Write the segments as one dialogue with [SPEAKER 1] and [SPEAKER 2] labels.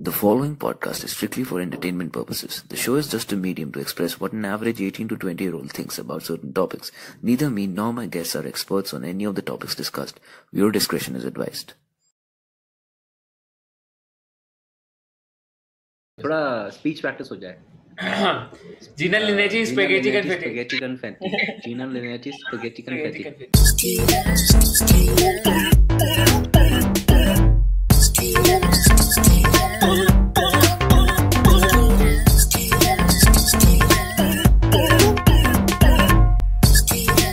[SPEAKER 1] The following podcast is strictly for entertainment purposes. The show is just a medium to express what an average 18 to 20 year old thinks about certain topics. Neither me nor my guests are experts on any of the topics discussed. Viewer discretion is advised.
[SPEAKER 2] थोड़ा speech practice हो जाए
[SPEAKER 3] जीना Linetti spaghetti confetti
[SPEAKER 2] spaghetti confetti Gina Linetti spaghetti confetti
[SPEAKER 3] okay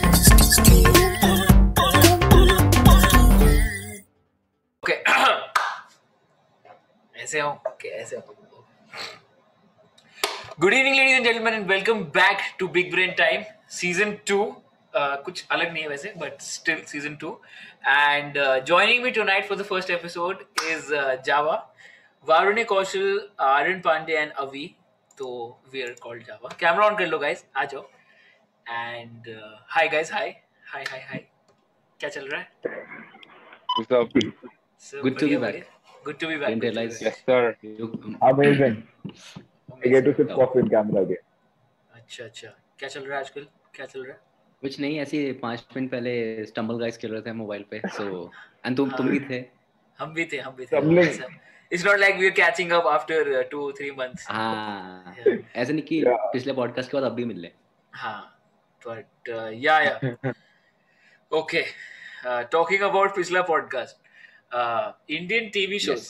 [SPEAKER 3] ऐसे आओ okay ऐसे आओ good evening ladies and gentleman and welcome back to big brain time season two uh, कुछ अलग नहीं है वैसे but still season two and joining me tonight for the first episode is Java Varun Kaushal Aryan Pandey and Avi तो we are called Java camera on कर लो guys आ जाओ and hi guys hi hi hi hi क्या चल रहा है
[SPEAKER 4] What's up?
[SPEAKER 3] So,
[SPEAKER 2] Good to be
[SPEAKER 3] बढ़िया,
[SPEAKER 2] back.
[SPEAKER 3] बढ़िया. Good to be back.
[SPEAKER 2] Didn't
[SPEAKER 3] good to be
[SPEAKER 2] realize.
[SPEAKER 3] back.
[SPEAKER 4] Yes, sir. Amazing. I get to sip coffee in camera again.
[SPEAKER 3] अच्छा अच्छा क्या चल रहा है आजकल क्या चल रहा है
[SPEAKER 2] कुछ नहीं ऐसे ही पाँच मिनट पहले स्टम्बल गाइस खेल रहे थे मोबाइल पे सो एंड तुम तुम भी थे
[SPEAKER 3] हम भी थे हम भी थे
[SPEAKER 4] हम लोग-
[SPEAKER 3] it's not like we are catching up after two three months
[SPEAKER 2] हाँ
[SPEAKER 3] Yeah.
[SPEAKER 2] ऐसे नहीं कि
[SPEAKER 4] Yeah.
[SPEAKER 2] पिछले पॉडकास्ट के बाद अब भी मिल ले
[SPEAKER 3] हाँ uh, but yeah yeah okay talking about uh, पिछला uh, podcast Indian TV shows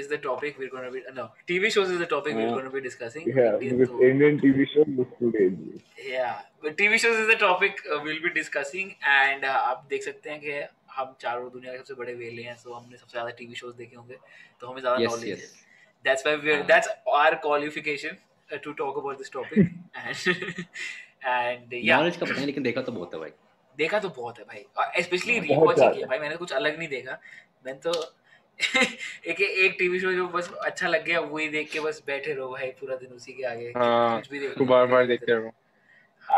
[SPEAKER 3] is the topic we're going to be no tv shows is the topic we're
[SPEAKER 4] Yeah.
[SPEAKER 3] going to be discussing
[SPEAKER 4] Yeah,
[SPEAKER 3] Indian
[SPEAKER 4] because
[SPEAKER 3] to-
[SPEAKER 4] Indian TV show looks too dangerous.
[SPEAKER 3] yeah but tv shows is the topic uh, we'll be discussing and uh, आप देख सकते हैं कि हम चारों दुनिया के सबसे बड़े वेले हैं सो हमने सबसे ज्यादा टीवी शोज देखे होंगे तो हमें ज्यादा
[SPEAKER 2] यस
[SPEAKER 3] नॉलेज है
[SPEAKER 2] yes
[SPEAKER 3] that's why we're
[SPEAKER 2] Ah.
[SPEAKER 3] that's our qualification uh, to talk about this topic and and yeah
[SPEAKER 2] knowledge का पता नहीं लेकिन देखा तो बहुत है भाई
[SPEAKER 3] देखा तो बहुत है भाई स्पेशली
[SPEAKER 4] बहुत
[SPEAKER 3] रीवॉच ही
[SPEAKER 4] ज्यादा।
[SPEAKER 3] किया भाई मैंने कुछ अलग नहीं देखा मैंने तो एक एक टीवी शो जो बस अच्छा लग गया वही देख के बस बैठे रहो भाई पूरा दिन उसी के आगे
[SPEAKER 5] हाँ,
[SPEAKER 3] कुछ भी देख
[SPEAKER 5] उसको बार बार देखते रहो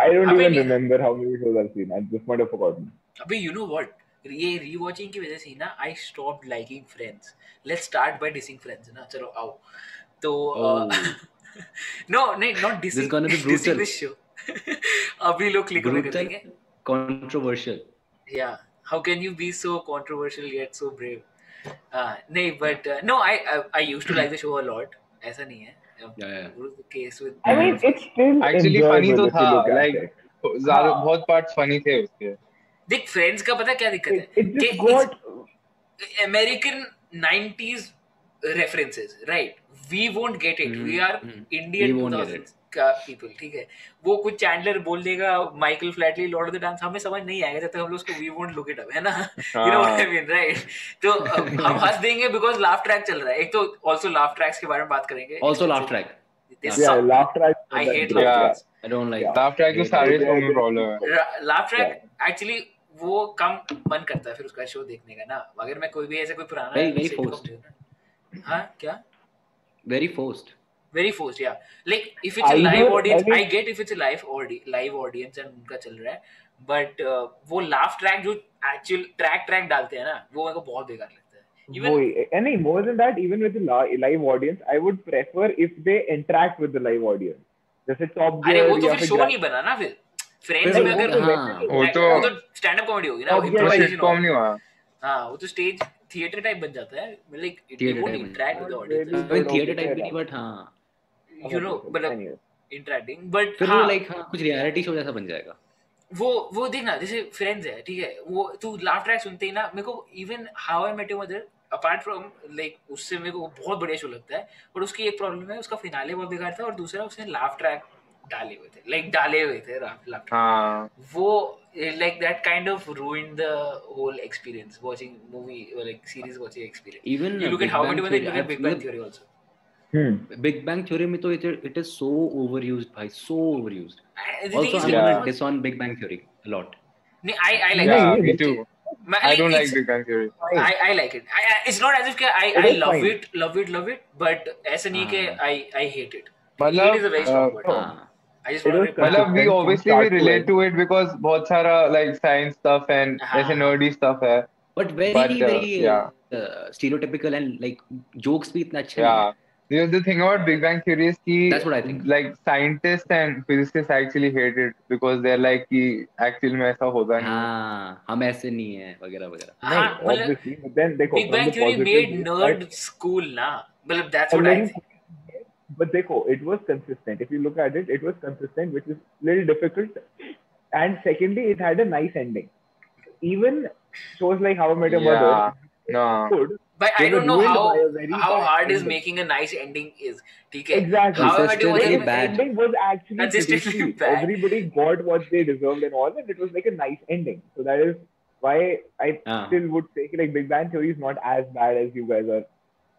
[SPEAKER 4] I don't
[SPEAKER 3] अभी
[SPEAKER 4] even
[SPEAKER 3] नहीं-
[SPEAKER 4] remember how many shows I've seen. I just might have forgotten.
[SPEAKER 3] अबे यू नो व्हाट ये रीवॉचिंग की वजह से ही ना I stop liking Friends let's start by dissing Friends ना चलो आओ तो
[SPEAKER 5] Oh.
[SPEAKER 2] Oh,
[SPEAKER 3] नो नहीं not dissing
[SPEAKER 2] gonna be brutal.
[SPEAKER 3] Show अभी लोग क्लिक में
[SPEAKER 2] Brutal?
[SPEAKER 3] करेंगे
[SPEAKER 2] कंट्रोवर्शियल
[SPEAKER 3] या how can you be so controversial yet so brave Ah, नहीं uh, but no I I used to like the show a lot ऐसा नहीं है
[SPEAKER 2] Yeah, yeah.
[SPEAKER 3] Case with
[SPEAKER 4] I mean, it's still
[SPEAKER 5] Actually,
[SPEAKER 4] enjoyable
[SPEAKER 5] funny to
[SPEAKER 4] if you
[SPEAKER 5] tha,
[SPEAKER 4] look at
[SPEAKER 5] like,
[SPEAKER 4] it.
[SPEAKER 5] तो ज्यादा
[SPEAKER 2] हाँ।
[SPEAKER 5] बहुत part funny थे उसके
[SPEAKER 3] देख फ्रेंड्स का पता क्या दिक्कत है
[SPEAKER 4] It, it
[SPEAKER 3] कि
[SPEAKER 4] just
[SPEAKER 3] it's-
[SPEAKER 4] got
[SPEAKER 3] American 90s references, right? We won't get it.
[SPEAKER 2] Hmm,
[SPEAKER 3] We are
[SPEAKER 2] hmm.
[SPEAKER 3] Indian
[SPEAKER 2] We won't get
[SPEAKER 3] 2000s का people, ठीक है? वो कुछ चैंडलर बोल देगा Michael Flatley Lord of the Dance हमें समझ नहीं आएगा जब तक हम लोग उसको we won't look it up है ना you know what I mean right तो अब हम हंस देंगे बिकॉज लाफ ट्रैक चल रहा है एक तो आल्सो लाफ ट्रैक्स के बारे में बात करेंगे
[SPEAKER 2] also laugh track
[SPEAKER 3] They
[SPEAKER 4] yeah,
[SPEAKER 3] suck.
[SPEAKER 4] laugh track.
[SPEAKER 3] I hate
[SPEAKER 5] Yeah.
[SPEAKER 3] laugh tracks.
[SPEAKER 2] I don't like
[SPEAKER 4] Yeah.
[SPEAKER 5] Laugh track तो सारे शो में प्रॉब्लम है
[SPEAKER 3] लाफ ट्रैक एक्चुअली वो कम मन करता है फिर उसका शो देखने का ना अगर मैं कोई भी ऐसे कोई पुराना
[SPEAKER 2] Very- very
[SPEAKER 3] sitcom
[SPEAKER 2] forced.
[SPEAKER 3] देखूं- हाँ क्या
[SPEAKER 2] वेरी फोर्स्ड
[SPEAKER 3] वेरी फोर्स या like if it's a
[SPEAKER 4] I
[SPEAKER 3] live
[SPEAKER 4] know,
[SPEAKER 3] audience
[SPEAKER 4] I mean-
[SPEAKER 3] I get if it's a live live audience and उनका चल रहा है बट वो लाफ ट्रैक जो एक्चुअल ट्रैक ट्रैक डालते हैं ना वो मेरे को बहुत बेकार लगता है
[SPEAKER 4] Even,
[SPEAKER 3] even
[SPEAKER 4] and hey, more than that, even with the li- live audience, I would prefer if they interact with the live audience. जैसे Top
[SPEAKER 3] अरे
[SPEAKER 4] Gear
[SPEAKER 3] वो तो
[SPEAKER 4] या
[SPEAKER 3] फिर
[SPEAKER 4] फिर
[SPEAKER 3] शो
[SPEAKER 4] Grand-
[SPEAKER 3] नहीं बना ना फिर फ्रेंड्स
[SPEAKER 4] फिर
[SPEAKER 3] में
[SPEAKER 4] वो
[SPEAKER 3] अगर
[SPEAKER 4] तो
[SPEAKER 2] हाँ।
[SPEAKER 4] वैसे ही-
[SPEAKER 5] वो तो
[SPEAKER 3] वो तो स्टैंड अप कॉमेडी होगी ना
[SPEAKER 4] Top Gear
[SPEAKER 5] वो
[SPEAKER 3] improvisation
[SPEAKER 5] sitcom
[SPEAKER 3] होगी
[SPEAKER 5] नहीं हुआ
[SPEAKER 3] हाँ वो तो स्टेज थिएटर टाइप बन जाता है like it
[SPEAKER 2] Theatre
[SPEAKER 3] won't
[SPEAKER 2] type बन
[SPEAKER 3] इंटरेक्ट
[SPEAKER 4] जाता
[SPEAKER 3] विद
[SPEAKER 4] है।
[SPEAKER 3] Audience
[SPEAKER 2] I mean theatre type
[SPEAKER 4] Yeah.
[SPEAKER 2] भी नहीं हाँ। बट हां
[SPEAKER 3] you know मतलब
[SPEAKER 4] Anyway.
[SPEAKER 3] इंटरेक्टिंग बट
[SPEAKER 2] फिर
[SPEAKER 3] हाँ
[SPEAKER 2] वो लाइक हाँ कुछ रियलिटी शो जैसा बन जाएगा
[SPEAKER 3] वो वो देखना जैसे फ्रेंड्स है ठीक है वो तू लाफ ट्रैक सुनते ही ना मेरे को even How I Met your Mother apart from like उससे मेरे को वो बहुत बढ़िया शो लगता है और उसकी एक प्रॉब्लम है उसका फिनाले बहुत बेकार था और दूसरा उसने लाफ ट्रैक डाले हुए थे लाइक डाले हुए थे लाफ लाफ
[SPEAKER 5] हाँ
[SPEAKER 3] वो eh, like that kind of ruined the whole experience watching movie like series watching experience
[SPEAKER 2] even
[SPEAKER 3] you look at how met your mother look at big bang
[SPEAKER 2] big
[SPEAKER 3] theory also
[SPEAKER 4] Hmm.
[SPEAKER 2] Bang theory में तो it is so overused भाई so overused Also, I'm
[SPEAKER 5] Yeah.
[SPEAKER 2] gonna diss on Big Bang Theory a lot.
[SPEAKER 3] नहीं I I like
[SPEAKER 5] yeah,
[SPEAKER 4] you
[SPEAKER 5] me
[SPEAKER 4] like
[SPEAKER 5] too. I don't like Big Bang Theory.
[SPEAKER 3] I, I like it. I, I, it's not as if कि I,
[SPEAKER 4] It
[SPEAKER 3] I
[SPEAKER 4] is
[SPEAKER 3] love
[SPEAKER 4] fine.
[SPEAKER 3] it, love it, love it, but ऐसा नहीं है कि
[SPEAKER 2] हाँ।
[SPEAKER 3] I, I hate it.
[SPEAKER 5] मतलब,
[SPEAKER 3] it is a very strong word.
[SPEAKER 5] uh,
[SPEAKER 2] हाँ,
[SPEAKER 3] I just
[SPEAKER 4] It
[SPEAKER 3] want
[SPEAKER 4] is
[SPEAKER 3] to
[SPEAKER 5] मतलब we
[SPEAKER 4] Consistent from
[SPEAKER 5] obviously
[SPEAKER 4] start
[SPEAKER 5] we
[SPEAKER 4] to
[SPEAKER 5] relate
[SPEAKER 4] end.
[SPEAKER 5] to it because बहुत सारा like science stuff and
[SPEAKER 3] हाँ।
[SPEAKER 5] ऐसे nerdy stuff है
[SPEAKER 2] but very
[SPEAKER 5] But, uh,
[SPEAKER 2] very
[SPEAKER 5] yeah.
[SPEAKER 2] uh, stereotypical and like jokes भी इतना अच्छा
[SPEAKER 5] yeah You know, the thing about Big Bang Theory is ki,
[SPEAKER 2] That's what I think.
[SPEAKER 5] Like scientists and physicists actually hate it because they're like कि actually में ऐसा होता नहीं है।
[SPEAKER 2] हाँ हम ऐसे नहीं है वगैरह वगैरह
[SPEAKER 3] हाँ,
[SPEAKER 4] नहीं,
[SPEAKER 3] मतलब
[SPEAKER 4] obviously, but then देखो,
[SPEAKER 3] Big
[SPEAKER 4] from
[SPEAKER 3] Bang
[SPEAKER 4] the
[SPEAKER 3] Theory
[SPEAKER 4] positive
[SPEAKER 3] made
[SPEAKER 4] view,
[SPEAKER 3] nerd
[SPEAKER 4] but-
[SPEAKER 3] school na. Well, that's
[SPEAKER 4] and
[SPEAKER 3] what I
[SPEAKER 4] then-
[SPEAKER 3] think.
[SPEAKER 4] But देखो, it was consistent. If you look at it, it was consistent, which is little difficult. And secondly, it had a nice ending. Even shows like How I Met Your
[SPEAKER 5] Yeah.
[SPEAKER 4] Mother
[SPEAKER 5] No.
[SPEAKER 4] could
[SPEAKER 3] But I
[SPEAKER 4] They were
[SPEAKER 3] don't know
[SPEAKER 4] ruined by a very
[SPEAKER 3] how how
[SPEAKER 4] bad
[SPEAKER 3] hard is
[SPEAKER 4] ending.
[SPEAKER 3] making a nice ending is. ठीक है?
[SPEAKER 4] Exactly.
[SPEAKER 3] How am I
[SPEAKER 2] Consistent
[SPEAKER 3] doing
[SPEAKER 2] and
[SPEAKER 3] it?
[SPEAKER 2] bad.
[SPEAKER 4] ending was actually
[SPEAKER 3] Consistently
[SPEAKER 4] pretty sweet.
[SPEAKER 3] bad.
[SPEAKER 4] Everybody got what they deserved and all, and it was like a nice ending. So that is why I
[SPEAKER 2] हाँ।
[SPEAKER 4] still would say like Big Bang Theory is not as bad as you guys are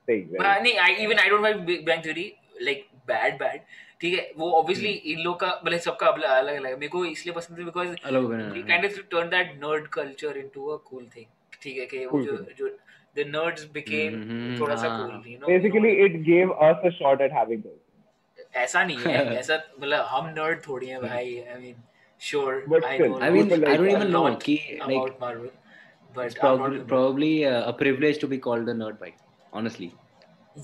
[SPEAKER 4] saying.
[SPEAKER 3] But
[SPEAKER 4] Right?
[SPEAKER 3] नहीं, I even I don't like Big Bang Theory like bad bad. ठीक है? वो obviously
[SPEAKER 4] Hmm.
[SPEAKER 3] इन लोग का मतलब सबका अलग अलग है। मेरे को इसलिए पसंद है because
[SPEAKER 2] अलग
[SPEAKER 3] he
[SPEAKER 2] बना
[SPEAKER 3] kind of turned that nerd culture into a cool thing. ठीक है कि वो
[SPEAKER 4] Cool
[SPEAKER 3] जो जो the nerds became
[SPEAKER 2] हम्म,
[SPEAKER 3] थोड़ा सा
[SPEAKER 2] हाँ।
[SPEAKER 3] cool, you know.
[SPEAKER 4] Basically, it gave us a shot at having this.
[SPEAKER 3] ऐसा नहीं है ऐसा मतलब हम नर्ड थोड़ी हैं भाई I mean sure
[SPEAKER 4] But
[SPEAKER 3] I
[SPEAKER 4] still,
[SPEAKER 3] no
[SPEAKER 2] I mean,
[SPEAKER 4] People
[SPEAKER 2] I don't
[SPEAKER 4] like
[SPEAKER 2] even
[SPEAKER 3] a
[SPEAKER 2] know.
[SPEAKER 3] lot
[SPEAKER 2] Ki, like,
[SPEAKER 3] about Marvel
[SPEAKER 2] it's
[SPEAKER 3] but I'm
[SPEAKER 2] probably,
[SPEAKER 3] not
[SPEAKER 2] probably uh, a privilege to be called a nerd, bhai. Honestly,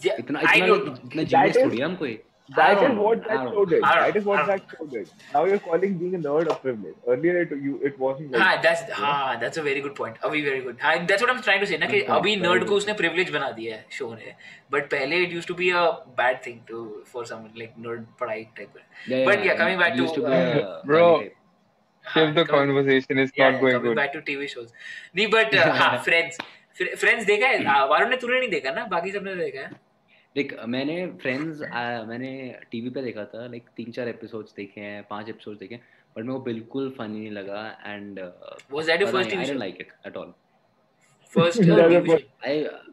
[SPEAKER 3] Yeah,
[SPEAKER 2] इतना
[SPEAKER 3] I
[SPEAKER 2] इतना
[SPEAKER 3] don't
[SPEAKER 2] इतना genius
[SPEAKER 4] is-
[SPEAKER 2] थोड़ी है हम कोई. I
[SPEAKER 4] That
[SPEAKER 2] don't
[SPEAKER 4] is
[SPEAKER 2] know,
[SPEAKER 4] what
[SPEAKER 2] I
[SPEAKER 4] that
[SPEAKER 2] don't
[SPEAKER 4] show did.
[SPEAKER 3] I don't
[SPEAKER 4] That is what
[SPEAKER 3] know.
[SPEAKER 4] that show did. Now you're calling being a nerd a privilege. Earlier, it, you it wasn't. Like,
[SPEAKER 3] हाँ that's हाँ that's a very good point अभी very good हाँ that's what I'm trying to say ना कि अभी nerd को उसने privilege बना दिया है शो ने but पहले it used to be a bad thing to for someone like nerd पढ़ाई type
[SPEAKER 2] Yeah,
[SPEAKER 3] but yeah coming
[SPEAKER 2] it
[SPEAKER 3] back to,
[SPEAKER 2] used to be,
[SPEAKER 3] uh,
[SPEAKER 2] uh,
[SPEAKER 5] Bro.
[SPEAKER 2] funny type.
[SPEAKER 3] हाँ,
[SPEAKER 5] If the
[SPEAKER 3] coming-
[SPEAKER 5] conversation is
[SPEAKER 3] Yeah,
[SPEAKER 5] not
[SPEAKER 3] yeah,
[SPEAKER 5] going
[SPEAKER 3] coming
[SPEAKER 5] good.
[SPEAKER 3] back to TV shows. नहीं but uh, हाँ friends Fr- friends देखा है हाँ, वारुण ने तूने नहीं देखा ना बाकी सबने देखा है
[SPEAKER 2] देख uh, मैंने फ्रेंड्स मैंने टीवी पे देखा था लाइक तीन चार एपिसोड्स देखे हैं पांच एपिसोड्स देखे हैं बट मेरे को बिल्कुल फनी नहीं लगा uh, and
[SPEAKER 3] Was that your first TV
[SPEAKER 2] I
[SPEAKER 3] show?
[SPEAKER 2] Don't like it at all
[SPEAKER 3] first
[SPEAKER 4] Yeah,
[SPEAKER 3] TV
[SPEAKER 4] that was-
[SPEAKER 3] show
[SPEAKER 2] I,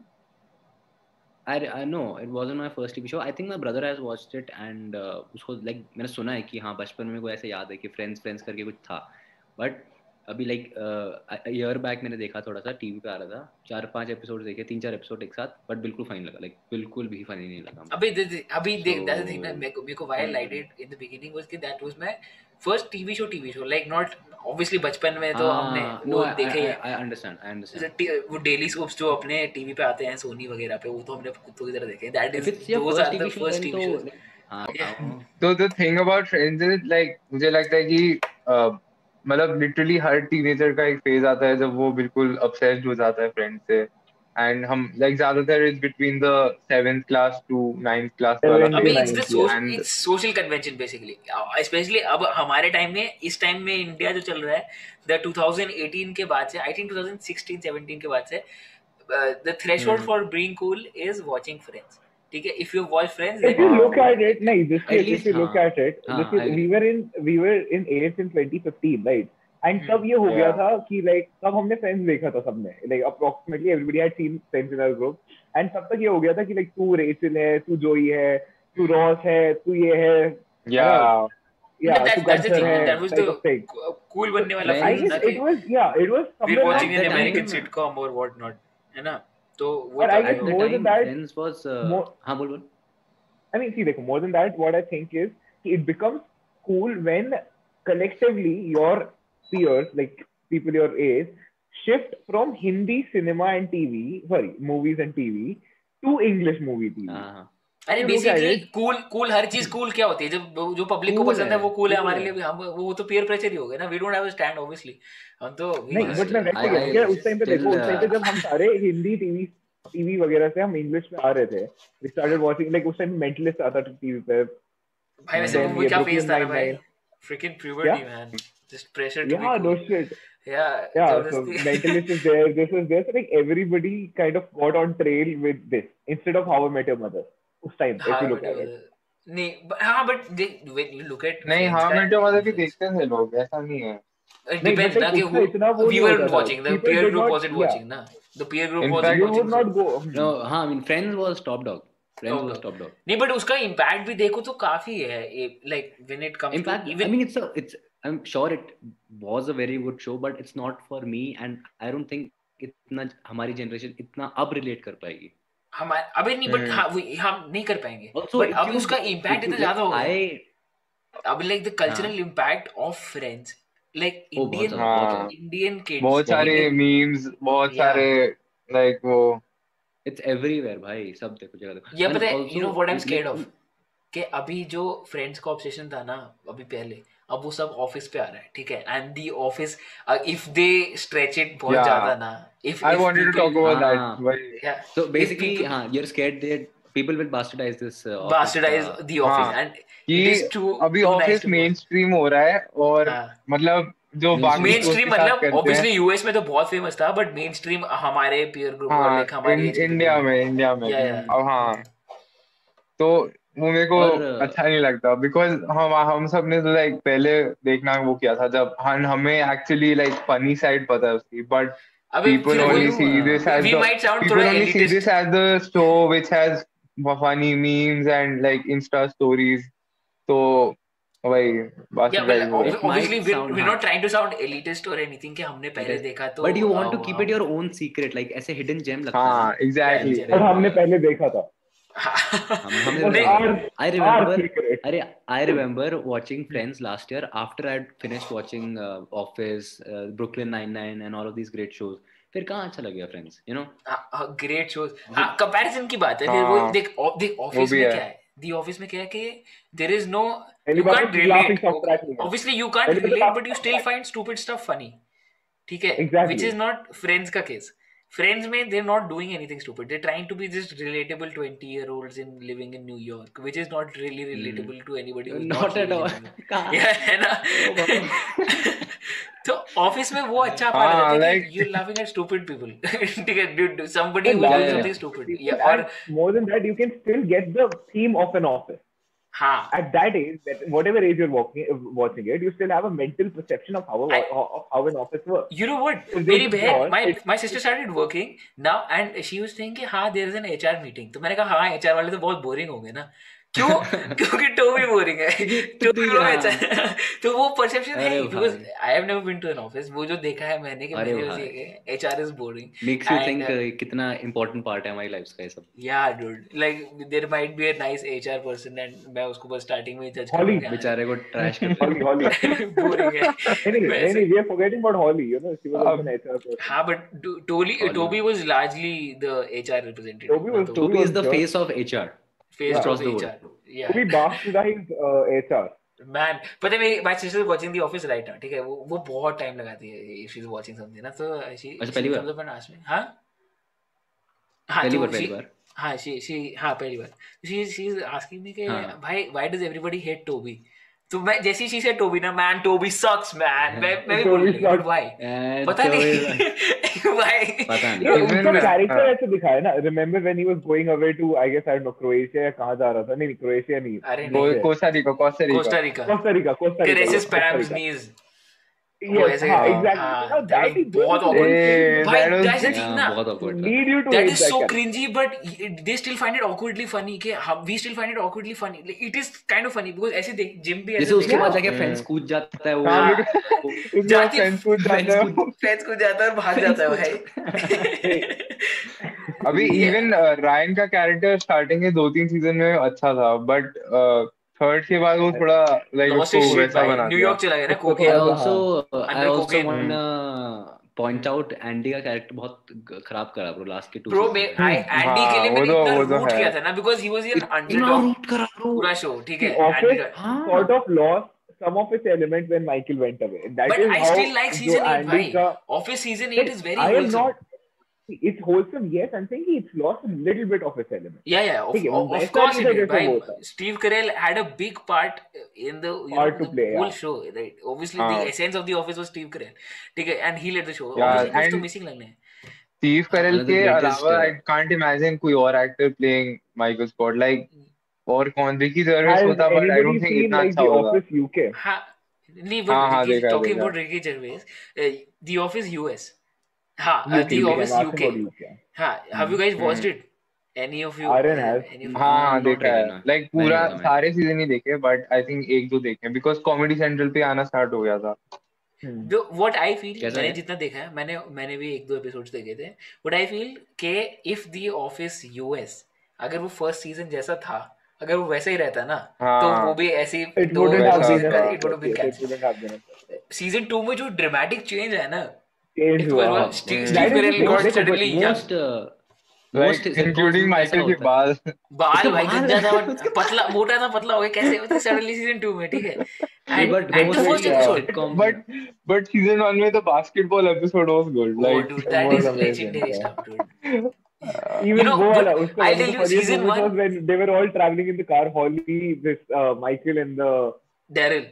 [SPEAKER 2] I, I no, it wasn't my first TV show. I think my brother has watched it and uh, उसको like मैंने सुना है कि हाँ बचपन में कोई ऐसे याद है कि friends friends करके कुछ था, but अभी like uh, ईयर बैक मैंने देखा थोड़ा सा टीवी पे आ रहा था चार पांच एपिसोड देखे तीन चार एपिसोड एक साथ बट बिल्कुल फाइन लगा लाइक बिल्कुल भी फनी नहीं लगा
[SPEAKER 3] अभी दे- दे- अभी देख दैट्स द थिंग ना
[SPEAKER 2] So-
[SPEAKER 3] मेरे को मेरे को why lighted in the beginning was कि that was my first TV show TV show like not obviously बचपन में तो हमने
[SPEAKER 2] नो
[SPEAKER 3] वो देखे हैं
[SPEAKER 2] आई अंडरस्टैंड आई अंडरस्टैंड
[SPEAKER 3] जैसे टी- वो डेली सोप्स जो अपने टीवी पे आते हैं सोनी वगैरह पे वो तो हमने कुत्तों की तरह देखे हैं that
[SPEAKER 2] if
[SPEAKER 3] is
[SPEAKER 2] it's your
[SPEAKER 3] those
[SPEAKER 2] first
[SPEAKER 3] are the
[SPEAKER 2] TV show
[SPEAKER 3] first
[SPEAKER 2] then
[SPEAKER 3] TV
[SPEAKER 2] तो
[SPEAKER 3] शोस
[SPEAKER 2] like, हाँ
[SPEAKER 3] Yeah.
[SPEAKER 2] हाँ,
[SPEAKER 5] तो the thing about Friends is like मुझे लगता है कि uh, मतलब लिटरली हर टीनेजर का एक फेज आता है जब वो बिल्कुल obsessed हो जाता है फ्रेंड से एंड हम लाइक ज्यादातर is between the seventh class to ninth class
[SPEAKER 4] Seventh
[SPEAKER 3] I mean, it's
[SPEAKER 4] Right,
[SPEAKER 3] the
[SPEAKER 4] yeah.
[SPEAKER 3] social,
[SPEAKER 5] And-
[SPEAKER 3] it's social convention basically. Uh, Especially अब हमारे टाइम में इस टाइम में इंडिया जो चल रहा है, the 2018 के बाद से, I think 2016, 17 के बाद से, uh, the threshold for being cool is watching Friends. ठीक है, if you watch Friends,
[SPEAKER 4] If
[SPEAKER 3] then
[SPEAKER 4] you look at it, no, this
[SPEAKER 2] At
[SPEAKER 4] is, if
[SPEAKER 2] least,
[SPEAKER 4] you look
[SPEAKER 2] हाँ.
[SPEAKER 4] at it,
[SPEAKER 2] हाँ,
[SPEAKER 4] this
[SPEAKER 2] I
[SPEAKER 4] is, we were in we were in eighth in 2015, right? And तब ये हो गया
[SPEAKER 5] Yeah.
[SPEAKER 4] था कि like तब हमने friends देखा था सबने like approximately everybody had seen friends in our group and तब तक ये हो गया था कि like तू रेचल है तू जोई है तू रॉस है तू ये है
[SPEAKER 5] या
[SPEAKER 4] yeah
[SPEAKER 3] that's,
[SPEAKER 4] तू
[SPEAKER 3] that's the
[SPEAKER 4] गंसर
[SPEAKER 3] thing.
[SPEAKER 4] है
[SPEAKER 3] That was
[SPEAKER 4] type of
[SPEAKER 3] the
[SPEAKER 4] thing.
[SPEAKER 3] cool बनने वाला
[SPEAKER 2] I
[SPEAKER 4] I
[SPEAKER 3] Friends
[SPEAKER 4] guess
[SPEAKER 3] ना
[SPEAKER 4] it was yeah it was
[SPEAKER 3] we're
[SPEAKER 4] somewhere
[SPEAKER 3] watching an
[SPEAKER 4] around
[SPEAKER 2] that
[SPEAKER 4] that
[SPEAKER 3] American
[SPEAKER 2] time.
[SPEAKER 3] sitcom or what not, है ना? तो वो
[SPEAKER 4] But I
[SPEAKER 3] तो-
[SPEAKER 4] guess
[SPEAKER 2] at the
[SPEAKER 4] more
[SPEAKER 2] time
[SPEAKER 4] than that,
[SPEAKER 2] friends was uh,
[SPEAKER 4] more- Hmm.
[SPEAKER 2] हाँ बोल बोल
[SPEAKER 4] I mean, see, like more than that, what I think is it becomes cool when collectively your peers, like people your age, shift from Hindi cinema and TV, sorry, movies and TV to English movie TV.
[SPEAKER 2] हाँ हाँ
[SPEAKER 3] अरे
[SPEAKER 4] Look at
[SPEAKER 3] basically
[SPEAKER 4] it.
[SPEAKER 3] Cool cool हर चीज cool क्या होती है जब जो पब्लिक को
[SPEAKER 2] Cool
[SPEAKER 3] पसंद
[SPEAKER 2] है,
[SPEAKER 3] है वो कूल है
[SPEAKER 2] cool
[SPEAKER 3] हमारे
[SPEAKER 2] है।
[SPEAKER 3] लिए भी हम वो तो peer प्रेशर ही हो गया ना we don't have a stand obviously हम तो we
[SPEAKER 4] नहीं
[SPEAKER 3] just-
[SPEAKER 4] बट मैं वैसे
[SPEAKER 2] I-
[SPEAKER 4] कह
[SPEAKER 2] I
[SPEAKER 4] रहा हूँ उस टाइम पे देखो
[SPEAKER 2] still,
[SPEAKER 4] उस टाइम पे
[SPEAKER 2] uh,
[SPEAKER 4] जब हम सारे हिंदी टीवी टीवी वगैरह से हम इंग्लिश में आ रहे थे वी स्टार्टेड वाचिंग लाइक उस टाइम मेंटलिस्ट आता था टीवी पे
[SPEAKER 3] भाई वैसे
[SPEAKER 4] Then
[SPEAKER 3] वो
[SPEAKER 4] ये
[SPEAKER 3] क्या
[SPEAKER 4] Brooklyn
[SPEAKER 3] फेस था ना भाई
[SPEAKER 4] Nine-Nine.
[SPEAKER 3] Freaking puberty man just pressure to
[SPEAKER 4] yeah no shit
[SPEAKER 3] yeah
[SPEAKER 4] Yeah, so mentalist is there, this is there. So like everybody kind of got on trail with this instead of how I met your mother. Us time, if you look at it.
[SPEAKER 3] हाँ, uh, नहीं but- हाँ but when you look at
[SPEAKER 5] नहीं हाँ मेरे को मतलब कि देखते हैं लोग ऐसा नहीं है
[SPEAKER 3] इट
[SPEAKER 4] नहीं,
[SPEAKER 3] डिपेंड्स
[SPEAKER 4] but
[SPEAKER 3] ना
[SPEAKER 4] like
[SPEAKER 3] कि
[SPEAKER 4] उसमें इतना वो
[SPEAKER 3] वी
[SPEAKER 4] नहीं
[SPEAKER 3] वर
[SPEAKER 4] होता था.
[SPEAKER 3] Watching the
[SPEAKER 4] People
[SPEAKER 3] peer
[SPEAKER 4] did
[SPEAKER 3] group
[SPEAKER 4] not-
[SPEAKER 3] wasn't
[SPEAKER 4] yeah.
[SPEAKER 3] watching ना the peer group
[SPEAKER 5] In
[SPEAKER 3] wasn't
[SPEAKER 4] You
[SPEAKER 5] fact, you
[SPEAKER 4] would
[SPEAKER 3] watching
[SPEAKER 4] not go.
[SPEAKER 2] no हाँ I mean friends was top dog friends was top dog
[SPEAKER 3] नहीं but उसका impact भी देखो तो काफी है like when it comes
[SPEAKER 2] in fact I
[SPEAKER 3] even
[SPEAKER 2] mean it's a it's I'm sure it was a very good show but it's not for me and I don't think इतना हमारी generation इतना अब relate कर पाएगी
[SPEAKER 3] हमारे अबे नहीं but
[SPEAKER 5] हम्म।
[SPEAKER 3] हाँ वो- हम नहीं कर पाएंगे
[SPEAKER 2] Also,
[SPEAKER 3] बट
[SPEAKER 2] if
[SPEAKER 3] अब
[SPEAKER 2] you-
[SPEAKER 3] उसका इम्पैक्ट इतना ज्यादा होगा
[SPEAKER 2] I
[SPEAKER 3] अब like the cultural impact of Friends like
[SPEAKER 2] oh Oh, बहुत
[SPEAKER 3] इंडियन
[SPEAKER 2] ज्यादा बहुत
[SPEAKER 5] हाँ।
[SPEAKER 2] ज्यादा
[SPEAKER 3] इंडियन किड्स
[SPEAKER 5] बहुत सारे मीम्स बहुत
[SPEAKER 3] Yeah.
[SPEAKER 5] सारे लाइक वो
[SPEAKER 2] इट्स एवरीवेयर भाई सब देखो जगह देखो
[SPEAKER 3] ये
[SPEAKER 2] And
[SPEAKER 3] पता है
[SPEAKER 2] also,
[SPEAKER 3] you know what I am
[SPEAKER 2] you-
[SPEAKER 3] scared
[SPEAKER 2] you-
[SPEAKER 3] of कि अभी जो फ्रेंड्स का ऑब्सेशन था ना अभी पहले अब वो सब ऑफिस पे आ रहा है ठीक है and the office if they stretch it बहुत
[SPEAKER 5] Yeah.
[SPEAKER 3] ज्यादा ना if
[SPEAKER 5] I wanted to talk
[SPEAKER 3] हाँ।
[SPEAKER 5] about that.
[SPEAKER 2] Ah.
[SPEAKER 5] Why?
[SPEAKER 2] So basically,
[SPEAKER 3] basically
[SPEAKER 2] हाँ, you're scared that people will bastardize this. Uh, office,
[SPEAKER 3] bastardize
[SPEAKER 2] uh,
[SPEAKER 3] the office
[SPEAKER 5] हाँ.
[SPEAKER 3] and it
[SPEAKER 5] कि
[SPEAKER 3] is too
[SPEAKER 5] अभी
[SPEAKER 3] too nice
[SPEAKER 5] Office
[SPEAKER 3] तो to
[SPEAKER 5] mainstream हो रहा है और
[SPEAKER 3] हाँ.
[SPEAKER 5] मतलब जो बाकी
[SPEAKER 3] मेन
[SPEAKER 5] दोस्त
[SPEAKER 3] स्ट्रीम
[SPEAKER 5] के साथ
[SPEAKER 3] मतलब
[SPEAKER 5] करते
[SPEAKER 3] ऑब्वियसली
[SPEAKER 5] हैं,
[SPEAKER 3] यूएस में तो बहुत फेमस था बट मेन स्ट्रीम हमारे पीयर ग्रुप और
[SPEAKER 5] हाँ
[SPEAKER 3] like हमारी
[SPEAKER 5] इन-
[SPEAKER 3] age group
[SPEAKER 5] इंडिया में इंडिया में
[SPEAKER 3] Yeah, yeah.
[SPEAKER 5] अब हाँ तो वो मेरे को
[SPEAKER 2] और,
[SPEAKER 5] अच्छा नहीं लगता बिकॉज हम हम सब ने तो लाइक पहले देखना वो किया था जब हम हमें एक्चुअली लाइक फनी साइड पता है उसकी बट
[SPEAKER 3] अभी
[SPEAKER 5] people
[SPEAKER 3] फिर वही
[SPEAKER 5] only
[SPEAKER 2] वो-
[SPEAKER 5] see this as
[SPEAKER 3] we
[SPEAKER 5] the
[SPEAKER 3] might sound
[SPEAKER 5] people
[SPEAKER 3] थोड़ा
[SPEAKER 5] only see
[SPEAKER 3] elitist.
[SPEAKER 5] this as the store which has funny memes and like Insta stories. तो So why
[SPEAKER 3] Yeah, well,
[SPEAKER 5] bastardize
[SPEAKER 3] obvi-
[SPEAKER 2] It might
[SPEAKER 3] obviously we're,
[SPEAKER 2] sound
[SPEAKER 3] we're
[SPEAKER 2] hard.
[SPEAKER 3] not trying to sound elitist or anything कि हमने पहले
[SPEAKER 2] Yes.
[SPEAKER 3] देखा तो
[SPEAKER 2] But you want to
[SPEAKER 3] uh,
[SPEAKER 2] keep it your own secret, like ऐसे hidden gem लगता
[SPEAKER 5] हाँ
[SPEAKER 2] है
[SPEAKER 5] exactly.
[SPEAKER 2] Yeah,
[SPEAKER 4] और हमने पहले देखा था
[SPEAKER 3] हाँ,
[SPEAKER 2] हम- हमने
[SPEAKER 4] It
[SPEAKER 3] नहीं,
[SPEAKER 4] was
[SPEAKER 2] देखा।
[SPEAKER 4] our
[SPEAKER 2] I
[SPEAKER 4] our
[SPEAKER 2] remember.
[SPEAKER 4] secret.
[SPEAKER 2] अरे I remember watching Friends last year after I'd finished watching uh, Office, uh, Brooklyn Nine-Nine and all of these great shows. फिर कहाँ अच्छा लग गया Friends, you know?
[SPEAKER 3] Great shows हाँ comparison की बात है फिर वो
[SPEAKER 5] हाँ,
[SPEAKER 3] देख ऑ- देख ऑफिस
[SPEAKER 5] भी
[SPEAKER 3] में
[SPEAKER 5] है।
[SPEAKER 3] क्या है दी ऑफिस में क्या है कि देयर इज नो
[SPEAKER 4] पहली
[SPEAKER 3] यू
[SPEAKER 4] बात
[SPEAKER 3] कांट
[SPEAKER 4] तो laughing stock track
[SPEAKER 3] रिलेट
[SPEAKER 4] नहीं है।
[SPEAKER 3] ऑब्वियसली यू कांट
[SPEAKER 4] पहली बात
[SPEAKER 3] relate
[SPEAKER 4] laughing
[SPEAKER 3] but you still find stupid stuff funny ठीक है
[SPEAKER 4] Exactly.
[SPEAKER 3] Which is not Friends का केस फ्रेंड्स में they are not doing anything stupid they trying to be just relatable 20 year olds in living in New York which is not really relatable to anybody
[SPEAKER 2] Not at all. कहाँ?
[SPEAKER 3] Yeah, है ना
[SPEAKER 2] ओ बाबा।
[SPEAKER 3] तो office में वो अच्छा
[SPEAKER 5] हाँ,
[SPEAKER 3] part रहता है
[SPEAKER 5] like-
[SPEAKER 3] you laughing at stupid people ठीक है dude somebody who
[SPEAKER 4] Yeah,
[SPEAKER 3] does
[SPEAKER 5] yeah.
[SPEAKER 3] something stupid yeah
[SPEAKER 4] And
[SPEAKER 3] और
[SPEAKER 4] more than that, you can still get the theme of an office.
[SPEAKER 3] हाँ
[SPEAKER 4] At that age, that whatever age you're walking, uh, watching it, you still have a mental perception of how a,
[SPEAKER 3] I-
[SPEAKER 4] of how an office works.
[SPEAKER 3] you know what
[SPEAKER 4] They
[SPEAKER 3] मेरी
[SPEAKER 4] draw
[SPEAKER 3] बहन my
[SPEAKER 4] it-
[SPEAKER 3] my sister started working now and she was saying कि हाँ there is an HR meeting तो मैंने कहा हाँ HR वाले तो बहुत बोरिंग होंगे ना क्यों क्योंकि टो भी बोरिंग है टो भी
[SPEAKER 2] हाँ।
[SPEAKER 3] HR तो वो परसेप्शन है
[SPEAKER 2] अरे
[SPEAKER 3] बिकॉज
[SPEAKER 2] भाई।
[SPEAKER 3] I have never been to an office वो जो देखा है मैंने कि
[SPEAKER 2] अरे
[SPEAKER 3] मैंने
[SPEAKER 2] भाई।
[SPEAKER 3] उसे HR is boring
[SPEAKER 2] Makes you
[SPEAKER 3] And,
[SPEAKER 2] think
[SPEAKER 3] uh,
[SPEAKER 2] uh, कितना important part है हमारी lives का ये सब.
[SPEAKER 3] Yeah, dude. Like there might be a nice HR person, and मैं उसको बस starting में ही judge
[SPEAKER 4] Holly,
[SPEAKER 3] करूँगा।
[SPEAKER 2] बेचारे को trash कर
[SPEAKER 4] Holly,
[SPEAKER 2] रहे
[SPEAKER 4] Holly.
[SPEAKER 3] Boring है।
[SPEAKER 4] anyway,
[SPEAKER 3] वैसे-
[SPEAKER 4] anyway, we are forgetting about Holly. You know, she was also
[SPEAKER 5] Um,
[SPEAKER 4] an HR person.
[SPEAKER 3] हाँ, but To- Toby
[SPEAKER 2] Holly.
[SPEAKER 3] Toby was largely the HR representative. तो
[SPEAKER 4] Toby was
[SPEAKER 3] ना,
[SPEAKER 4] Toby.
[SPEAKER 2] Toby is the
[SPEAKER 4] Sure.
[SPEAKER 2] face of HR.
[SPEAKER 3] Face
[SPEAKER 4] Yeah.
[SPEAKER 3] of
[SPEAKER 2] Across the world.
[SPEAKER 3] HR. Yeah.
[SPEAKER 4] Toby Bastida is uh, HR.
[SPEAKER 3] Man, पता है मेरी my sister is watching The Office right now. ठीक है, वो वो बहुत time लगाती है if she's watching something ना तो she
[SPEAKER 2] अच्छा,
[SPEAKER 3] she
[SPEAKER 2] पहली बार?
[SPEAKER 3] comes up and asks me हाँ हाँ
[SPEAKER 2] पहली
[SPEAKER 3] तो
[SPEAKER 2] बार पहली
[SPEAKER 3] she-
[SPEAKER 2] बार.
[SPEAKER 3] हाँ she she हाँ पहली बार she she is asking me कि
[SPEAKER 2] हाँ।
[SPEAKER 3] भाई why does everybody hate Toby तो मैं जैसे ही she said Toby ना man Toby sucks man मैं मैं भी
[SPEAKER 4] Toby
[SPEAKER 3] बोलने लगा,
[SPEAKER 4] sucks.
[SPEAKER 3] but why
[SPEAKER 2] And
[SPEAKER 3] पता
[SPEAKER 2] so is-
[SPEAKER 3] नहीं why
[SPEAKER 2] पता
[SPEAKER 4] Yeah,
[SPEAKER 2] नहीं
[SPEAKER 5] Even
[SPEAKER 4] उनका
[SPEAKER 5] when-
[SPEAKER 4] character
[SPEAKER 5] हाँ.
[SPEAKER 4] ऐसे दिखा है ना remember when he was going away to I guess I don't know Croatia या कहाँ जा रहा था नहीं नहीं Croatia नहीं
[SPEAKER 3] अरे
[SPEAKER 5] Go
[SPEAKER 3] नहीं
[SPEAKER 4] नहीं।
[SPEAKER 5] Costa Rica, Costa Rica.
[SPEAKER 3] Costa Rica
[SPEAKER 4] Costa Rica Costa Rica
[SPEAKER 3] Teresa
[SPEAKER 4] Costa
[SPEAKER 3] spams
[SPEAKER 4] Rica.
[SPEAKER 3] knees वो
[SPEAKER 4] Yes,
[SPEAKER 3] ऐसे
[SPEAKER 4] हाँ,
[SPEAKER 5] हाँ,
[SPEAKER 4] exactly.
[SPEAKER 3] हाँ,
[SPEAKER 4] Now
[SPEAKER 3] that
[SPEAKER 4] that
[SPEAKER 3] was
[SPEAKER 4] is going
[SPEAKER 3] बहुत
[SPEAKER 4] to
[SPEAKER 3] awkward.
[SPEAKER 5] Hey,
[SPEAKER 3] भाई
[SPEAKER 5] that was
[SPEAKER 3] that's the
[SPEAKER 5] just-
[SPEAKER 3] thing
[SPEAKER 2] हाँ,
[SPEAKER 3] ना
[SPEAKER 2] बहुत awkward था.
[SPEAKER 4] lead you to
[SPEAKER 3] that
[SPEAKER 4] hate
[SPEAKER 3] is
[SPEAKER 4] that
[SPEAKER 3] so
[SPEAKER 4] character.
[SPEAKER 3] cringy but it- they still find it awkwardly funny कि हम we still find it awkwardly funny Like, it is kind of funny because ऐसे देख gym भी
[SPEAKER 2] जैसे
[SPEAKER 3] ऐसे
[SPEAKER 2] उसके
[SPEAKER 3] देखा
[SPEAKER 2] बाद
[SPEAKER 3] ना,
[SPEAKER 2] जाके फ्रेंड्स कूद जाता है वो
[SPEAKER 5] हाँ,
[SPEAKER 3] हाँ,
[SPEAKER 5] If you are
[SPEAKER 3] जाके
[SPEAKER 5] friends with
[SPEAKER 2] friends
[SPEAKER 5] Daniel-
[SPEAKER 2] कूद-
[SPEAKER 3] फ्रेंड्स को जाता है और भाग जाता है भाई
[SPEAKER 5] अभी
[SPEAKER 3] Yeah.
[SPEAKER 5] इवन रायन का कैरेक्टर स्टार्टिंग के दो तीन सीजन में अच्छा था बट थर्ड के बाद वो थोड़ा लाइक
[SPEAKER 3] Lost
[SPEAKER 5] उसको
[SPEAKER 3] his shit
[SPEAKER 5] वैसा
[SPEAKER 3] भाई.
[SPEAKER 5] बना दिया
[SPEAKER 3] न्यूयॉर्क चला गया ना
[SPEAKER 4] उसको
[SPEAKER 3] कोके
[SPEAKER 2] I
[SPEAKER 4] थोड़ा-
[SPEAKER 2] also uh, I
[SPEAKER 3] Under
[SPEAKER 2] also
[SPEAKER 3] cocaine.
[SPEAKER 2] wanna point out Andy का character बहुत ग- खराब करा bro last के two
[SPEAKER 3] ब्रो मैं
[SPEAKER 2] seasons में।
[SPEAKER 3] आई एंडी के लिए
[SPEAKER 5] हाँ, वो
[SPEAKER 3] मैंने
[SPEAKER 5] तो-
[SPEAKER 3] इतना
[SPEAKER 5] वो तो
[SPEAKER 3] रूट
[SPEAKER 5] है।
[SPEAKER 3] किया था ना बिकॉज़ ही वाज एन
[SPEAKER 2] इतना
[SPEAKER 3] अंडरडॉग
[SPEAKER 2] root करा bro
[SPEAKER 3] पूरा शो ठीक है
[SPEAKER 4] Office-
[SPEAKER 3] Andy का-
[SPEAKER 2] हाँ
[SPEAKER 4] sort of lost some of its element when Michael went away. That
[SPEAKER 3] But
[SPEAKER 4] is
[SPEAKER 3] I
[SPEAKER 4] how
[SPEAKER 3] still like
[SPEAKER 4] जो
[SPEAKER 3] season eight,
[SPEAKER 4] Andy
[SPEAKER 3] bhai.
[SPEAKER 4] का
[SPEAKER 3] Office season 8 is very
[SPEAKER 4] I am
[SPEAKER 3] wholesome.
[SPEAKER 4] not. It's wholesome, yes. I'm saying it's lost a little bit of its element.
[SPEAKER 3] Yeah, yeah, of,
[SPEAKER 4] ठीक है,
[SPEAKER 3] of, of
[SPEAKER 4] वैसा
[SPEAKER 3] course
[SPEAKER 4] नहीं
[SPEAKER 3] it
[SPEAKER 4] था
[SPEAKER 3] did.
[SPEAKER 4] जैसे
[SPEAKER 3] Bhai,
[SPEAKER 4] वो था।
[SPEAKER 3] Steve Carell had a big part in the, you
[SPEAKER 4] Part
[SPEAKER 3] know,
[SPEAKER 4] to
[SPEAKER 3] the
[SPEAKER 4] play,
[SPEAKER 3] whole
[SPEAKER 4] yeah.
[SPEAKER 3] show, right? Obviously,
[SPEAKER 5] हाँ.
[SPEAKER 3] the essence of the office was Steve Carell. ठीक है, and he led the show.
[SPEAKER 5] Yeah,
[SPEAKER 3] Obviously, कुछ तो
[SPEAKER 5] and-
[SPEAKER 3] missing लगना है.
[SPEAKER 5] Steve Carell
[SPEAKER 2] Another
[SPEAKER 5] के
[SPEAKER 2] greatest,
[SPEAKER 5] अलावा
[SPEAKER 2] uh,
[SPEAKER 5] I can't imagine कोई और actor playing Michael Scott like और कौन विकी जर्वेस
[SPEAKER 4] Has
[SPEAKER 5] होता but I
[SPEAKER 4] anybody
[SPEAKER 5] don't think
[SPEAKER 4] seen,
[SPEAKER 5] इतना
[SPEAKER 4] like,
[SPEAKER 5] अच्छा
[SPEAKER 4] The
[SPEAKER 5] होगा
[SPEAKER 4] Office UK?
[SPEAKER 3] हाँ, नहीं, but
[SPEAKER 5] हाँ, हाँ,
[SPEAKER 3] Ricky-
[SPEAKER 5] देखा है,
[SPEAKER 3] talking
[SPEAKER 5] देखा
[SPEAKER 3] about Ricky Gervais, uh, The Office US. हाँ, uh,
[SPEAKER 4] UK,
[SPEAKER 3] The
[SPEAKER 4] I'm
[SPEAKER 3] Office
[SPEAKER 4] asking
[SPEAKER 3] UK.
[SPEAKER 4] about UK.
[SPEAKER 3] हाँ, have you guys
[SPEAKER 5] Hmm,
[SPEAKER 3] watched it? Any of you?
[SPEAKER 4] Aaron has.
[SPEAKER 3] Any of you?
[SPEAKER 5] हाँ हाँ
[SPEAKER 2] not
[SPEAKER 5] देखा
[SPEAKER 2] really,
[SPEAKER 5] है
[SPEAKER 2] no.
[SPEAKER 5] Like पूरा
[SPEAKER 2] देखा मैंने।
[SPEAKER 5] सारे सीजन ही देखे बट आई थिंक एक दो देखे बिकॉज कॉमेडी सेंट्रल पे आना स्टार्ट हो गया था
[SPEAKER 2] तो
[SPEAKER 4] Hmm.
[SPEAKER 3] जो व्हाट आई फील
[SPEAKER 2] कैसा
[SPEAKER 3] मैंने
[SPEAKER 2] है?
[SPEAKER 3] जितना देखा है मैंने मैंने भी एक दो एपिसोड्स देखे थे व्हाट आई फील के इफ द ऑफिस यूएस अगर वो फर्स्ट सीजन जैसा था अगर वो वैसा ही रहता ना तो
[SPEAKER 5] हाँ
[SPEAKER 3] वो भी ऐसे
[SPEAKER 4] It
[SPEAKER 3] दो
[SPEAKER 4] wouldn't have
[SPEAKER 5] वैसा
[SPEAKER 4] been
[SPEAKER 5] था।
[SPEAKER 4] a
[SPEAKER 3] it would been
[SPEAKER 4] success. It wouldn't have been a success.
[SPEAKER 3] Season 2 में जो ड्रामेटिक चेंज है ना
[SPEAKER 4] Change
[SPEAKER 3] इट
[SPEAKER 4] हुआ,
[SPEAKER 3] वाज
[SPEAKER 4] हाँ.
[SPEAKER 3] Steve
[SPEAKER 2] Yeah.
[SPEAKER 4] That is
[SPEAKER 3] Carell
[SPEAKER 4] the
[SPEAKER 3] got
[SPEAKER 4] thing, देखो,
[SPEAKER 3] suddenly
[SPEAKER 2] most uh,
[SPEAKER 5] like
[SPEAKER 2] Most-
[SPEAKER 5] including
[SPEAKER 2] ऐसा
[SPEAKER 5] Michael के
[SPEAKER 2] होता है।
[SPEAKER 5] बाल
[SPEAKER 3] बाल
[SPEAKER 2] उसके
[SPEAKER 3] भाई
[SPEAKER 2] बाल-
[SPEAKER 3] गंजा था पतला मोटा था पतला हो गया कैसे होता सडनली सीजन 2 में ठीक है and
[SPEAKER 2] but
[SPEAKER 3] and
[SPEAKER 2] most
[SPEAKER 3] the
[SPEAKER 2] of
[SPEAKER 3] first
[SPEAKER 2] the-
[SPEAKER 3] episode
[SPEAKER 2] sitcom.
[SPEAKER 5] but but season one में the basketball episode was good
[SPEAKER 3] Oh,
[SPEAKER 5] like
[SPEAKER 3] dude,
[SPEAKER 5] it
[SPEAKER 3] that
[SPEAKER 5] was
[SPEAKER 3] is
[SPEAKER 5] amazing,
[SPEAKER 3] legendary
[SPEAKER 5] yeah.
[SPEAKER 3] stuff, dude.
[SPEAKER 4] Even
[SPEAKER 3] You know,
[SPEAKER 4] Goa,
[SPEAKER 3] but
[SPEAKER 4] la, uska
[SPEAKER 3] I'll
[SPEAKER 4] one of
[SPEAKER 3] tell
[SPEAKER 4] the
[SPEAKER 3] you,
[SPEAKER 4] funniest
[SPEAKER 3] season
[SPEAKER 4] moments
[SPEAKER 3] one-
[SPEAKER 4] was when they were all traveling in the car, Holly, this uh, Michael, and the
[SPEAKER 3] Daryl.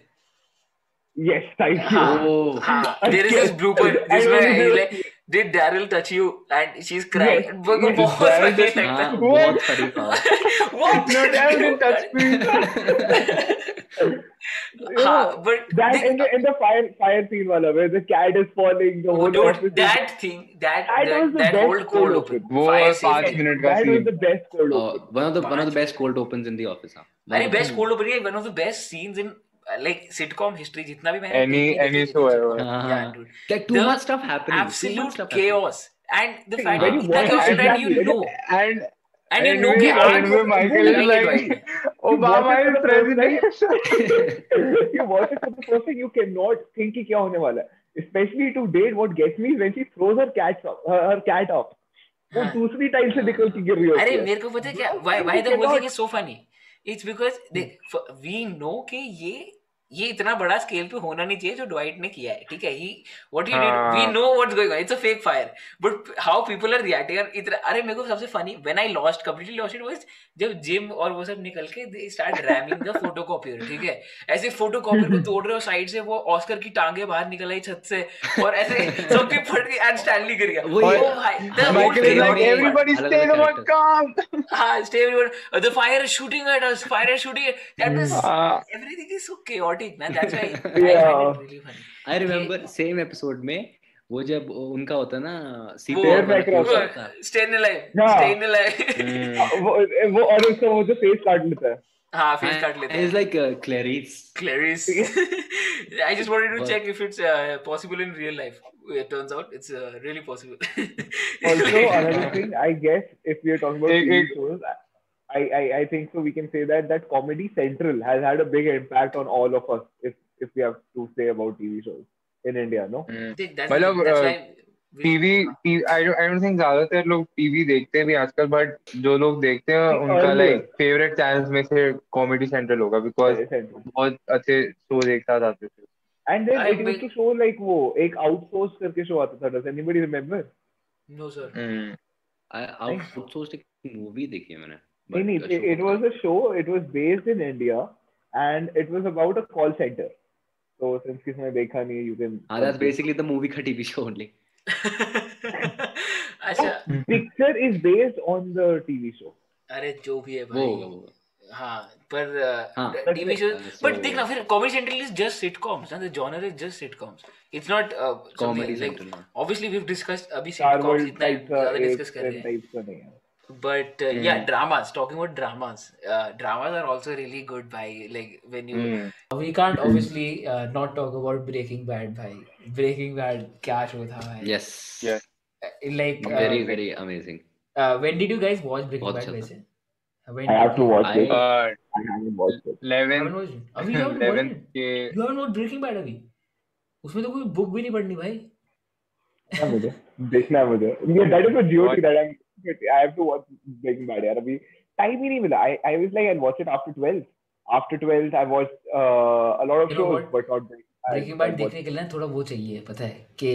[SPEAKER 4] yes, thank you.
[SPEAKER 3] Ah.
[SPEAKER 2] Oh,
[SPEAKER 3] Ah, there is this blooper. This
[SPEAKER 4] I
[SPEAKER 3] where
[SPEAKER 4] remember.
[SPEAKER 3] he's like, "Did Daryl touch you?" And she's crying.
[SPEAKER 4] Yes,
[SPEAKER 3] वो को
[SPEAKER 4] yes.
[SPEAKER 3] बहुत
[SPEAKER 5] Daryl
[SPEAKER 3] funny
[SPEAKER 5] just-
[SPEAKER 3] लगता
[SPEAKER 2] हाँ
[SPEAKER 3] है।
[SPEAKER 2] बहुत सारी power.
[SPEAKER 3] What?
[SPEAKER 5] No, Daryl didn't touch me.
[SPEAKER 3] हाँ, but
[SPEAKER 4] That
[SPEAKER 3] the-
[SPEAKER 4] and the, and the fire fire scene, wala, where the cat is falling, the whole office.
[SPEAKER 3] Oh, dude,
[SPEAKER 4] is-
[SPEAKER 3] that thing, that
[SPEAKER 4] That was
[SPEAKER 3] that,
[SPEAKER 4] the
[SPEAKER 3] that
[SPEAKER 4] best
[SPEAKER 3] old cold
[SPEAKER 4] cold
[SPEAKER 3] open.
[SPEAKER 4] open.
[SPEAKER 5] वो
[SPEAKER 3] Fire
[SPEAKER 5] पांच
[SPEAKER 3] safety.
[SPEAKER 5] Minute का
[SPEAKER 4] that was
[SPEAKER 5] scene
[SPEAKER 4] the best cold
[SPEAKER 2] Uh,
[SPEAKER 3] Oh,
[SPEAKER 4] open.
[SPEAKER 2] one of the one of the best cold opens in the office. हाँ. One
[SPEAKER 3] अरे
[SPEAKER 2] of the
[SPEAKER 3] best cold opening one of the best scenes in like sitcom history जितना भी मैंने
[SPEAKER 5] Any-
[SPEAKER 3] देखी है,
[SPEAKER 5] any
[SPEAKER 3] देखी है,
[SPEAKER 5] show
[SPEAKER 3] देखी है,
[SPEAKER 5] ever.
[SPEAKER 3] sitcom.
[SPEAKER 2] हाँ,
[SPEAKER 3] Yeah,
[SPEAKER 2] हाँ.
[SPEAKER 3] dude.
[SPEAKER 2] Like too
[SPEAKER 3] The
[SPEAKER 2] much stuff happening. Too much
[SPEAKER 3] Absolute
[SPEAKER 2] stuff
[SPEAKER 3] chaos. And the fact
[SPEAKER 4] when
[SPEAKER 3] that
[SPEAKER 4] you
[SPEAKER 3] it's that
[SPEAKER 4] watch
[SPEAKER 3] chaos
[SPEAKER 4] it,
[SPEAKER 3] that you
[SPEAKER 4] exactly.
[SPEAKER 3] know.
[SPEAKER 5] and
[SPEAKER 3] And you
[SPEAKER 5] and
[SPEAKER 3] know
[SPEAKER 5] when-
[SPEAKER 3] कि
[SPEAKER 5] and
[SPEAKER 3] आज-
[SPEAKER 5] when Michael is
[SPEAKER 3] Like it,
[SPEAKER 5] like Obama
[SPEAKER 4] What
[SPEAKER 5] is
[SPEAKER 4] is the
[SPEAKER 5] president
[SPEAKER 2] happening.
[SPEAKER 4] you watch it for the first thing, you cannot think कि क्या होने वाला है. Especially to date, what gets me is when she throws her cat off, her, her cat off. वो
[SPEAKER 3] हाँ.
[SPEAKER 4] दूसरी time से निकल के गिर रही होती
[SPEAKER 3] अरे
[SPEAKER 4] है.
[SPEAKER 3] मेरे को पता है क्या why why the whole thing is so funny it's because
[SPEAKER 4] Hmm.
[SPEAKER 3] they we know कि ये ये इतना बड़ा स्केल पे होना नहीं चाहिए जो डॉइट ने किया है ठीक है ही व्हाट यू डिड वी
[SPEAKER 5] हाँ।
[SPEAKER 3] No what's going on it's a fake fire but how people are reacting इतना अरे मेरे को सबसे funny when I lost completely lost it was जब जिम और वो सब निकल के they start ramming the photocopier ठीक है ऐसे फोटोकॉपियर को तोड़ रहे हो साइड से वो ऑस्कर की टांगे बाहर निकल आई छत से और ऐसे सबकी फट गई एंड स्टैनली गिर गया
[SPEAKER 2] वो
[SPEAKER 3] ओ
[SPEAKER 2] ये-
[SPEAKER 3] भाई the whole
[SPEAKER 5] Michael is
[SPEAKER 3] game
[SPEAKER 5] like
[SPEAKER 3] is-
[SPEAKER 5] everybody
[SPEAKER 2] अलग-अलग
[SPEAKER 5] stay in one
[SPEAKER 2] characters.
[SPEAKER 5] calm
[SPEAKER 3] Ah, stay everyone. Uh, the fire is shooting at us. Fire is shooting. At... That is
[SPEAKER 4] हाँ,
[SPEAKER 5] Ah.
[SPEAKER 3] everything is so chaotic, man. That's why I
[SPEAKER 4] Hmm. Yeah.
[SPEAKER 3] find it really funny.
[SPEAKER 2] I remember same episode में वो जब उनका होता ना
[SPEAKER 3] वो-
[SPEAKER 2] CPR वाला
[SPEAKER 4] Fair
[SPEAKER 2] course
[SPEAKER 4] background.
[SPEAKER 2] होता.
[SPEAKER 3] Staying alive.
[SPEAKER 4] Yeah.
[SPEAKER 3] Staying alive. Mm-hmm.
[SPEAKER 4] वो वो और उसका वो जो फेस काट लेता है
[SPEAKER 3] हाँ फेस काट
[SPEAKER 2] And
[SPEAKER 3] लेते
[SPEAKER 2] and it's
[SPEAKER 3] हैं
[SPEAKER 2] like uh, Clarice.
[SPEAKER 3] Clarice. I just wanted to
[SPEAKER 2] But-
[SPEAKER 3] check if it's uh, possible in real life. It turns out it's uh, really possible.
[SPEAKER 4] Also, another thing, I guess if we are talking about
[SPEAKER 5] It-
[SPEAKER 4] TV
[SPEAKER 5] it-
[SPEAKER 4] shows, I, I, I think so we can say that that Comedy Central has had a big impact on all of us if if we have to say about TV shows in India, no?
[SPEAKER 3] That's,
[SPEAKER 5] मतलब,
[SPEAKER 3] that's
[SPEAKER 5] uh,
[SPEAKER 3] why we-
[SPEAKER 5] TV I don't think ज्यादातर लोग TV देखते भी आजकल but जो लोग देखते हैं उनका
[SPEAKER 4] earlier.
[SPEAKER 5] लाइक फेवरेट चैनल्स में से कॉमेडी सेंट्रल होगा बिकॉज
[SPEAKER 4] Comedy Central.
[SPEAKER 5] बहुत अच्छे शो एक साथ आते थे
[SPEAKER 4] And then
[SPEAKER 3] I
[SPEAKER 4] it used
[SPEAKER 3] will-
[SPEAKER 4] to show like वो एक outsource करके show आता था. Does anybody remember?
[SPEAKER 3] No sir.
[SPEAKER 2] I outsourced एक movie देखी है मैंने.
[SPEAKER 4] No, no,
[SPEAKER 2] But अच्छा
[SPEAKER 4] it,
[SPEAKER 2] the
[SPEAKER 4] it
[SPEAKER 2] show-
[SPEAKER 4] was a show. It was based in India, and it was about a call center. So since किसी ने देखा नहीं है, you can.
[SPEAKER 2] हाँ, that's basically the movie का TV show only.
[SPEAKER 3] अच्छा
[SPEAKER 5] Mm.
[SPEAKER 4] Picture is based on the TV show.
[SPEAKER 3] अरे जो भी है
[SPEAKER 2] वो
[SPEAKER 3] भाई
[SPEAKER 2] होगा, वो होगा.
[SPEAKER 3] हाँ पर
[SPEAKER 2] हाँ,
[SPEAKER 3] टीवी शो
[SPEAKER 2] but-
[SPEAKER 3] बट देखना फिर Comedy Central is just sitcoms ना the genre is just sitcoms it's not
[SPEAKER 2] Comedy Central. हाँ.
[SPEAKER 3] ऑब्वियसली वी हैव डिस्कस्ड अभी
[SPEAKER 4] Star
[SPEAKER 3] सिटकॉम्स
[SPEAKER 4] World
[SPEAKER 3] इतना
[SPEAKER 4] type का
[SPEAKER 3] ज्यादा
[SPEAKER 4] एक
[SPEAKER 3] डिस्कस कर रहे
[SPEAKER 4] different
[SPEAKER 3] हैं
[SPEAKER 4] type Hmm. का नहीं है.
[SPEAKER 3] but uh, yeah dramas talking about dramas uh, dramas are also really good by like when you
[SPEAKER 4] Hmm.
[SPEAKER 3] we can't obviously uh, not talk about breaking bad bhai breaking bad kya show tha bhai
[SPEAKER 2] Yes.
[SPEAKER 5] Yeah.
[SPEAKER 3] like uh,
[SPEAKER 2] Very very amazing.
[SPEAKER 3] uh, when did you guys watch breaking
[SPEAKER 2] बहुत
[SPEAKER 3] bad
[SPEAKER 2] अच्छा था।
[SPEAKER 3] वैसे when
[SPEAKER 4] I have to watch
[SPEAKER 2] I-
[SPEAKER 4] it. I haven't watched it.
[SPEAKER 5] Eleven
[SPEAKER 3] haven't watched it अभी you haven't
[SPEAKER 5] eleven
[SPEAKER 3] watched it
[SPEAKER 5] के
[SPEAKER 3] You haven't watched Breaking Bad अभी उसमें तो कोई बुक भी नहीं पढ़नी भाई
[SPEAKER 4] देखना है मुझे हाँ। देखना है मुझे Yeah, that is a Jio
[SPEAKER 5] What?
[SPEAKER 4] thing that I'm. I have to watch Breaking Bad यार अभी time ही नहीं मिला. I I was like I'll watch it after 12. After 12 I watched uh, a lot of
[SPEAKER 3] You know
[SPEAKER 4] shows
[SPEAKER 3] what?
[SPEAKER 4] but not Breaking
[SPEAKER 3] breaking
[SPEAKER 4] I- I
[SPEAKER 3] bad
[SPEAKER 4] watched-
[SPEAKER 3] देखने के लिए ना थोड़ा वो चाहिए पता है कि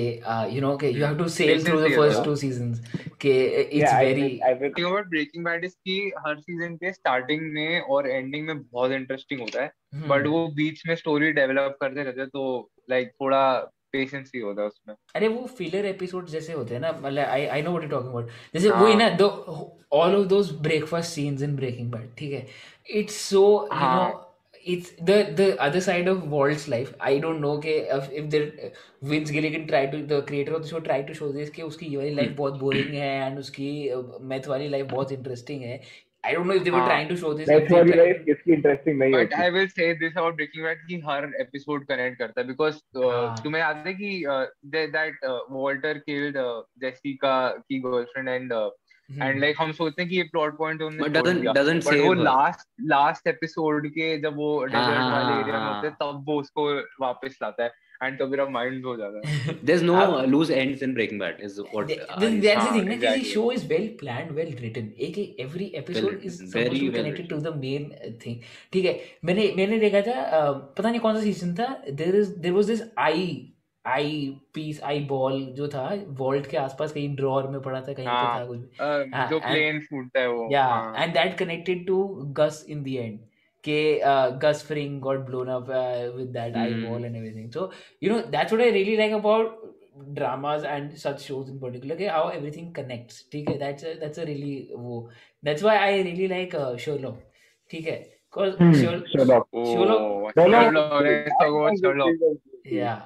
[SPEAKER 3] यू नो कि you have to sail through the
[SPEAKER 5] Patience
[SPEAKER 3] first
[SPEAKER 5] चाहिए,
[SPEAKER 3] टू सीजंस कि uh, it's
[SPEAKER 4] Yeah, I
[SPEAKER 3] very
[SPEAKER 4] will- I will-
[SPEAKER 5] thing about Breaking Bad is की हर सीजन के स्टार्टिंग में और एंडिंग में बहुत इंटरेस्टिंग होता है
[SPEAKER 3] hmm.
[SPEAKER 5] But
[SPEAKER 2] Hmm.
[SPEAKER 5] वो बीच में स्टोरी डेवलप करते रहते हैं तो लाइक थोड़ा पेशेंस ही होता है उसमें
[SPEAKER 3] अरे वो फिलर एपिसोड जैसे होते हैं ना मतलब I I know what you talking about जैसे
[SPEAKER 5] हाँ।
[SPEAKER 3] वही ना दो all of those breakfast scenes in Breaking Bad ठीक है इट्स सो यू
[SPEAKER 5] हाँ।
[SPEAKER 3] No it's the the other side of world's life I don't know के if there Vince Gilligan try to the creator of the show try to show this कि उसकी ये वाली
[SPEAKER 5] Hmm.
[SPEAKER 3] Life बहुत boring है and उसकी math वाली life बहुत इंटरेस्टिंग है I don't know if they were
[SPEAKER 5] हाँ।
[SPEAKER 3] Trying to show this
[SPEAKER 4] That's why life किसकी interesting नहीं
[SPEAKER 5] बट
[SPEAKER 4] होती
[SPEAKER 5] I will say this about Breaking Bad कि हर एपिसोड कनेक्ट करता है बिकॉज
[SPEAKER 3] हाँ।
[SPEAKER 5] तुम्हें याद है कि uh, that Walter killed Jessica uh, की girlfriend and
[SPEAKER 3] Hmm.
[SPEAKER 5] And like हम सोचते हैं कि ये प्लॉट पॉइंट उन्होंने
[SPEAKER 2] Hmm. But
[SPEAKER 5] छोड़
[SPEAKER 2] doesn't
[SPEAKER 5] दिया
[SPEAKER 2] doesn't
[SPEAKER 5] बट वो
[SPEAKER 2] save. her.
[SPEAKER 5] Last last episode के जब वो डेजर्ट
[SPEAKER 2] हाँ,
[SPEAKER 5] वाले
[SPEAKER 2] हाँ,
[SPEAKER 5] एरिया में
[SPEAKER 2] हाँ,
[SPEAKER 5] होते हैं
[SPEAKER 2] हाँ।
[SPEAKER 5] तब वो उसको वापस लाता है एंड तो मेरा माइंड हो जाता है
[SPEAKER 2] There's no uh, loose ends in Breaking Bad, is what.
[SPEAKER 3] Th-
[SPEAKER 2] I-
[SPEAKER 3] th- that's the
[SPEAKER 2] हाँ,
[SPEAKER 3] thing na, कि
[SPEAKER 5] exactly.
[SPEAKER 3] show is well planned well written एक every episode
[SPEAKER 2] Well
[SPEAKER 3] is
[SPEAKER 2] written,
[SPEAKER 3] supposed
[SPEAKER 2] very
[SPEAKER 3] to be
[SPEAKER 2] well
[SPEAKER 3] connected to
[SPEAKER 2] written.
[SPEAKER 3] the main uh, thing ठीक है मैंने मैंने देखा था uh, पता नहीं कौन सा सीजन था there is there was this I I piece eye ball जो था वॉल्ट के आसपास कहीं ड्रॉअर में पड़ा था कहीं पे
[SPEAKER 5] हाँ,
[SPEAKER 3] था कुछ भी
[SPEAKER 5] अ, जो
[SPEAKER 3] and-
[SPEAKER 5] प्लेन फूटता है वो हाँ.
[SPEAKER 3] yeah and that connected to Gus in the end के uh, Gus Fring got blown up uh, with that
[SPEAKER 2] Hmm.
[SPEAKER 3] eyeball and everything so you know that's what I really like about dramas and such shows in particular कि how everything connects ठीक है that's a, that's a really वो that's why I really like uh, Sherlock ठीक है cause
[SPEAKER 4] Hmm,
[SPEAKER 3] Sherlock,
[SPEAKER 4] Sherlock.
[SPEAKER 5] Oh,
[SPEAKER 3] Sherlock-
[SPEAKER 5] Sherlock, let's talk about Sherlock.
[SPEAKER 3] yeah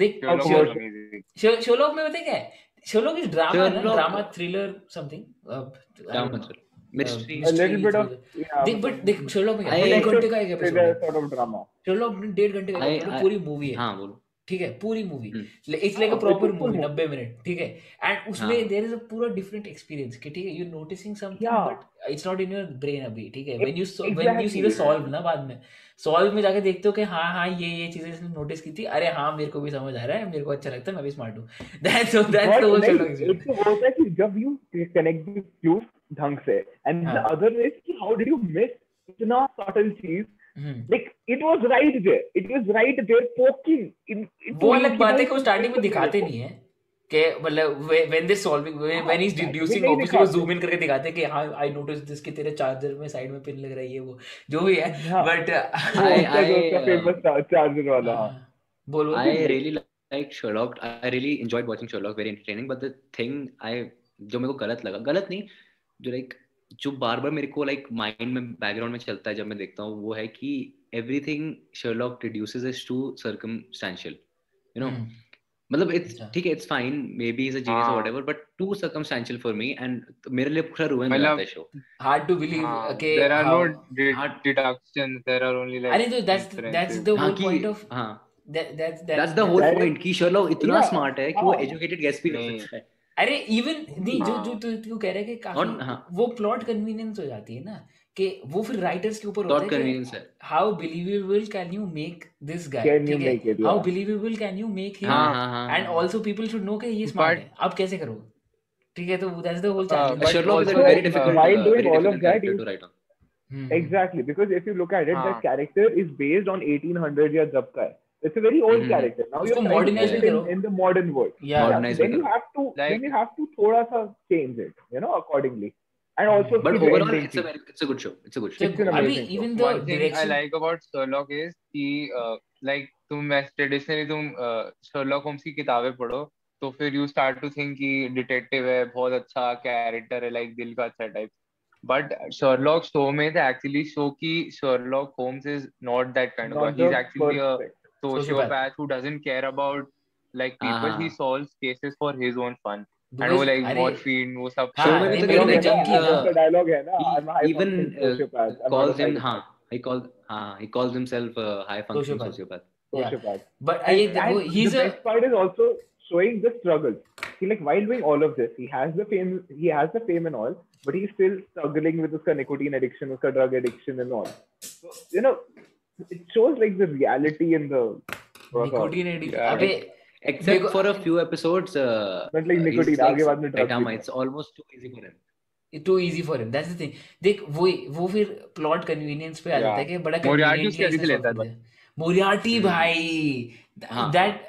[SPEAKER 3] देख
[SPEAKER 5] Sherlock
[SPEAKER 3] Sherlock-
[SPEAKER 5] was amazing.
[SPEAKER 3] Sher- Sherlock में पता है क्या है Sherlock is drama है ना
[SPEAKER 2] Sherlock-
[SPEAKER 3] drama thriller something uh, I don't know.
[SPEAKER 2] Down, Mystery.
[SPEAKER 3] Uh,
[SPEAKER 4] A little bit of
[SPEAKER 3] thriller.
[SPEAKER 4] yeah,
[SPEAKER 3] देख but देख शोलोक में क्या
[SPEAKER 2] I-
[SPEAKER 3] डेढ़ घंटे का एक एपिसोड
[SPEAKER 4] thriller
[SPEAKER 3] है
[SPEAKER 4] sort of drama.
[SPEAKER 3] शोलोक में डेढ़ घंटे का
[SPEAKER 2] I-
[SPEAKER 3] मतलब
[SPEAKER 2] I-
[SPEAKER 3] पूरी मूवी है
[SPEAKER 2] हाँ बोलो
[SPEAKER 3] ठीक है पूरी मूवी
[SPEAKER 2] हम्म।
[SPEAKER 3] इट्स लाइक अ
[SPEAKER 4] हाँ,
[SPEAKER 3] प्रॉपर
[SPEAKER 4] बिल्कुल
[SPEAKER 3] मूवी
[SPEAKER 4] movie।
[SPEAKER 3] 90 मिनट ठीक है एंड उसमें
[SPEAKER 2] हाँ।
[SPEAKER 3] देयर इज अ पूरा डिफरेंट एक्सपीरियंस कि ठीक है you noticing something
[SPEAKER 4] Yeah.
[SPEAKER 3] But it's not in your brain अभी ठीक है when you when you see the
[SPEAKER 4] Exactly.
[SPEAKER 3] Solve ना बाद में सॉल्व में जाके देखते हो कि हाँ हाँ ये ये चीजें इसने नोटिस की थी अरे हाँ मेरे को भी समझ आ रहा है मेरे को अच्छा लगता है मैं भी स्मार्ट हूँ that's that's
[SPEAKER 4] But
[SPEAKER 3] the whole
[SPEAKER 4] नहीं,
[SPEAKER 3] शोलोक
[SPEAKER 4] एक तो होता है कि जब यू कनेक्ट द क्लूज ढंग से एंड द
[SPEAKER 3] हाँ।
[SPEAKER 4] अदर इज कि हाउ डिड यू मिस इतना सटल चीज
[SPEAKER 3] hmm
[SPEAKER 4] like it was right there it was right there poking in into
[SPEAKER 3] वो अलग
[SPEAKER 4] you
[SPEAKER 3] बात है
[SPEAKER 4] कि
[SPEAKER 3] कि वो स्टार्टिंग में दिखाते नहीं है कि मतलब when they solving when is
[SPEAKER 4] हाँ,
[SPEAKER 3] डिड्यूसिंग
[SPEAKER 4] नहीं
[SPEAKER 3] ऑब्वियसली वो
[SPEAKER 4] दिखाते।
[SPEAKER 3] जूम इन करके दिखाते हैं कि हाँ, हां आई नोटिस दिस कि तेरे चार्जर में साइड में पिन लग रही है वो जो भी है
[SPEAKER 4] हाँ।
[SPEAKER 3] बट
[SPEAKER 4] वो
[SPEAKER 2] I-
[SPEAKER 4] उसका
[SPEAKER 2] I, uh,
[SPEAKER 4] जो उसका famous charger वाला
[SPEAKER 3] हाँ, बोल बोल
[SPEAKER 2] I really li- like Sherlock. I really enjoyed watching Sherlock. Very entertaining. But the thing I जो मेरे को गलत लगा गलत नहीं जो लाइक जो बार बार मेरे को लाइक माइंड में बैकग्राउंड में चलता है जब मैं देखता हूँ वो है कि everything Sherlock reduces is too circumstantial you know
[SPEAKER 3] hmm,
[SPEAKER 2] मतलब इट्स
[SPEAKER 3] अच्छा।
[SPEAKER 2] ठीक है it's fine may be is a genius और
[SPEAKER 5] हाँ।
[SPEAKER 2] Whatever but too circumstantial for me and मेरे लिए पूरा रुइन हो
[SPEAKER 5] मतलब-
[SPEAKER 2] जाता है शो
[SPEAKER 3] हार्ड टू बिलीव
[SPEAKER 5] हाँ,
[SPEAKER 3] कि
[SPEAKER 5] there are
[SPEAKER 3] how-
[SPEAKER 5] no de-
[SPEAKER 2] hard-
[SPEAKER 5] deductions. There are only like
[SPEAKER 3] अरे तो दैट्स दैट्स
[SPEAKER 5] inferences.
[SPEAKER 3] द
[SPEAKER 2] हाँ
[SPEAKER 3] होल
[SPEAKER 2] कि
[SPEAKER 3] पॉइंट ऑफ
[SPEAKER 2] हाँ
[SPEAKER 3] that's
[SPEAKER 2] that's the whole
[SPEAKER 4] That is-
[SPEAKER 2] point कि शर्लॉक इतना
[SPEAKER 4] Yeah,
[SPEAKER 2] स्मार्ट है कि वो
[SPEAKER 4] हाँ।
[SPEAKER 2] एजुकेटेड गेस भी कर
[SPEAKER 5] नहीं।
[SPEAKER 2] सकता है
[SPEAKER 3] अरे इवन नहीं जो
[SPEAKER 5] हाँ।
[SPEAKER 3] जो तू तू कह रहा है कि
[SPEAKER 2] और हाँ
[SPEAKER 3] काफी वो प्लॉट कन्वीनियंस हो जाती है ना कि वो फिर राइटर्स के ऊपर होता
[SPEAKER 2] डॉट
[SPEAKER 3] है कि
[SPEAKER 2] कन्वीनियंस है
[SPEAKER 3] how believable can you make this guy
[SPEAKER 4] Can you
[SPEAKER 3] ठीक है
[SPEAKER 4] make it,
[SPEAKER 3] how
[SPEAKER 4] yeah.
[SPEAKER 3] believable can you make him
[SPEAKER 2] हाँ हाँ हाँ
[SPEAKER 3] and also people should know कि ये स्मार्ट है आप कैसे करोगे ठीक है तो that's the whole
[SPEAKER 5] Uh,
[SPEAKER 3] challenge
[SPEAKER 5] but
[SPEAKER 2] Sherlock is a
[SPEAKER 5] also,
[SPEAKER 2] very
[SPEAKER 5] uh,
[SPEAKER 2] difficult,
[SPEAKER 4] while
[SPEAKER 2] uh,
[SPEAKER 4] doing
[SPEAKER 2] very
[SPEAKER 4] all of
[SPEAKER 2] difficult
[SPEAKER 4] that,
[SPEAKER 2] character
[SPEAKER 4] you-
[SPEAKER 2] to write on.
[SPEAKER 3] Hmm,
[SPEAKER 4] exactly because if you look at it
[SPEAKER 5] हाँ।
[SPEAKER 4] that character is based on 1800 या जब का है it's a very old
[SPEAKER 2] हम्म।
[SPEAKER 4] character now
[SPEAKER 3] उसको
[SPEAKER 4] you're trying to
[SPEAKER 3] modernize
[SPEAKER 4] put
[SPEAKER 3] भी
[SPEAKER 4] it in,
[SPEAKER 3] करो।
[SPEAKER 4] in the modern world
[SPEAKER 3] yeah
[SPEAKER 2] Modern- Modernize भी
[SPEAKER 4] then you
[SPEAKER 2] करो।
[SPEAKER 4] have to then
[SPEAKER 5] Like-
[SPEAKER 4] you have to थोड़ा सा change it you know accordingly and also
[SPEAKER 2] Hmm. But
[SPEAKER 4] keep
[SPEAKER 2] overall,
[SPEAKER 4] ending
[SPEAKER 2] it's a
[SPEAKER 4] things.
[SPEAKER 2] very, it's a good show. It's a good show.
[SPEAKER 4] It's an
[SPEAKER 3] so, अभी
[SPEAKER 4] amazing show.
[SPEAKER 3] even the
[SPEAKER 5] One thing I
[SPEAKER 3] direction
[SPEAKER 5] like about Sherlock is कि uh, like तुम traditionally तुम uh, Sherlock Holmes की किताबें पढ़ो तो फिर you start to think कि detective है बहुत अच्छा character है like दिल का अच्छा type but Sherlock show में they actually show कि Sherlock Holmes is not that kind of guy
[SPEAKER 4] Not
[SPEAKER 5] he's
[SPEAKER 4] the
[SPEAKER 5] actually a
[SPEAKER 4] perfect.
[SPEAKER 5] sociopath who doesn't care about like people
[SPEAKER 2] हाँ,
[SPEAKER 5] he
[SPEAKER 2] हाँ।
[SPEAKER 5] solves cases for his own fun and वो
[SPEAKER 3] because-
[SPEAKER 5] like
[SPEAKER 3] Ah. अरे
[SPEAKER 5] morphine वो सब
[SPEAKER 3] हाँ,
[SPEAKER 2] Show में भी
[SPEAKER 3] नहीं,
[SPEAKER 2] तो
[SPEAKER 3] मेरे
[SPEAKER 2] कहते
[SPEAKER 3] को
[SPEAKER 2] हैं
[SPEAKER 3] जंग-
[SPEAKER 4] Yeah,
[SPEAKER 2] जंग- uh,
[SPEAKER 4] that's the dialogue है ना
[SPEAKER 2] he-
[SPEAKER 4] I'm a high
[SPEAKER 2] even,
[SPEAKER 4] functioning
[SPEAKER 2] uh,
[SPEAKER 4] sociopath I'm not a
[SPEAKER 2] calls him,
[SPEAKER 4] psychopath.
[SPEAKER 2] हाँ, he calls, हाँ, he calls himself a high functioning
[SPEAKER 3] Sociopath.
[SPEAKER 2] sociopath.
[SPEAKER 3] Yeah.
[SPEAKER 4] sociopath
[SPEAKER 3] but
[SPEAKER 4] And-
[SPEAKER 3] ये
[SPEAKER 4] and
[SPEAKER 3] वो he's
[SPEAKER 4] the
[SPEAKER 3] a
[SPEAKER 4] best part is also showing the struggle. He like while doing all of this, he has the fame, he has the fame and all, but he's still struggling with his nicotine addiction, his drug addiction and all. So you know, it shows like the reality in the process.
[SPEAKER 3] nicotine addict
[SPEAKER 5] Yeah.
[SPEAKER 3] अबे
[SPEAKER 2] Except
[SPEAKER 3] Because-
[SPEAKER 2] for a few episodes, uh,
[SPEAKER 4] But like
[SPEAKER 2] he's
[SPEAKER 4] nicotine,
[SPEAKER 2] like
[SPEAKER 4] आगे बाद में drug
[SPEAKER 2] Saitama.
[SPEAKER 4] भी
[SPEAKER 2] It's almost too easy for him.
[SPEAKER 3] too easy for him that's the thing देख वो वो फिर plot convenience पे आ
[SPEAKER 5] Yeah.
[SPEAKER 3] जाता है कि बड़ा
[SPEAKER 5] Moriarty उसके आगे से लेता है। Hmm.
[SPEAKER 3] Conveniently Moriarty
[SPEAKER 2] hmm.
[SPEAKER 3] भाई uh,
[SPEAKER 2] हाँ।
[SPEAKER 3] दैट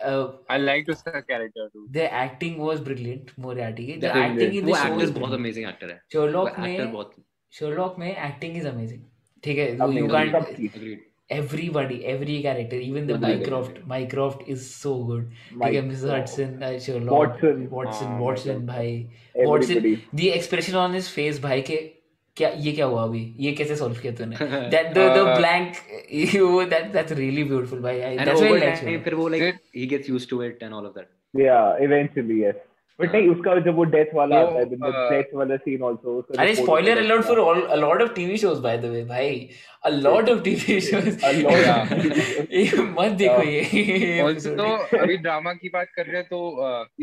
[SPEAKER 5] I liked उसका character too
[SPEAKER 3] The acting was brilliant, Moriarty की. The
[SPEAKER 2] That-
[SPEAKER 3] acting in
[SPEAKER 2] वो
[SPEAKER 3] the show
[SPEAKER 2] actor
[SPEAKER 3] is
[SPEAKER 2] बहुत
[SPEAKER 3] brilliant.
[SPEAKER 2] amazing actor है. वो
[SPEAKER 3] Sherlock
[SPEAKER 2] actor
[SPEAKER 3] में
[SPEAKER 2] बहुत
[SPEAKER 3] Sherlock में acting is amazing. ठीक है, वो
[SPEAKER 4] Amazing.
[SPEAKER 3] you can't
[SPEAKER 2] agreed.
[SPEAKER 3] everybody, every character, even the
[SPEAKER 2] वो तो
[SPEAKER 3] Mycroft. Mycroft is so good. ठीक है, Mrs. Hudson, uh, Sherlock,
[SPEAKER 4] Watson.
[SPEAKER 3] Watson,
[SPEAKER 5] हाँ,
[SPEAKER 3] Watson
[SPEAKER 5] Mycroft.
[SPEAKER 3] भाई, Watson.
[SPEAKER 4] everybody.
[SPEAKER 3] The expression on his face भाई के क्या ये क्या हुआ अभी ये कैसे सॉल्व किया तूने that the the
[SPEAKER 5] Uh,
[SPEAKER 3] blank you that that's really beautiful भाई I,
[SPEAKER 2] And
[SPEAKER 3] that's why I
[SPEAKER 2] over
[SPEAKER 3] like
[SPEAKER 2] time,
[SPEAKER 3] Sherlock.
[SPEAKER 2] फिर वो like
[SPEAKER 5] Did-
[SPEAKER 2] he gets used to it and all of that.
[SPEAKER 4] Yeah, eventually yes. But
[SPEAKER 2] हाँ।
[SPEAKER 4] नहीं उसका जब वो death वाला
[SPEAKER 5] वो,
[SPEAKER 4] आता है, then the
[SPEAKER 5] uh,
[SPEAKER 4] death वाला scene also. उसका जो
[SPEAKER 3] अरे
[SPEAKER 4] photo
[SPEAKER 3] स्पॉइलर
[SPEAKER 4] वाला
[SPEAKER 3] alert
[SPEAKER 4] scene
[SPEAKER 3] for all a lot of TV shows by the way भाई a lot of TV shows
[SPEAKER 4] A lot of
[SPEAKER 5] Yeah.
[SPEAKER 4] videos.
[SPEAKER 3] ये मत देखो ये ये
[SPEAKER 5] ऑल्सो
[SPEAKER 3] episode।
[SPEAKER 5] तो अभी ड्रामा की बात कर रहे हैं तो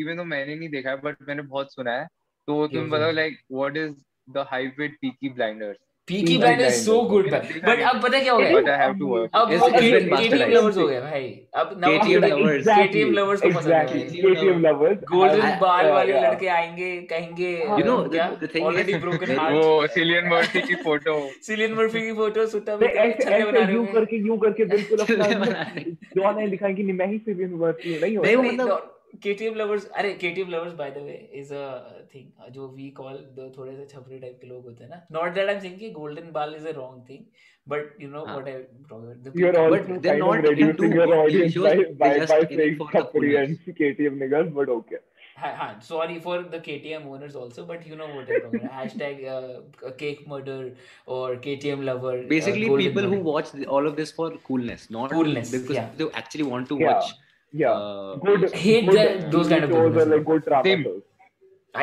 [SPEAKER 5] इवन तो मैंने नहीं देखा है बट मैंने बहुत सुना है तो
[SPEAKER 3] Yes,
[SPEAKER 5] तुम बताओ like what is the hype with Peaky Blinders
[SPEAKER 3] Peaky blind is
[SPEAKER 5] Blinders,
[SPEAKER 3] so
[SPEAKER 5] okay.
[SPEAKER 3] Good भाई बट अब पता क्या हो गया
[SPEAKER 5] But I have to work.
[SPEAKER 3] अब
[SPEAKER 2] uh, It's-
[SPEAKER 3] वो
[SPEAKER 2] it's been
[SPEAKER 3] KTM
[SPEAKER 2] masterized.
[SPEAKER 3] lovers हो गया भाई अब now
[SPEAKER 2] KTM
[SPEAKER 3] KTM
[SPEAKER 2] lovers.
[SPEAKER 4] Exactly.
[SPEAKER 3] KTM lovers को पसंद
[SPEAKER 4] exactly.
[SPEAKER 3] है
[SPEAKER 4] KTM lovers.
[SPEAKER 3] गोल्डन
[SPEAKER 4] have-
[SPEAKER 3] बाल
[SPEAKER 4] yeah,
[SPEAKER 3] वाले
[SPEAKER 4] yeah.
[SPEAKER 3] लड़के आएंगे कहेंगे
[SPEAKER 2] You know,
[SPEAKER 3] uh,
[SPEAKER 2] the-
[SPEAKER 3] क्या
[SPEAKER 2] the thing is-
[SPEAKER 3] already broken
[SPEAKER 5] वो
[SPEAKER 3] हार्ट
[SPEAKER 5] सिलियन मर्फी की फोटो
[SPEAKER 3] सिलियन मर्फी की फोटो सुट्टा
[SPEAKER 4] नहीं,
[SPEAKER 3] भी
[SPEAKER 4] ऐसे
[SPEAKER 3] तो छल्ले बना
[SPEAKER 4] ऐसे
[SPEAKER 3] रहे
[SPEAKER 4] यू
[SPEAKER 3] होंगे
[SPEAKER 4] करके यू करके बिल्कुल अपना
[SPEAKER 2] छल्ले बना रहे।
[SPEAKER 4] जॉन है दिखाएं कि नहीं मैं ही सीरियस वर्क नहीं हो
[SPEAKER 2] नहीं, वो
[SPEAKER 4] सकता।
[SPEAKER 2] मतलब-
[SPEAKER 3] केटीएम लवर्स अरे KTM lovers by the way is a thing जो वी कॉल दो थोड़े से छपरी टाइप के लोग होते हैं ना not that I am saying कि गोल्डन बाल is a wrong thing but you know
[SPEAKER 2] हाँ.
[SPEAKER 3] What I the
[SPEAKER 4] You're
[SPEAKER 3] people-
[SPEAKER 4] also
[SPEAKER 2] But they're
[SPEAKER 4] kind
[SPEAKER 2] not
[SPEAKER 4] of reducing
[SPEAKER 2] into
[SPEAKER 4] your
[SPEAKER 2] what
[SPEAKER 4] audience
[SPEAKER 2] shows,
[SPEAKER 4] by,
[SPEAKER 2] they're
[SPEAKER 4] by,
[SPEAKER 2] just
[SPEAKER 4] by
[SPEAKER 2] in it
[SPEAKER 4] saying
[SPEAKER 2] for the
[SPEAKER 4] Kapri
[SPEAKER 2] coolness.
[SPEAKER 4] and KTM niggas, but okay.
[SPEAKER 3] हाँ हाँ sorry for the KTM owners also but you know what I am hashtag cake murder और KTM lover
[SPEAKER 2] Basically, people who watch the- all of this for coolness, not
[SPEAKER 3] Coolness,
[SPEAKER 2] because
[SPEAKER 3] yeah.
[SPEAKER 2] they actually want to
[SPEAKER 4] Yeah.
[SPEAKER 2] watch.
[SPEAKER 4] Yeah.
[SPEAKER 2] uh,
[SPEAKER 4] good.
[SPEAKER 3] hate
[SPEAKER 4] good
[SPEAKER 3] the- those kind of
[SPEAKER 4] shows
[SPEAKER 3] people.
[SPEAKER 4] are like good drama
[SPEAKER 5] Same.
[SPEAKER 4] shows.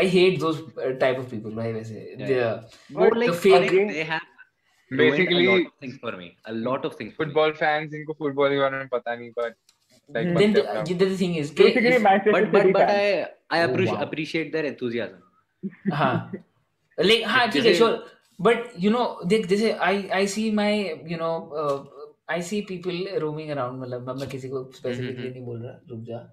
[SPEAKER 3] I hate those type of people भाई वैसे
[SPEAKER 2] Yeah,
[SPEAKER 3] they
[SPEAKER 2] yeah.
[SPEAKER 3] are-
[SPEAKER 2] more
[SPEAKER 4] But
[SPEAKER 2] like
[SPEAKER 3] the fake-
[SPEAKER 2] Correct, they have ruined a lot
[SPEAKER 5] basically
[SPEAKER 2] of things for me. A lot of things. for me.
[SPEAKER 5] Football fans इनको football के बारे में पता नहीं but
[SPEAKER 4] Hmm.
[SPEAKER 3] then the,
[SPEAKER 5] like
[SPEAKER 3] the thing is कि
[SPEAKER 4] Basically,
[SPEAKER 3] if-
[SPEAKER 4] Manchester
[SPEAKER 2] But but
[SPEAKER 4] City
[SPEAKER 2] but
[SPEAKER 4] fans.
[SPEAKER 2] I I
[SPEAKER 3] Oh,
[SPEAKER 2] appreciate
[SPEAKER 3] wow.
[SPEAKER 2] appreciate their enthusiasm.
[SPEAKER 3] हाँ like हाँ ठीक है
[SPEAKER 2] जैसे-
[SPEAKER 3] sure but you know देख जैसे I I see my you know uh, I see people roaming around मतलब मैं मैं किसी को specifically नहीं बोल रहा रुक जा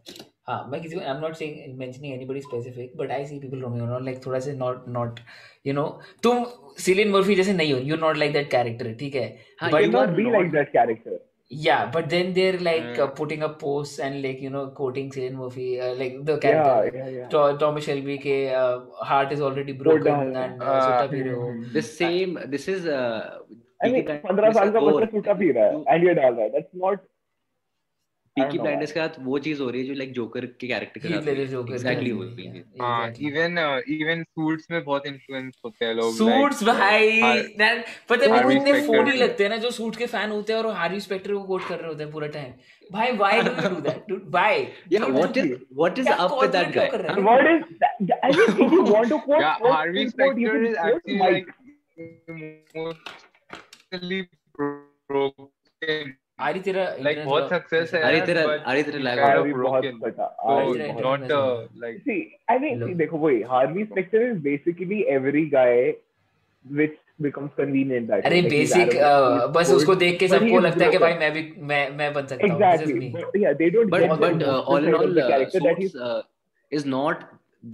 [SPEAKER 3] हाँ मैं किसी को I'm not saying mentioning anybody specific but I see people roaming around like थोड़ा से not not you know तुम सिलियन मर्फी जैसे नहीं हो you're not like that character ठीक है
[SPEAKER 2] हाँ,
[SPEAKER 3] but
[SPEAKER 2] you
[SPEAKER 4] Cannot
[SPEAKER 2] are
[SPEAKER 4] be
[SPEAKER 2] not-
[SPEAKER 4] like that character.
[SPEAKER 3] Yeah, but then they're like
[SPEAKER 5] Yeah.
[SPEAKER 3] uh, putting up posts and like you know quoting Cillian Murphy, uh, like the
[SPEAKER 4] Yeah,
[SPEAKER 3] character
[SPEAKER 4] yeah, yeah.
[SPEAKER 3] Tho- Thomas Shelby के uh, heart is already broken
[SPEAKER 4] down.
[SPEAKER 3] and uh,
[SPEAKER 5] Ah,
[SPEAKER 3] सुट्टा
[SPEAKER 4] हाँ,
[SPEAKER 3] P रहे हो.
[SPEAKER 4] Mm.
[SPEAKER 2] The same. This is uh.
[SPEAKER 4] I mean,
[SPEAKER 2] Peaky
[SPEAKER 4] 15
[SPEAKER 2] Blinders
[SPEAKER 4] साल का
[SPEAKER 2] का
[SPEAKER 4] बच्चा
[SPEAKER 2] और-
[SPEAKER 4] सूटा P रहा है and you're डाल रहा है. That's not. I don't
[SPEAKER 2] Peaky
[SPEAKER 4] know
[SPEAKER 2] Blinders के साथ वो चीज हो रही है जो लाइक जोकर के कैरेक्टर के
[SPEAKER 3] Heath
[SPEAKER 2] साथ हो
[SPEAKER 3] Ledger
[SPEAKER 2] रही है।
[SPEAKER 3] Joker
[SPEAKER 2] हाँ, Exactly
[SPEAKER 3] का
[SPEAKER 2] वो
[SPEAKER 3] नहीं,
[SPEAKER 2] thing.
[SPEAKER 3] yeah,
[SPEAKER 5] हाँ,
[SPEAKER 3] exactly.
[SPEAKER 5] इवन इवन सूट्स में बहुत इन्फ्लुएंस होते हैं लोग तो-
[SPEAKER 3] सूट्स भाई
[SPEAKER 5] Har-
[SPEAKER 3] ना- पता है मेरे को
[SPEAKER 5] Harvey
[SPEAKER 3] इतने
[SPEAKER 5] Specter
[SPEAKER 3] फोन ही
[SPEAKER 5] के-
[SPEAKER 3] लगते हैं ना जो सूट के फैन होते हैं और हार्वी स्पेक्टर को कोट कर रहे होते हैं पूरा टाइम भाई why do you do that dude why
[SPEAKER 2] Yeah, what is what is
[SPEAKER 3] क्या
[SPEAKER 2] up with that
[SPEAKER 3] corporate
[SPEAKER 2] guy?
[SPEAKER 3] लोग कर रहे हैं?
[SPEAKER 4] And what is that? I mean, if you want to quote,
[SPEAKER 5] Yeah,
[SPEAKER 4] quote,
[SPEAKER 5] Harvey
[SPEAKER 4] quote, you
[SPEAKER 5] Specter
[SPEAKER 4] can
[SPEAKER 5] is
[SPEAKER 4] quote
[SPEAKER 5] actually
[SPEAKER 4] Mike.
[SPEAKER 5] like emotionally broken.
[SPEAKER 3] आरी तेरा
[SPEAKER 5] Like
[SPEAKER 3] internet
[SPEAKER 5] बहुत
[SPEAKER 3] थोड़ा-
[SPEAKER 5] success है
[SPEAKER 2] अरे
[SPEAKER 5] यार,
[SPEAKER 2] तेरा
[SPEAKER 5] but
[SPEAKER 2] अरे तेरा lag
[SPEAKER 5] kind
[SPEAKER 2] out.
[SPEAKER 5] of
[SPEAKER 4] Harvey बहुत
[SPEAKER 5] broken.
[SPEAKER 4] फटा.
[SPEAKER 5] So
[SPEAKER 3] Harvey
[SPEAKER 4] Harvey
[SPEAKER 3] Specter
[SPEAKER 4] बहुत-
[SPEAKER 5] Oh, not uh, like
[SPEAKER 4] See, I think
[SPEAKER 3] Hello.
[SPEAKER 4] see, देखो वही Harvey Specter is basically every guy which becomes convenient that
[SPEAKER 3] अरे
[SPEAKER 4] way. Like, he's
[SPEAKER 3] basic
[SPEAKER 2] uh,
[SPEAKER 4] arrogant, he's
[SPEAKER 3] बस
[SPEAKER 4] cold,
[SPEAKER 3] उसको देख के
[SPEAKER 4] but he
[SPEAKER 3] सबको
[SPEAKER 4] is
[SPEAKER 3] लगता है कि
[SPEAKER 4] broken.
[SPEAKER 3] भाई मैं भी मैं मैं बन सकता हूँ this is
[SPEAKER 4] Exactly.
[SPEAKER 3] Me
[SPEAKER 4] But, yeah, they don't
[SPEAKER 2] But
[SPEAKER 4] get the
[SPEAKER 2] but uh,
[SPEAKER 4] emotional
[SPEAKER 2] all in
[SPEAKER 4] side of
[SPEAKER 2] all,
[SPEAKER 4] the
[SPEAKER 2] uh,
[SPEAKER 4] character that
[SPEAKER 2] Suits uh, is not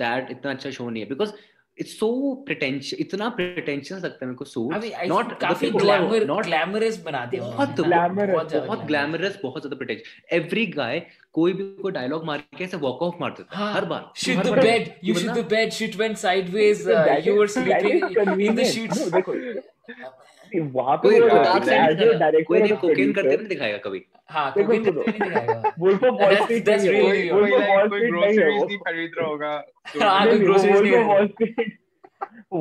[SPEAKER 2] that इतना अच्छा शो नहीं है because it's so pretentious इतना pretentious लगता है मेरे को
[SPEAKER 3] अभी
[SPEAKER 2] सूट्स
[SPEAKER 3] आई
[SPEAKER 2] not the
[SPEAKER 3] काफी
[SPEAKER 2] people who are
[SPEAKER 3] glamour
[SPEAKER 2] not
[SPEAKER 3] glamorous बनाते हैं
[SPEAKER 2] बहुत
[SPEAKER 3] उन्होंने, हाँ,
[SPEAKER 4] glamorous,
[SPEAKER 3] ज्यादा
[SPEAKER 2] बहुत
[SPEAKER 3] glamorous।
[SPEAKER 2] ग्लैमरस बहुत ज्यादा प्रोटेक्ट एवरी गाय कोई भी कोई डायलॉग मार के ऐसे वॉक ऑफ मार देता है,
[SPEAKER 3] हाँ,
[SPEAKER 2] हर बार
[SPEAKER 3] shit
[SPEAKER 2] हर
[SPEAKER 3] the
[SPEAKER 2] बार।
[SPEAKER 3] bed you
[SPEAKER 2] तो
[SPEAKER 3] shit the
[SPEAKER 2] बंदा-
[SPEAKER 3] bed shit went sideways
[SPEAKER 4] So
[SPEAKER 3] uh,
[SPEAKER 4] that
[SPEAKER 3] you were
[SPEAKER 4] is- that
[SPEAKER 3] sleeping
[SPEAKER 4] is
[SPEAKER 3] in the
[SPEAKER 4] convenient.
[SPEAKER 3] sheets
[SPEAKER 4] No, देखो, is वहाँ पे
[SPEAKER 2] कोई
[SPEAKER 4] वो
[SPEAKER 5] उतार
[SPEAKER 4] as
[SPEAKER 5] से
[SPEAKER 4] a
[SPEAKER 5] नहीं
[SPEAKER 2] करेगा।
[SPEAKER 4] director
[SPEAKER 2] कोई
[SPEAKER 4] और
[SPEAKER 2] नहीं कोकेन
[SPEAKER 4] producer,
[SPEAKER 2] करते हुए नहीं दिखाएगा कभी
[SPEAKER 3] हाँ
[SPEAKER 4] देखो,
[SPEAKER 3] कोई भी
[SPEAKER 4] देखो।
[SPEAKER 3] नहीं दिखाएगा
[SPEAKER 4] Wolf of Wall
[SPEAKER 3] That's-
[SPEAKER 4] Street
[SPEAKER 3] that's
[SPEAKER 4] नहीं है,
[SPEAKER 3] really-
[SPEAKER 4] Wolf
[SPEAKER 5] कोई
[SPEAKER 4] of
[SPEAKER 5] like
[SPEAKER 4] Wall
[SPEAKER 5] कोई
[SPEAKER 4] Street नहीं है
[SPEAKER 5] groceries
[SPEAKER 4] वो।
[SPEAKER 5] नहीं खरीद रहा होगा
[SPEAKER 3] हाँ, कोई
[SPEAKER 5] तो
[SPEAKER 4] नहीं, नहीं, वो
[SPEAKER 3] groceries नहीं है।
[SPEAKER 4] Wolf of Wall Street-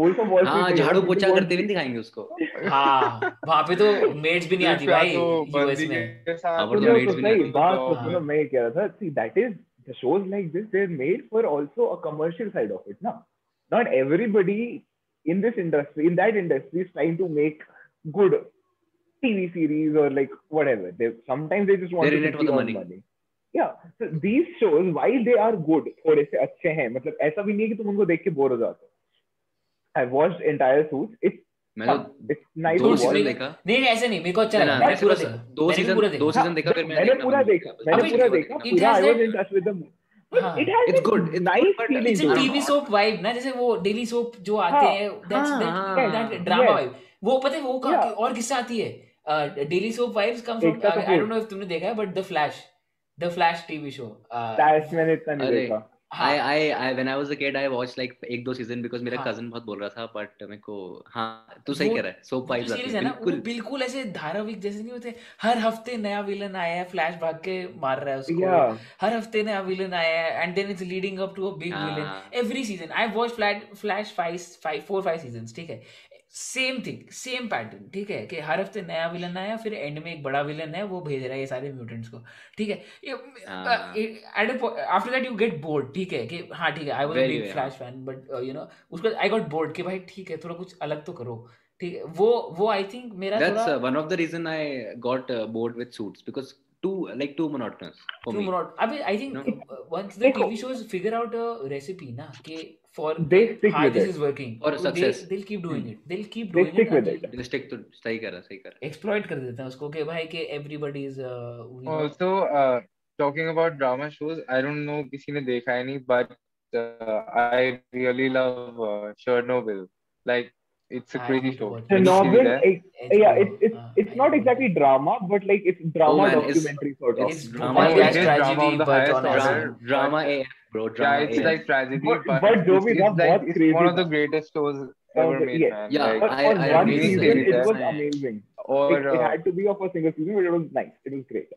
[SPEAKER 4] Wolf of Wall Street
[SPEAKER 2] हाँ
[SPEAKER 4] नहीं है,
[SPEAKER 2] झाड़ू
[SPEAKER 4] वो
[SPEAKER 2] पोछा
[SPEAKER 4] Wolf
[SPEAKER 2] करते हुए नहीं दिखाएंगे उसको
[SPEAKER 3] हाँ वहाँ पे तो मेड्स भी नहीं आती
[SPEAKER 5] या
[SPEAKER 3] भाई
[SPEAKER 5] तो
[SPEAKER 3] यूएस
[SPEAKER 5] बंदी
[SPEAKER 3] में
[SPEAKER 5] के साथ
[SPEAKER 2] हाँ,
[SPEAKER 4] No,
[SPEAKER 2] वो
[SPEAKER 4] no,
[SPEAKER 2] तो made
[SPEAKER 4] so
[SPEAKER 2] भी
[SPEAKER 4] नहीं,
[SPEAKER 2] नहीं
[SPEAKER 4] बात तो
[SPEAKER 5] होता
[SPEAKER 4] सुनो,
[SPEAKER 5] है।
[SPEAKER 4] मैं ये कह रहा था see that is the shows like this they're made for also a commercial side of it ना not everybody in this industry in that industry is trying to make good TV series or like whatever they sometimes they just want
[SPEAKER 2] They're
[SPEAKER 4] to
[SPEAKER 2] in it for the
[SPEAKER 4] earn
[SPEAKER 2] money.
[SPEAKER 4] Yeah, so these shows while they are good थोड़े से अच्छे हैं मतलब ऐसा भी नहीं है कि तुम उनको देख के बोर हो जाते हो I watched entire Suits it's
[SPEAKER 2] मैंने
[SPEAKER 4] it's nice
[SPEAKER 2] though
[SPEAKER 3] Suits
[SPEAKER 2] season
[SPEAKER 3] भी-
[SPEAKER 2] देखा
[SPEAKER 3] नहीं नहीं, ऐसे नहीं मेरे को अच्छा
[SPEAKER 2] मैंने
[SPEAKER 3] लगा
[SPEAKER 2] मैंने
[SPEAKER 3] मैंने
[SPEAKER 2] पूरा
[SPEAKER 3] पूरा
[SPEAKER 2] से-
[SPEAKER 3] देखा।
[SPEAKER 2] दो
[SPEAKER 3] मैंने भी
[SPEAKER 2] सीजन
[SPEAKER 3] पूरा
[SPEAKER 2] दो
[SPEAKER 3] देखा।
[SPEAKER 2] सीजन देखा फिर
[SPEAKER 4] मैंने पूरा देखा मैंने
[SPEAKER 3] अभी-
[SPEAKER 4] पूरा देखा
[SPEAKER 3] It
[SPEAKER 4] पूरा
[SPEAKER 3] has
[SPEAKER 4] I was
[SPEAKER 3] that-
[SPEAKER 4] in touch with them
[SPEAKER 3] हाँ।
[SPEAKER 4] It has
[SPEAKER 2] It's good, it's
[SPEAKER 4] nice
[SPEAKER 2] good, but
[SPEAKER 4] feeling
[SPEAKER 3] it's
[SPEAKER 2] I don't
[SPEAKER 3] TV
[SPEAKER 2] know.
[SPEAKER 3] Soap vibe ना जैसे वो डेली सोप जो आते
[SPEAKER 4] हाँ,
[SPEAKER 3] हैं दैट्स
[SPEAKER 2] हाँ,
[SPEAKER 3] दैट
[SPEAKER 2] हाँ,
[SPEAKER 3] ड्रामा
[SPEAKER 4] yes.
[SPEAKER 3] वाइब वो पता है वो कहाँ
[SPEAKER 4] Yeah.
[SPEAKER 3] की- और किससे आती है Uh, daily soap vibes come
[SPEAKER 4] Ekta
[SPEAKER 3] from I
[SPEAKER 4] Kapoor.
[SPEAKER 3] Don't know if तुमने देखा है but the Flash the Flash TV show
[SPEAKER 4] Flash मैंने इतना नहीं
[SPEAKER 2] अरे,
[SPEAKER 4] देखा
[SPEAKER 2] I I I when I was a kid I watched like एक दो सीजन because मेरा
[SPEAKER 3] हाँ।
[SPEAKER 2] cousin बहुत बोल रहा था but मेरे को हाँ तू सही
[SPEAKER 3] वो-
[SPEAKER 2] कह रहा है soap vibes आती
[SPEAKER 3] सीरीज है
[SPEAKER 2] है
[SPEAKER 3] ना वो
[SPEAKER 2] बिल्कुल
[SPEAKER 3] बिल्कुल ऐसे धारावाहिक जैसे नहीं होते हर हफ्ते नया विलन आया है फ्लैश भाग के मार रहा है उसको
[SPEAKER 4] या
[SPEAKER 3] हर हफ्ते नया विलन आया है and then it's leading up to a big villain
[SPEAKER 2] हाँ।
[SPEAKER 3] every season i've watched flash flash five five four five seasons ठीक है सेम थिंग सेम पैटर्न ठीक है कि हर हफ्ते नया विलन आया फिर एंड में एक बड़ा विलन है वो भेज रहा है ये सारे म्यूटेंट्स को ठीक है
[SPEAKER 2] हाँ।
[SPEAKER 3] After that you get bored ठीक है कि हाँ ठीक है I was a
[SPEAKER 2] Very,
[SPEAKER 3] big
[SPEAKER 2] very,
[SPEAKER 3] Flash fan but you know uh, उसको आई गॉट बोर्ड कि भाई ठीक है थोड़ा कुछ अलग तो करो ठीक है वो वो आई थिंक मेरा
[SPEAKER 2] that's
[SPEAKER 3] थोड़ा
[SPEAKER 2] uh, one of the reason I got uh, bored with suits because too like too monotonous for
[SPEAKER 3] True
[SPEAKER 2] me
[SPEAKER 3] or not? I mean, I think
[SPEAKER 2] No.
[SPEAKER 3] uh, once the
[SPEAKER 4] देखो।
[SPEAKER 3] TV shows figure out a recipe, ना कि for
[SPEAKER 4] They stick
[SPEAKER 3] how
[SPEAKER 4] with
[SPEAKER 3] this
[SPEAKER 4] it.
[SPEAKER 3] is working
[SPEAKER 2] For
[SPEAKER 3] तो
[SPEAKER 2] success. Hmm.
[SPEAKER 3] they, they'll keep doing it they'll keep
[SPEAKER 4] They
[SPEAKER 3] doing
[SPEAKER 4] stick with
[SPEAKER 3] until-
[SPEAKER 2] They stick to सही कर रहा सही कर रहा
[SPEAKER 3] exploit कर देते हैं उसको कि भाई कि everybody is uh, you
[SPEAKER 2] Oh,
[SPEAKER 3] know,
[SPEAKER 5] Also, uh, talking about drama shows, I don't know किसी ने देखा है नहीं, but uh, I really love uh, Chernobyl. Like, it's a
[SPEAKER 3] I
[SPEAKER 5] crazy
[SPEAKER 3] haven't
[SPEAKER 5] show.
[SPEAKER 3] watched
[SPEAKER 5] Have you seen
[SPEAKER 4] Chernobyl,
[SPEAKER 5] that?
[SPEAKER 4] it, yeah, it's it's,
[SPEAKER 3] uh,
[SPEAKER 4] it's
[SPEAKER 3] I
[SPEAKER 4] not
[SPEAKER 3] don't
[SPEAKER 4] exactly
[SPEAKER 3] know.
[SPEAKER 4] drama, but like it's drama
[SPEAKER 2] Oh, man, it's-
[SPEAKER 4] documentary sort of.
[SPEAKER 2] it's
[SPEAKER 3] It's
[SPEAKER 2] drama.
[SPEAKER 3] drama
[SPEAKER 2] Oh, it
[SPEAKER 3] slash
[SPEAKER 2] is
[SPEAKER 5] drama
[SPEAKER 3] tragedy,
[SPEAKER 5] of the
[SPEAKER 3] but
[SPEAKER 5] highest
[SPEAKER 3] on
[SPEAKER 5] order.
[SPEAKER 3] a
[SPEAKER 2] Drama, drama AF bro drama
[SPEAKER 5] Yeah, it's
[SPEAKER 2] AF.
[SPEAKER 5] like tragedy,
[SPEAKER 4] But-
[SPEAKER 5] but,
[SPEAKER 4] but
[SPEAKER 5] it's,
[SPEAKER 4] Jovi,
[SPEAKER 5] it's
[SPEAKER 4] that
[SPEAKER 5] like
[SPEAKER 4] was
[SPEAKER 5] it's
[SPEAKER 4] crazy.
[SPEAKER 5] one of the greatest shows ever
[SPEAKER 4] Okay,
[SPEAKER 5] made,
[SPEAKER 4] yeah.
[SPEAKER 5] man.
[SPEAKER 2] Yeah,
[SPEAKER 5] Like,
[SPEAKER 4] But
[SPEAKER 2] I-
[SPEAKER 4] for
[SPEAKER 2] I
[SPEAKER 4] one
[SPEAKER 5] really
[SPEAKER 4] season,
[SPEAKER 5] did
[SPEAKER 4] it
[SPEAKER 5] that.
[SPEAKER 4] was amazing.
[SPEAKER 5] or
[SPEAKER 4] It, it
[SPEAKER 5] uh,
[SPEAKER 4] had to be of a single season, but it was nice. It was great.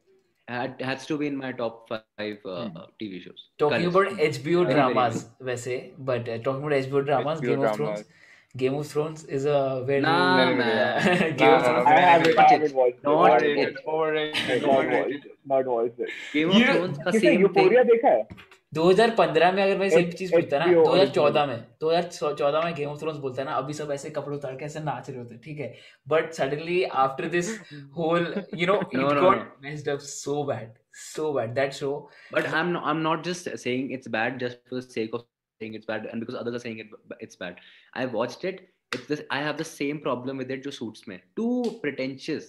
[SPEAKER 2] had, has to be in my top five uh,
[SPEAKER 5] Hmm.
[SPEAKER 2] TV shows.
[SPEAKER 3] talking
[SPEAKER 2] Colours.
[SPEAKER 3] about HBO
[SPEAKER 5] Very, very
[SPEAKER 3] dramas वैसे but uh, talking about HBO dramas
[SPEAKER 5] HBO
[SPEAKER 3] Game of
[SPEAKER 5] dramas.
[SPEAKER 3] Thrones Game of Thrones is a very
[SPEAKER 2] Nah,
[SPEAKER 5] No, no, no,
[SPEAKER 2] man.
[SPEAKER 3] Game of
[SPEAKER 5] Nah,
[SPEAKER 3] Thrones
[SPEAKER 4] I
[SPEAKER 5] Very
[SPEAKER 4] haven't, I
[SPEAKER 2] good.
[SPEAKER 4] haven't watched it.
[SPEAKER 2] Not
[SPEAKER 4] Not
[SPEAKER 5] overrated, overrated, overrated.
[SPEAKER 4] watched it. Not watched it.
[SPEAKER 2] Game of
[SPEAKER 3] You-
[SPEAKER 2] Thrones का
[SPEAKER 4] किसने
[SPEAKER 2] same thing.
[SPEAKER 4] Euphoria देखा है
[SPEAKER 3] 2015 में अगर मैं same
[SPEAKER 4] H-
[SPEAKER 3] चीज पूछता ना
[SPEAKER 4] HBO
[SPEAKER 3] 2014 में 2014 में गेम ऑफ थ्रोन्स बोलता ना अभी सब ऐसे कपड़े उतार के ऐसे नाच रहे होते ठीक है but suddenly after this whole you know
[SPEAKER 2] No,
[SPEAKER 3] it
[SPEAKER 2] no,
[SPEAKER 3] got
[SPEAKER 2] no.
[SPEAKER 3] Messed up so bad so bad that show
[SPEAKER 2] But I'm not, I'm not just saying it's bad just for the sake of saying it's bad and because others are saying it it's bad. I watched it. It's this. I have the same problem with it. जो suits में too pretentious.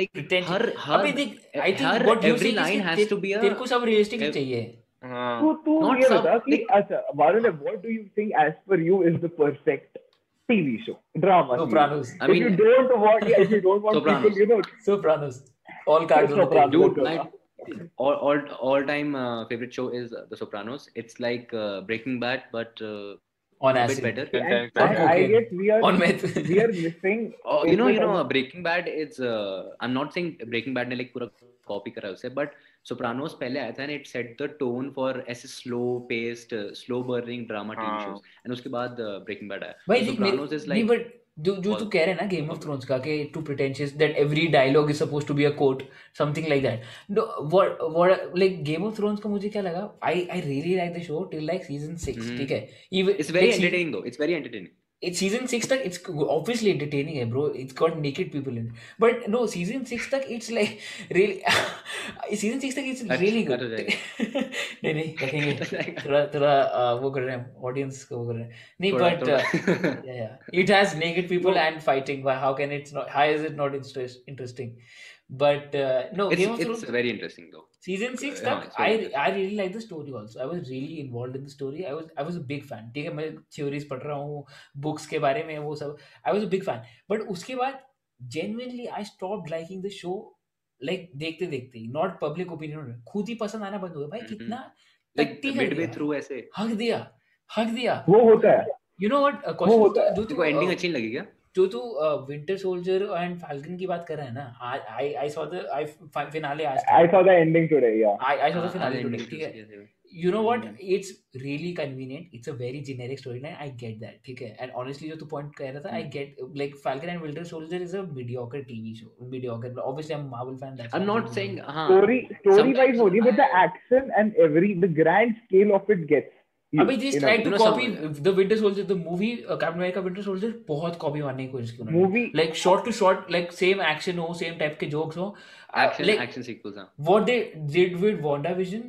[SPEAKER 2] Like हर हर
[SPEAKER 3] अभी देख I think
[SPEAKER 2] हर-
[SPEAKER 3] what you
[SPEAKER 2] every line has to be a-
[SPEAKER 3] तेरे को सब रियलिस्टिक
[SPEAKER 2] ev-
[SPEAKER 3] चाहिए
[SPEAKER 5] हाँ,
[SPEAKER 4] तू तू
[SPEAKER 2] Not
[SPEAKER 4] तो, ये
[SPEAKER 2] some-
[SPEAKER 4] बता कि
[SPEAKER 2] like-
[SPEAKER 4] अच्छा Varun, what do you think as per you is the perfect TV show drama? series?
[SPEAKER 3] Sopranos
[SPEAKER 2] I
[SPEAKER 4] if
[SPEAKER 2] mean,
[SPEAKER 4] you don't want, yeah, if you don't want
[SPEAKER 2] Sopranos.
[SPEAKER 4] people, you know,
[SPEAKER 3] Sopranos all cards
[SPEAKER 4] Sopranos.
[SPEAKER 2] dude, my all all all time uh, favorite show is uh, The Sopranos. It's like uh, Breaking Bad, but uh,
[SPEAKER 3] on
[SPEAKER 2] a bit
[SPEAKER 3] acid
[SPEAKER 2] better.
[SPEAKER 5] and
[SPEAKER 4] and,
[SPEAKER 5] thanks,
[SPEAKER 4] and
[SPEAKER 5] man.
[SPEAKER 3] Okay.
[SPEAKER 4] I guess we are
[SPEAKER 3] on meth
[SPEAKER 4] we are missing.
[SPEAKER 2] Oh, you know,
[SPEAKER 4] Breaking
[SPEAKER 2] you
[SPEAKER 4] Bad
[SPEAKER 2] know,
[SPEAKER 4] is-
[SPEAKER 2] Breaking Bad is. Uh, I'm not saying Breaking Bad ने like पूरा copy करा है उसे, but Sopranos पहले आया था and it set the tone for ऐसे slow paced, uh, slow burning drama TV
[SPEAKER 5] हाँ।
[SPEAKER 2] shows. And उसके बाद uh, Breaking Bad आया.
[SPEAKER 3] भाई
[SPEAKER 2] So
[SPEAKER 3] देख मेरे
[SPEAKER 2] Sopranos is
[SPEAKER 3] नहीं
[SPEAKER 2] like
[SPEAKER 3] बट जो जो तू
[SPEAKER 2] all-
[SPEAKER 3] कह रहे हैं ना गेम ऑफ थ्रोन्स का कि too pretentious that every dialogue is suppose to be a quote something like that no what what like game of thrones का मुझे क्या लगा I I really like the show till like season 6
[SPEAKER 2] hmm.
[SPEAKER 3] ठीक है even
[SPEAKER 2] it's very entertaining though. It's very entertaining.
[SPEAKER 3] Season 6 तक it's obviously entertaining है bro it's got naked people in but no season 6 तक it's like really season 6 तक it's
[SPEAKER 2] अच्छा,
[SPEAKER 3] really good
[SPEAKER 2] अच्छा,
[SPEAKER 3] नहीं नहीं रखेंगे थोड़ा थोड़ा uh, वो कर रहे हैं ऑडियंस को वो कर रहे हैं नहीं uh,
[SPEAKER 2] थोड़ा-
[SPEAKER 3] बट
[SPEAKER 2] थोड़ा-
[SPEAKER 3] yeah, yeah. It has naked people and fighting. Why? How can it's not? How is it not interest, interesting? But uh, no,
[SPEAKER 2] it's,
[SPEAKER 3] Game of
[SPEAKER 2] it's
[SPEAKER 3] Thrones
[SPEAKER 2] very interesting though.
[SPEAKER 3] season six.
[SPEAKER 2] yeah,
[SPEAKER 3] तक,
[SPEAKER 2] it's
[SPEAKER 3] I
[SPEAKER 2] very interesting.
[SPEAKER 3] I really like the story also. I was really involved in the story. I was I was a big fan. ठीक है मैं theories पढ़ रहा हूँ books के बारे में वो सब. I was a big fan. But उसके बाद genuinely I stopped liking the show. Like देखते देखते ही not public opinion खुद ही पसंद आना बंद हो गया भाई
[SPEAKER 2] हम्म।
[SPEAKER 3] कितना
[SPEAKER 2] Like
[SPEAKER 3] तकती कर
[SPEAKER 2] midway
[SPEAKER 3] दिया
[SPEAKER 2] through ऐसे
[SPEAKER 3] हक दिया हक दिया
[SPEAKER 4] वो होता है
[SPEAKER 3] यू नो व्हाट
[SPEAKER 4] होता है।
[SPEAKER 3] क्वेश्चन
[SPEAKER 2] देखो एंडिंग अच्छी नहीं हाँ? लगी क्या?
[SPEAKER 3] जो तू विंटर सोल्जर एंड फाल्कन की बात कर रहा है ना I I saw the I finale आज
[SPEAKER 4] I saw the ending today. Yeah.
[SPEAKER 3] I I saw the
[SPEAKER 2] हाँ,
[SPEAKER 3] फिनाले
[SPEAKER 2] ending
[SPEAKER 3] टुडे तो ठीक है
[SPEAKER 2] अच्छी थी।
[SPEAKER 3] You know what
[SPEAKER 2] hmm.
[SPEAKER 3] It's really convenient it's a very generic story line I get that ठीक है and honestly जो तू पॉइंट कह रहा था
[SPEAKER 2] Mm.
[SPEAKER 3] I get like falcon and winter soldier is a mediocre TV show mediocre obviously i'm Marvel fan that's
[SPEAKER 2] I'm not saying हाँ,
[SPEAKER 4] Story story wise
[SPEAKER 2] Sometimes
[SPEAKER 4] होगी, but the
[SPEAKER 2] I-
[SPEAKER 4] action and every the grand scale of it gets. you,
[SPEAKER 3] अभी this
[SPEAKER 4] you know.
[SPEAKER 3] Try to
[SPEAKER 2] you know,
[SPEAKER 3] copy
[SPEAKER 2] some-
[SPEAKER 3] the winter soldier the movie captain America Winter soldier बहुत copy मारने की कोशिश की उन्होंने
[SPEAKER 4] Movie
[SPEAKER 3] like short to short like same action हो same type के jokes हो Uh,
[SPEAKER 2] action
[SPEAKER 3] like
[SPEAKER 2] action sequels हाँ।
[SPEAKER 3] what they did with WandaVision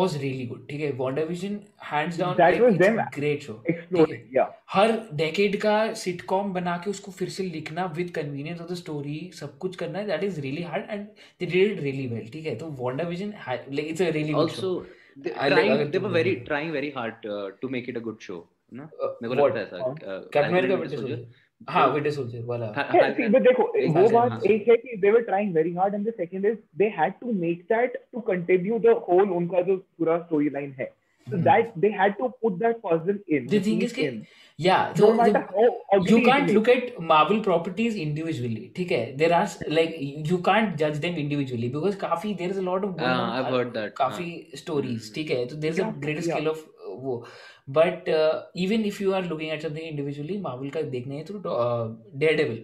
[SPEAKER 3] was really good. ठीक है WandaVision hands down
[SPEAKER 4] That
[SPEAKER 3] like,
[SPEAKER 4] was
[SPEAKER 3] it's
[SPEAKER 4] them-
[SPEAKER 3] a great show.
[SPEAKER 4] exploded. Yeah.
[SPEAKER 3] हर decade का sitcom बना के उसको फिर से लिखना with convenience of the story सब कुछ करना that is really hard and they did it really well ठीक है तो WandaVision like it's a really good show
[SPEAKER 2] also they,
[SPEAKER 3] I like
[SPEAKER 2] trying,
[SPEAKER 3] Agatha
[SPEAKER 2] they were
[SPEAKER 3] Christie.
[SPEAKER 2] very trying very hard uh, to make it a good show ना uh, मेरे को
[SPEAKER 3] what
[SPEAKER 2] लगता है ऐसा
[SPEAKER 4] कौन?
[SPEAKER 2] uh,
[SPEAKER 3] captain
[SPEAKER 2] Falcon
[SPEAKER 3] America
[SPEAKER 2] and the
[SPEAKER 3] winter
[SPEAKER 2] Soldier.
[SPEAKER 3] Soldier हाँ winter soldier वाला
[SPEAKER 2] Fal-
[SPEAKER 4] Yeah,
[SPEAKER 2] Falcon
[SPEAKER 4] see,
[SPEAKER 2] and-
[SPEAKER 4] but देखो
[SPEAKER 2] एक
[SPEAKER 4] वो
[SPEAKER 2] बात है,
[SPEAKER 4] बात
[SPEAKER 2] हाँ।
[SPEAKER 4] एक है कि they were trying very hard and the second is they had to make that to continue the whole उनका जो पूरा story line है so
[SPEAKER 3] Hmm.
[SPEAKER 4] that they had to put that puzzle in
[SPEAKER 3] The thing
[SPEAKER 4] piece
[SPEAKER 3] is कि-
[SPEAKER 4] in.
[SPEAKER 3] Yeah, so
[SPEAKER 4] no matter
[SPEAKER 3] the-
[SPEAKER 4] how ugly
[SPEAKER 3] you
[SPEAKER 4] it
[SPEAKER 3] can't
[SPEAKER 4] may-
[SPEAKER 3] look at Marvel properties individually. ठीक है, there are like you can't judge them individually because काफी there is a lot of going
[SPEAKER 2] हाँ,
[SPEAKER 3] on,
[SPEAKER 2] I've
[SPEAKER 3] uh,
[SPEAKER 2] heard that
[SPEAKER 3] काफी stories.
[SPEAKER 2] हम्म।
[SPEAKER 3] ठीक है, तो there is a
[SPEAKER 4] Yeah,
[SPEAKER 3] greater
[SPEAKER 4] yeah.
[SPEAKER 3] scale of uh, वो. But uh, even if you are looking at something individually, Marvel का देखना है तो uh, Daredevil.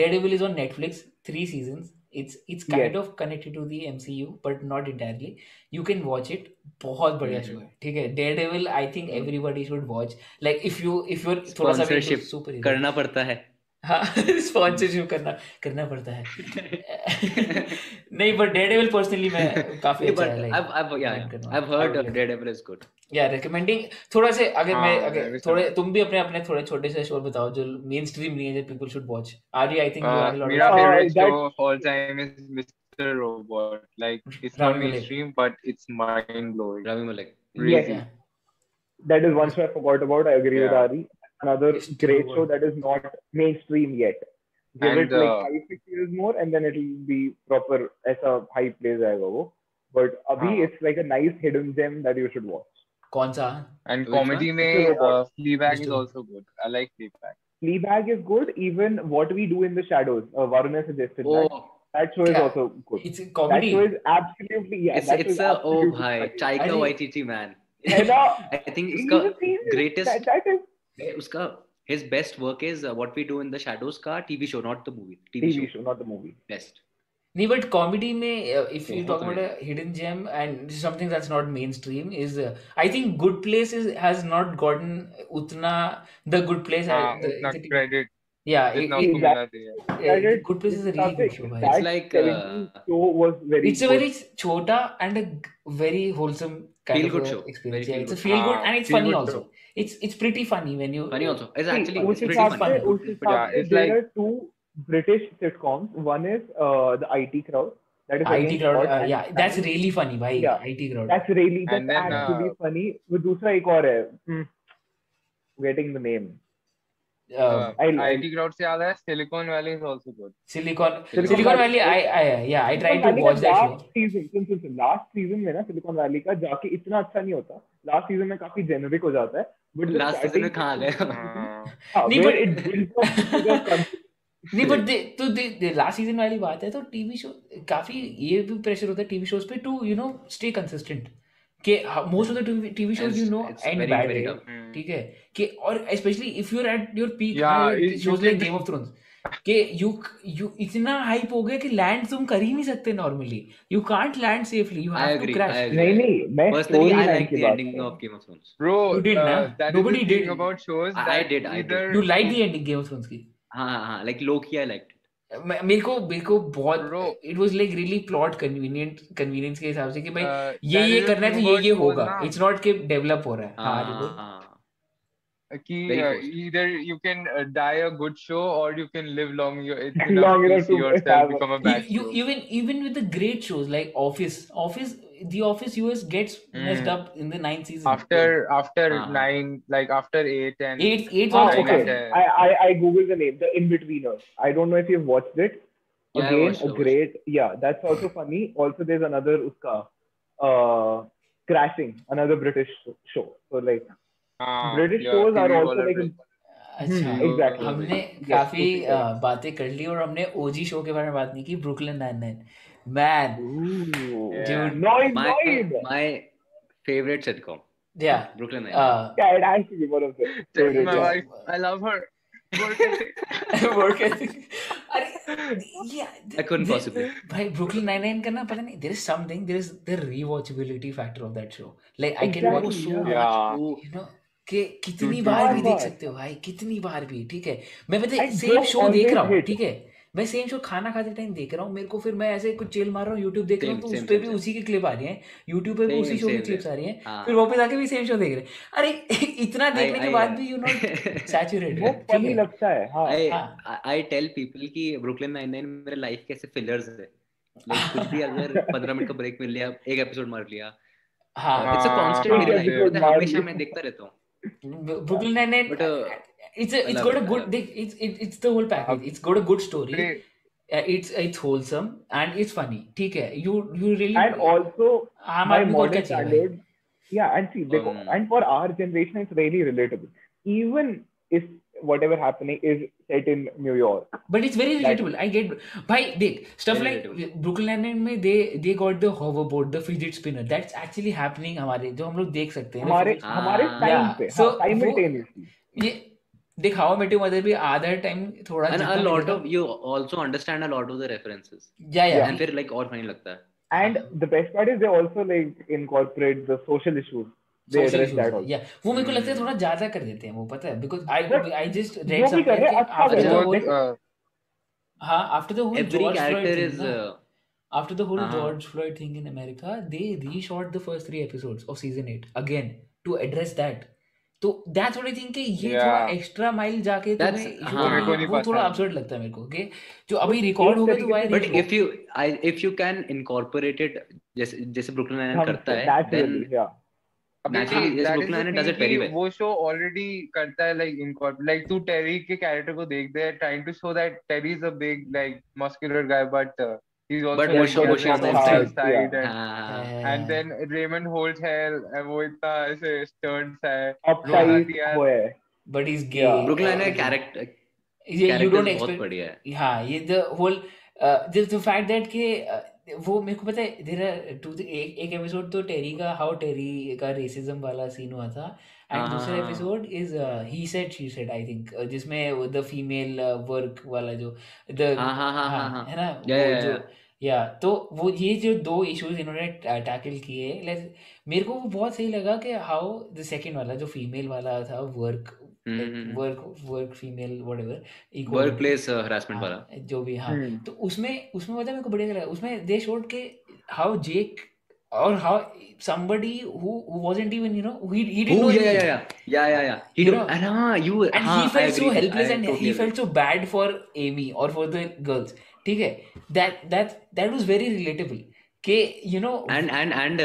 [SPEAKER 3] Daredevil is on Netflix, three seasons. It's it's kind of connected to the MCU, but not entirely. You can watch it. बहुत बढ़िया
[SPEAKER 2] हम्म।
[SPEAKER 3] show है. ठीक है, Daredevil. I think
[SPEAKER 2] हम्म।
[SPEAKER 3] everybody should watch. Like if you if you're थोड़ा सा भी into
[SPEAKER 2] Sponsorship
[SPEAKER 3] superhero.
[SPEAKER 2] करना पड़ता है
[SPEAKER 3] हाँ स्पॉन्सरशिप करना करना पड़ता है नहीं पर डेडेविल पर्सनली मैं काफी
[SPEAKER 2] Yeah,
[SPEAKER 3] अच्छा
[SPEAKER 2] but
[SPEAKER 3] है like, Oh
[SPEAKER 2] I've, I've, yeah,
[SPEAKER 3] like,
[SPEAKER 2] I've heard uh, Daredevil is good.
[SPEAKER 3] या रिकमेंडिंग थोड़ा से अगर
[SPEAKER 5] हाँ,
[SPEAKER 3] मैं
[SPEAKER 5] मैं
[SPEAKER 3] अगर
[SPEAKER 5] भी
[SPEAKER 3] थोड़े तुम भी अपने अपने थोड़े छोटे से शो बताओ जो मेन स्ट्रीम नहीं है जो people should watch are I think you are
[SPEAKER 4] Uh,
[SPEAKER 5] Uh, मेरा favorite
[SPEAKER 4] that-
[SPEAKER 5] show of all time is Mr. Robot. Like it's not
[SPEAKER 3] Ravi Malek.
[SPEAKER 5] mainstream, but it's mind blowing.
[SPEAKER 2] Ravi Malek.
[SPEAKER 4] Yes.
[SPEAKER 5] Really.
[SPEAKER 4] That is one show I forgot about. I agree
[SPEAKER 5] Yeah.
[SPEAKER 4] with Ari. Another
[SPEAKER 3] It's
[SPEAKER 4] great
[SPEAKER 3] true.
[SPEAKER 4] show that is not mainstream yet. Give
[SPEAKER 5] And,
[SPEAKER 4] it like
[SPEAKER 5] uh,
[SPEAKER 4] five, six years more, and then it'll be proper as a high place. जाएगा वो. But abhi,
[SPEAKER 5] हाँ.
[SPEAKER 4] it's like a nice hidden gem that you should watch.
[SPEAKER 3] कौन सा
[SPEAKER 5] And
[SPEAKER 2] Which
[SPEAKER 5] comedy
[SPEAKER 4] Mr.
[SPEAKER 5] mein uh,
[SPEAKER 4] Robot.
[SPEAKER 5] Fleabag is
[SPEAKER 3] Mr.
[SPEAKER 5] also good. I like Fleabag.
[SPEAKER 4] Fleabag is good. Even What We Do in the Shadows, uh, Varun has suggested that.
[SPEAKER 2] Oh,
[SPEAKER 4] That show is
[SPEAKER 3] Yeah.
[SPEAKER 4] also good.
[SPEAKER 3] It's
[SPEAKER 4] That
[SPEAKER 3] comedy
[SPEAKER 4] show is absolutely yeah.
[SPEAKER 2] it's,
[SPEAKER 4] that show
[SPEAKER 2] it's
[SPEAKER 4] is
[SPEAKER 2] a, oh,
[SPEAKER 4] absolutely
[SPEAKER 2] bhai,
[SPEAKER 4] funny.
[SPEAKER 2] Taika
[SPEAKER 3] अरे-
[SPEAKER 2] Waititi, man.
[SPEAKER 4] And, uh,
[SPEAKER 2] I think
[SPEAKER 4] he's
[SPEAKER 2] इसका
[SPEAKER 4] a genius.
[SPEAKER 2] greatest-
[SPEAKER 4] That, that is
[SPEAKER 2] उसका his best work is uh, what we do in the shadows का TV show not the movie TV,
[SPEAKER 4] TV
[SPEAKER 2] show
[SPEAKER 4] show, not the movie.
[SPEAKER 2] best
[SPEAKER 3] नहीं but comedy में uh, if you
[SPEAKER 2] बहुत
[SPEAKER 3] talk about hidden gem and something that's not mainstream is I think good place is has not gotten उतना the good place
[SPEAKER 5] हाँ, उतना credit
[SPEAKER 3] या
[SPEAKER 5] जितना
[SPEAKER 4] it-
[SPEAKER 5] उसको
[SPEAKER 4] it-
[SPEAKER 5] मिला चाहिए।
[SPEAKER 3] uh,
[SPEAKER 4] Credit
[SPEAKER 3] good place is a really good show भाई
[SPEAKER 2] It's
[SPEAKER 4] That
[SPEAKER 2] like,
[SPEAKER 4] television
[SPEAKER 2] uh,
[SPEAKER 4] show was very.
[SPEAKER 3] it's a
[SPEAKER 4] good.
[SPEAKER 3] very chota and a g- very wholesome kind
[SPEAKER 2] Feel
[SPEAKER 3] of
[SPEAKER 2] good
[SPEAKER 3] a
[SPEAKER 2] show.
[SPEAKER 3] experience.
[SPEAKER 2] Very
[SPEAKER 3] yeah,
[SPEAKER 2] feel
[SPEAKER 3] it's a
[SPEAKER 2] good.
[SPEAKER 3] feel good
[SPEAKER 5] Ah,
[SPEAKER 3] and it's
[SPEAKER 5] feel
[SPEAKER 3] funny
[SPEAKER 5] good
[SPEAKER 3] also. It's it's pretty funny when you
[SPEAKER 2] funny also it's
[SPEAKER 4] See,
[SPEAKER 2] actually
[SPEAKER 4] उस
[SPEAKER 2] it's pretty
[SPEAKER 4] हिसाब से
[SPEAKER 2] funny
[SPEAKER 4] उस हिसाब
[SPEAKER 5] Yeah,
[SPEAKER 4] से
[SPEAKER 5] it's
[SPEAKER 4] there
[SPEAKER 5] like-
[SPEAKER 4] are two British sitcoms. One is uh, the IT Crowd. That is
[SPEAKER 3] IT
[SPEAKER 4] again
[SPEAKER 3] crowd.
[SPEAKER 4] short
[SPEAKER 3] Uh,
[SPEAKER 4] and
[SPEAKER 3] yeah, that's
[SPEAKER 4] funny.
[SPEAKER 3] really funny. Bhai,
[SPEAKER 4] Yeah.
[SPEAKER 3] IT crowd.
[SPEAKER 4] That's really that's
[SPEAKER 5] And then,
[SPEAKER 4] actually
[SPEAKER 5] uh,
[SPEAKER 4] funny. वो दूसरा एक और है. Hmm. Getting the name.
[SPEAKER 2] Ah.
[SPEAKER 3] uh,
[SPEAKER 4] I
[SPEAKER 5] Uh,
[SPEAKER 4] like-
[SPEAKER 5] IT crowd से याद आया Silicon Valley is also good.
[SPEAKER 3] Silicon
[SPEAKER 2] Silicon
[SPEAKER 3] Silicon
[SPEAKER 4] Valley.
[SPEAKER 3] Valley. I, I yeah, I tried to
[SPEAKER 4] Silicon Valley
[SPEAKER 3] watch
[SPEAKER 4] का
[SPEAKER 3] that
[SPEAKER 4] last
[SPEAKER 3] show.
[SPEAKER 4] season सुन सुन सुन last season में ना Silicon Valley का जाके इतना अच्छा नहीं होता लास्ट सीजन में काफी जेनरिक हो जाता है बट
[SPEAKER 2] last season में कहाँ आ गए
[SPEAKER 5] हाँ,
[SPEAKER 3] नहीं, but-
[SPEAKER 4] it builds up to the
[SPEAKER 3] नहीं बट दे तो दे, दे लास्ट सीजन वाली बात है तो टीवी शो काफी ये भी प्रेशर होता है टीवी शोज पे to you know stay consistent के most of the TV shows you
[SPEAKER 2] It's-
[SPEAKER 3] no
[SPEAKER 2] it's
[SPEAKER 3] and
[SPEAKER 2] very,
[SPEAKER 3] bad
[SPEAKER 2] very
[SPEAKER 3] है
[SPEAKER 2] tough.
[SPEAKER 5] हम्म।
[SPEAKER 3] ठीक है कि और specially if you are at your peak
[SPEAKER 5] Yeah, it- it
[SPEAKER 3] shows like
[SPEAKER 5] can-
[SPEAKER 3] game of thrones के you you इतना hype हो गया कि लैंड तुम कर ही नहीं सकते normally you can't land safely you
[SPEAKER 2] I
[SPEAKER 3] have to
[SPEAKER 2] agree, I
[SPEAKER 3] crash
[SPEAKER 2] agree.
[SPEAKER 4] नहीं नहीं मैं
[SPEAKER 2] personally
[SPEAKER 4] story
[SPEAKER 2] I
[SPEAKER 4] line
[SPEAKER 2] like
[SPEAKER 4] की
[SPEAKER 2] the
[SPEAKER 4] बात
[SPEAKER 2] ending
[SPEAKER 4] कर रहा
[SPEAKER 2] of Game of Thrones
[SPEAKER 5] Bro,
[SPEAKER 3] You did,
[SPEAKER 5] uh,
[SPEAKER 3] nah?
[SPEAKER 5] that is
[SPEAKER 3] Nobody
[SPEAKER 5] the
[SPEAKER 3] did.
[SPEAKER 5] thing about shows
[SPEAKER 2] I- I
[SPEAKER 5] that
[SPEAKER 2] did, I did.
[SPEAKER 5] either-
[SPEAKER 3] you like the ending game of thrones की
[SPEAKER 2] हाँ हाँ हाँ like Loki I liked it
[SPEAKER 3] मैं- मेरे को मेरे को
[SPEAKER 5] Bro.
[SPEAKER 3] बहुत it was like really plot convenient convenience के हिसाब से कि भाई
[SPEAKER 5] uh,
[SPEAKER 3] ये
[SPEAKER 5] that
[SPEAKER 3] ये
[SPEAKER 5] is the
[SPEAKER 3] करना है तो
[SPEAKER 5] thing
[SPEAKER 3] ये
[SPEAKER 5] about
[SPEAKER 3] ये
[SPEAKER 5] shows
[SPEAKER 3] होगा
[SPEAKER 5] ना, Ah,
[SPEAKER 3] इट्स नॉट के डेवलप हो रहा है हाँ
[SPEAKER 2] हाँ
[SPEAKER 3] देखो
[SPEAKER 2] हाँ
[SPEAKER 5] कि
[SPEAKER 2] Very
[SPEAKER 5] uh,
[SPEAKER 2] forced.
[SPEAKER 5] either you can uh, die a good show or you can live long yo- it
[SPEAKER 4] Long
[SPEAKER 5] enough to
[SPEAKER 4] enough
[SPEAKER 5] see
[SPEAKER 4] to
[SPEAKER 5] yourself
[SPEAKER 4] have a-
[SPEAKER 5] become a
[SPEAKER 3] You,
[SPEAKER 5] bad
[SPEAKER 3] you
[SPEAKER 5] show.
[SPEAKER 3] even even with the great shows like Office, Office, the Office US gets messed
[SPEAKER 5] Mm.
[SPEAKER 3] up in the ninth season.
[SPEAKER 5] after after
[SPEAKER 2] Uh-huh.
[SPEAKER 5] nine like after eight and
[SPEAKER 3] eighth, eighth
[SPEAKER 4] Ah,
[SPEAKER 3] was
[SPEAKER 5] Like
[SPEAKER 3] okay.
[SPEAKER 5] that,
[SPEAKER 4] okay. I, I I googled the name, the in-betweeners. I don't know if you've watched it.
[SPEAKER 2] Yeah, I
[SPEAKER 4] Again,
[SPEAKER 2] watched, I
[SPEAKER 4] a
[SPEAKER 2] watched.
[SPEAKER 4] great yeah, that's also funny. Also, there's another uska, uh, crashing, another British show. So like
[SPEAKER 5] uh,
[SPEAKER 4] British
[SPEAKER 5] yeah,
[SPEAKER 4] shows are
[SPEAKER 5] TV
[SPEAKER 4] also
[SPEAKER 5] Waller
[SPEAKER 4] like
[SPEAKER 5] Bridge.
[SPEAKER 3] अच्छा
[SPEAKER 4] Hmm, exactly.
[SPEAKER 3] हमने
[SPEAKER 4] Yes,
[SPEAKER 3] काफी uh,
[SPEAKER 4] okay,
[SPEAKER 3] अ, बातें कर ली और हमने OG show के बारे में बात नहीं की Brooklyn nine nine man
[SPEAKER 4] Ooh.
[SPEAKER 5] Yeah.
[SPEAKER 3] Dude.
[SPEAKER 4] Noise,
[SPEAKER 2] my
[SPEAKER 4] noise.
[SPEAKER 2] my favorite sitcom
[SPEAKER 3] या
[SPEAKER 2] Brooklyn Nine
[SPEAKER 4] Yeah, it has to be one of the favorite.
[SPEAKER 5] my
[SPEAKER 4] yeah.
[SPEAKER 5] wife I love her
[SPEAKER 3] work अरे
[SPEAKER 2] I couldn't
[SPEAKER 3] दे-
[SPEAKER 2] possibly
[SPEAKER 3] भाई Brooklyn nine nine का ना पता नहीं there is something there is the rewatchability factor of that show like I can
[SPEAKER 2] वो
[SPEAKER 3] watch
[SPEAKER 4] Exactly,
[SPEAKER 2] so
[SPEAKER 4] yeah.
[SPEAKER 2] much
[SPEAKER 5] Yeah.
[SPEAKER 2] वो
[SPEAKER 3] you know कि कितनी
[SPEAKER 5] Hmm.
[SPEAKER 3] बार
[SPEAKER 4] बार
[SPEAKER 3] भी देख
[SPEAKER 4] बार।
[SPEAKER 3] सकते हो भाई कितनी बार भी ठीक है मैं पता
[SPEAKER 4] And
[SPEAKER 3] सेम
[SPEAKER 4] jokes
[SPEAKER 3] शो देख
[SPEAKER 4] always
[SPEAKER 3] रहा हूँ
[SPEAKER 4] hit.
[SPEAKER 3] ठीक है मैं सेम शो खाना खाते टाइम देख रहा हूँ मेरे को फिर मैं ऐसे कुछ चिल मार रहा हूँ यूट्यूब देख रहा हूँ
[SPEAKER 2] Same,
[SPEAKER 3] तो उस
[SPEAKER 2] same,
[SPEAKER 3] पे
[SPEAKER 2] same,
[SPEAKER 3] भी
[SPEAKER 2] same.
[SPEAKER 3] उसी की क्लिप आ रही है यूट्यूब पे भी
[SPEAKER 2] Same,
[SPEAKER 3] उसी
[SPEAKER 2] same,
[SPEAKER 3] शो की
[SPEAKER 2] same,
[SPEAKER 3] क्लिप्स
[SPEAKER 2] same.
[SPEAKER 3] आ रही है
[SPEAKER 2] हाँ।
[SPEAKER 3] फिर वापस आके भी सेम शो देख रहे हैं अरे इतना देखने
[SPEAKER 2] I-
[SPEAKER 3] के
[SPEAKER 2] I-
[SPEAKER 3] बाद भी यू नॉट
[SPEAKER 2] Ah.
[SPEAKER 3] सैचुरेटेड
[SPEAKER 4] वो funny लगता है हाँ
[SPEAKER 2] I
[SPEAKER 3] हाँ।
[SPEAKER 2] I- I tell people कि ब्रुकलिन नाइन नाइन मेरे लाइफ के ऐसे फिलर्स है Like, कुछ भी अगर 15 मिनट का ब्रेक मिल लिया एक एपिसोड मार लिया
[SPEAKER 3] हाँ
[SPEAKER 2] इट्स अ कांस्टेंट मेरी
[SPEAKER 4] हाँ,
[SPEAKER 2] लाइफ में
[SPEAKER 4] episode मार
[SPEAKER 2] हमेशा
[SPEAKER 4] लिया।
[SPEAKER 2] मैं देखता रहता हूँ
[SPEAKER 3] Brooklyn Nine Nine.
[SPEAKER 2] But, uh,
[SPEAKER 3] it's a,
[SPEAKER 2] I
[SPEAKER 3] it's
[SPEAKER 2] love
[SPEAKER 3] got a
[SPEAKER 2] it, I
[SPEAKER 3] good
[SPEAKER 2] love
[SPEAKER 3] they- it's it, it's the whole package. It's got a good story. Uh, it's it's wholesome and it's funny. ठीक है. You you really
[SPEAKER 4] And also
[SPEAKER 3] आम
[SPEAKER 4] by
[SPEAKER 3] आदमी को क्या
[SPEAKER 4] modern
[SPEAKER 3] चाहिए भाई?
[SPEAKER 4] standards, yeah, and see, देखो,
[SPEAKER 2] Um,
[SPEAKER 4] and for our generation, it's really relatable. Even if whatever happening is set in New York,
[SPEAKER 3] But it's very
[SPEAKER 4] That-
[SPEAKER 3] relatable. I get भाई देख stuff
[SPEAKER 2] Very
[SPEAKER 3] like Brooklyn Nine Nine में they they got the hoverboard, the fidget spinner. That's actually happening हमारे जो हम लोग देख सकते हैं.
[SPEAKER 4] हमारे
[SPEAKER 3] Fidget-
[SPEAKER 4] हमारे
[SPEAKER 2] हाँ,
[SPEAKER 4] टाइम
[SPEAKER 3] yeah.
[SPEAKER 4] पे
[SPEAKER 3] So,
[SPEAKER 4] हाँ, simultaneously.
[SPEAKER 3] ये दिखाओ मेटे मदर भी आधा टाइम थोड़ा
[SPEAKER 2] and
[SPEAKER 3] जितना
[SPEAKER 2] a
[SPEAKER 3] भी
[SPEAKER 2] lot
[SPEAKER 3] देखा-
[SPEAKER 2] of you also understand a lot of the references
[SPEAKER 3] yeah yeah.
[SPEAKER 2] and फिर like और funny लगता है
[SPEAKER 4] And the best part is they also like incorporate the social issues They
[SPEAKER 3] social
[SPEAKER 4] address that
[SPEAKER 3] issues
[SPEAKER 4] also.
[SPEAKER 3] या वो
[SPEAKER 2] Hmm.
[SPEAKER 3] मेरे को लगता है थोड़ा ज्यादा कर देते हैं वो पता है because I
[SPEAKER 4] But
[SPEAKER 3] I just
[SPEAKER 4] जो
[SPEAKER 3] रेड
[SPEAKER 4] भी कर रहे हैं, अच्छा कर
[SPEAKER 3] आफ्टर
[SPEAKER 4] रहे
[SPEAKER 3] द
[SPEAKER 4] हैं।
[SPEAKER 5] Both,
[SPEAKER 3] होल
[SPEAKER 5] uh,
[SPEAKER 3] हाँ after the whole
[SPEAKER 2] every character is uh,
[SPEAKER 3] After the whole
[SPEAKER 2] Uh-huh.
[SPEAKER 3] George Floyd thing in America, they reshot the first three episodes of season eight again to address that. तो that's what I think कि ये
[SPEAKER 5] Yeah.
[SPEAKER 3] थोड़ा extra mile जाके
[SPEAKER 2] That's-
[SPEAKER 3] तुम्हें
[SPEAKER 2] हाँ, मेरे को
[SPEAKER 5] नहीं
[SPEAKER 3] वो
[SPEAKER 5] पता
[SPEAKER 3] थोड़ा
[SPEAKER 5] है।
[SPEAKER 3] absurd लगता है मेरे को कि जो अभी record
[SPEAKER 4] एक
[SPEAKER 3] होगा तो
[SPEAKER 4] तरीके
[SPEAKER 3] why
[SPEAKER 4] से-
[SPEAKER 2] but
[SPEAKER 3] record?
[SPEAKER 2] if you I if you can incorporate it जैसे जैसे ब्रुकलिन
[SPEAKER 3] हाँ,
[SPEAKER 2] नाइन
[SPEAKER 4] Some-
[SPEAKER 2] करता है then
[SPEAKER 4] naturally, yeah.
[SPEAKER 5] अभी
[SPEAKER 2] Naturally,
[SPEAKER 5] जी,
[SPEAKER 2] yes,
[SPEAKER 5] that is
[SPEAKER 2] Brooklyn
[SPEAKER 5] the
[SPEAKER 2] Nine-Nine
[SPEAKER 5] thing
[SPEAKER 2] does it
[SPEAKER 5] कि
[SPEAKER 2] very well.
[SPEAKER 5] वो शो ऑलरेडी करता है लाइक इनकॉर्पोरेट लाइक तू टेरी के कैरेक्टर को देख they trying to show that Terry is a big like muscular guy but he is
[SPEAKER 2] But
[SPEAKER 5] also
[SPEAKER 2] वो show- वो show on the
[SPEAKER 4] inside,
[SPEAKER 5] side
[SPEAKER 2] हाँ,
[SPEAKER 5] एंड
[SPEAKER 2] हाँ, हाँ.
[SPEAKER 3] Yeah,
[SPEAKER 5] and
[SPEAKER 3] yeah,
[SPEAKER 5] then Raymond holds hair and वो इतना ऐसे stern सा है
[SPEAKER 4] Uptight
[SPEAKER 5] Yeah.
[SPEAKER 4] वो है.
[SPEAKER 3] yeah. but he's gay.
[SPEAKER 4] Yeah.
[SPEAKER 2] Brooklyn nine
[SPEAKER 3] Yeah,
[SPEAKER 2] का कैरेक्टर
[SPEAKER 3] you
[SPEAKER 2] कैरेक्टर
[SPEAKER 3] don't
[SPEAKER 2] बहुत
[SPEAKER 3] expect
[SPEAKER 2] बढ़िया है
[SPEAKER 3] हाँ ये the whole the fact that के uh, वो मेरे को पता है देर आर टू एक एक एपिसोड तो टेरी का हाउ टेरी का रेसिज्म वाला सीन हुआ था एंड दूसरा
[SPEAKER 2] हाँ।
[SPEAKER 3] Episode is he said she said I think जिसमें द फीमेल वर्क वाला जो द
[SPEAKER 2] हाँ हाँ हाँ हाँ
[SPEAKER 3] हाँ
[SPEAKER 2] हाँ
[SPEAKER 3] है ना
[SPEAKER 2] या
[SPEAKER 3] वो
[SPEAKER 2] या
[SPEAKER 3] जो या तो वो ये जो दो इश्यूज इन्होंने टैकल किए like, मेरे को वो बहुत सही लगा कि हाउ द सेकंड वाला जो फीमेल वाला था work
[SPEAKER 2] hmm.
[SPEAKER 3] Work work female whatever
[SPEAKER 2] workplace harassment वाला
[SPEAKER 3] हाँ, जो भी
[SPEAKER 5] हम्म।
[SPEAKER 3] हाँ
[SPEAKER 4] Hmm.
[SPEAKER 3] तो उसमें उसमें मतलब मेरे को बढ़िया लगा उसमें दे शोड के हाउ जेक और how somebody who who wasn't even you know he he didn't know
[SPEAKER 2] Oh, yeah, yeah,
[SPEAKER 3] anything.
[SPEAKER 2] yeah, yeah, yeah, yeah. You
[SPEAKER 3] You
[SPEAKER 2] know,
[SPEAKER 3] know,
[SPEAKER 2] and ah, you,
[SPEAKER 3] and
[SPEAKER 2] ah,
[SPEAKER 3] he
[SPEAKER 2] I
[SPEAKER 3] felt so
[SPEAKER 2] agree.
[SPEAKER 3] helpless
[SPEAKER 2] I
[SPEAKER 3] and
[SPEAKER 2] totally
[SPEAKER 3] he
[SPEAKER 2] agree.
[SPEAKER 3] felt so bad for Amy or for the girls ठीक है that that that was very relatable के you know
[SPEAKER 2] and and and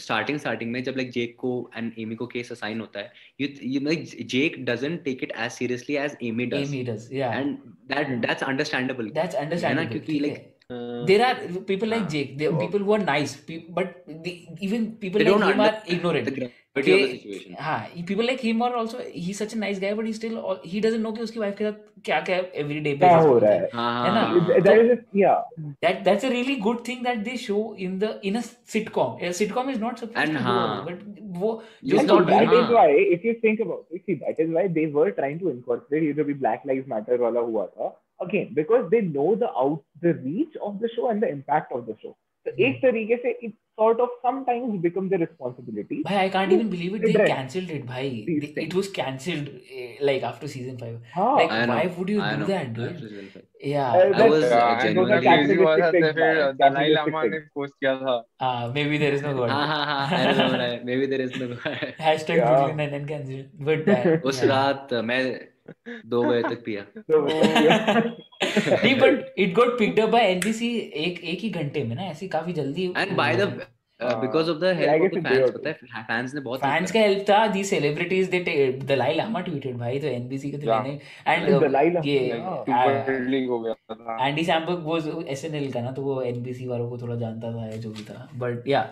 [SPEAKER 2] starting starting uh, में जब like Jake को and Amy को case assign होता है you you like Jake doesn't take it as seriously as Amy does
[SPEAKER 3] Amy does yeah
[SPEAKER 2] and that that's understandable
[SPEAKER 3] that's understandable
[SPEAKER 2] क्योंकि
[SPEAKER 3] ठीक
[SPEAKER 2] like, uh,
[SPEAKER 3] है
[SPEAKER 2] Hmm.
[SPEAKER 3] there are people like
[SPEAKER 2] हाँ,
[SPEAKER 3] Jake there are
[SPEAKER 2] वो-
[SPEAKER 3] people who are nice pe- but the, even people
[SPEAKER 2] They
[SPEAKER 3] like
[SPEAKER 2] don't
[SPEAKER 3] him are
[SPEAKER 2] understand
[SPEAKER 3] ignorant
[SPEAKER 2] the gravity of the
[SPEAKER 3] के-
[SPEAKER 2] situation
[SPEAKER 3] हाँ people like him और also he such a nice guy but he still he doesn't know कि उसकी wife के साथ क्या क्या everyday
[SPEAKER 4] क्या हो रहा है?
[SPEAKER 2] हाँ
[SPEAKER 3] है ना?
[SPEAKER 2] हाँ
[SPEAKER 4] That is, yeah.
[SPEAKER 3] that that's a really good thing that they show in the in a sitcom a sitcom is not supposed
[SPEAKER 2] And
[SPEAKER 3] to
[SPEAKER 2] हाँ.
[SPEAKER 3] do all, but वो
[SPEAKER 2] You
[SPEAKER 3] It's
[SPEAKER 4] And
[SPEAKER 2] know,
[SPEAKER 3] not bad.
[SPEAKER 4] that
[SPEAKER 2] हाँ,
[SPEAKER 4] is why, if you think about it, see, that is why they were trying to incorporate ये जो भी Black Lives Matter वाला हुआ था, again, because they know the out, the reach of the show and the impact of the show. So
[SPEAKER 3] Hmm.
[SPEAKER 4] एक तरीके से it sort of sometimes becomes a responsibility.
[SPEAKER 3] भाई I can't even believe it they
[SPEAKER 4] Dread.
[SPEAKER 3] cancelled it भाई
[SPEAKER 4] These
[SPEAKER 3] They- it
[SPEAKER 4] things.
[SPEAKER 3] was cancelled eh, like after season five
[SPEAKER 4] हाँ,
[SPEAKER 3] like
[SPEAKER 2] I know,
[SPEAKER 3] why would you
[SPEAKER 2] I
[SPEAKER 3] do
[SPEAKER 2] know.
[SPEAKER 3] that dude
[SPEAKER 2] Absolutely.
[SPEAKER 3] yeah
[SPEAKER 4] Uh,
[SPEAKER 2] I was uh,
[SPEAKER 4] those
[SPEAKER 5] Yeah, and
[SPEAKER 4] are
[SPEAKER 5] उनका
[SPEAKER 2] genuinely
[SPEAKER 4] capitalistic
[SPEAKER 5] crazy हुआ था
[SPEAKER 4] things,
[SPEAKER 5] तो फिर
[SPEAKER 4] man,
[SPEAKER 5] Dalai
[SPEAKER 4] capitalistic
[SPEAKER 5] Lama ने
[SPEAKER 4] things.
[SPEAKER 5] Post किया था
[SPEAKER 3] ah maybe there is no god
[SPEAKER 2] हाँ हाँ हाँ I remember I- maybe there is no
[SPEAKER 3] hashtag
[SPEAKER 4] Yeah.
[SPEAKER 3] Brooklyn Nine-Nine cancelled but that
[SPEAKER 2] उस
[SPEAKER 3] yeah.
[SPEAKER 2] रात मैं दो बजे तक पिया
[SPEAKER 4] So,
[SPEAKER 3] नहीं but it got picked up by NBC एक एक ही घंटे में ना ऐसी काफी जल्दी
[SPEAKER 2] and by the because of the
[SPEAKER 4] I
[SPEAKER 2] help of the fans
[SPEAKER 4] guess it did.
[SPEAKER 2] पता है फैंस ने बहुत help
[SPEAKER 3] फैंस का हेल्प था the celebrities the Dalai Lama tweeted भाई तो एनबीसी के
[SPEAKER 5] Yeah.
[SPEAKER 3] दिलाने एंड
[SPEAKER 4] Dalai Lama, yeah.
[SPEAKER 3] ये
[SPEAKER 5] सुपर लीग हो गया था
[SPEAKER 3] एंडी सैमबर्ग वो एसएनएल का ना तो वो एनबीसी वालों को थोड़ा जानता था या जो भी था but yeah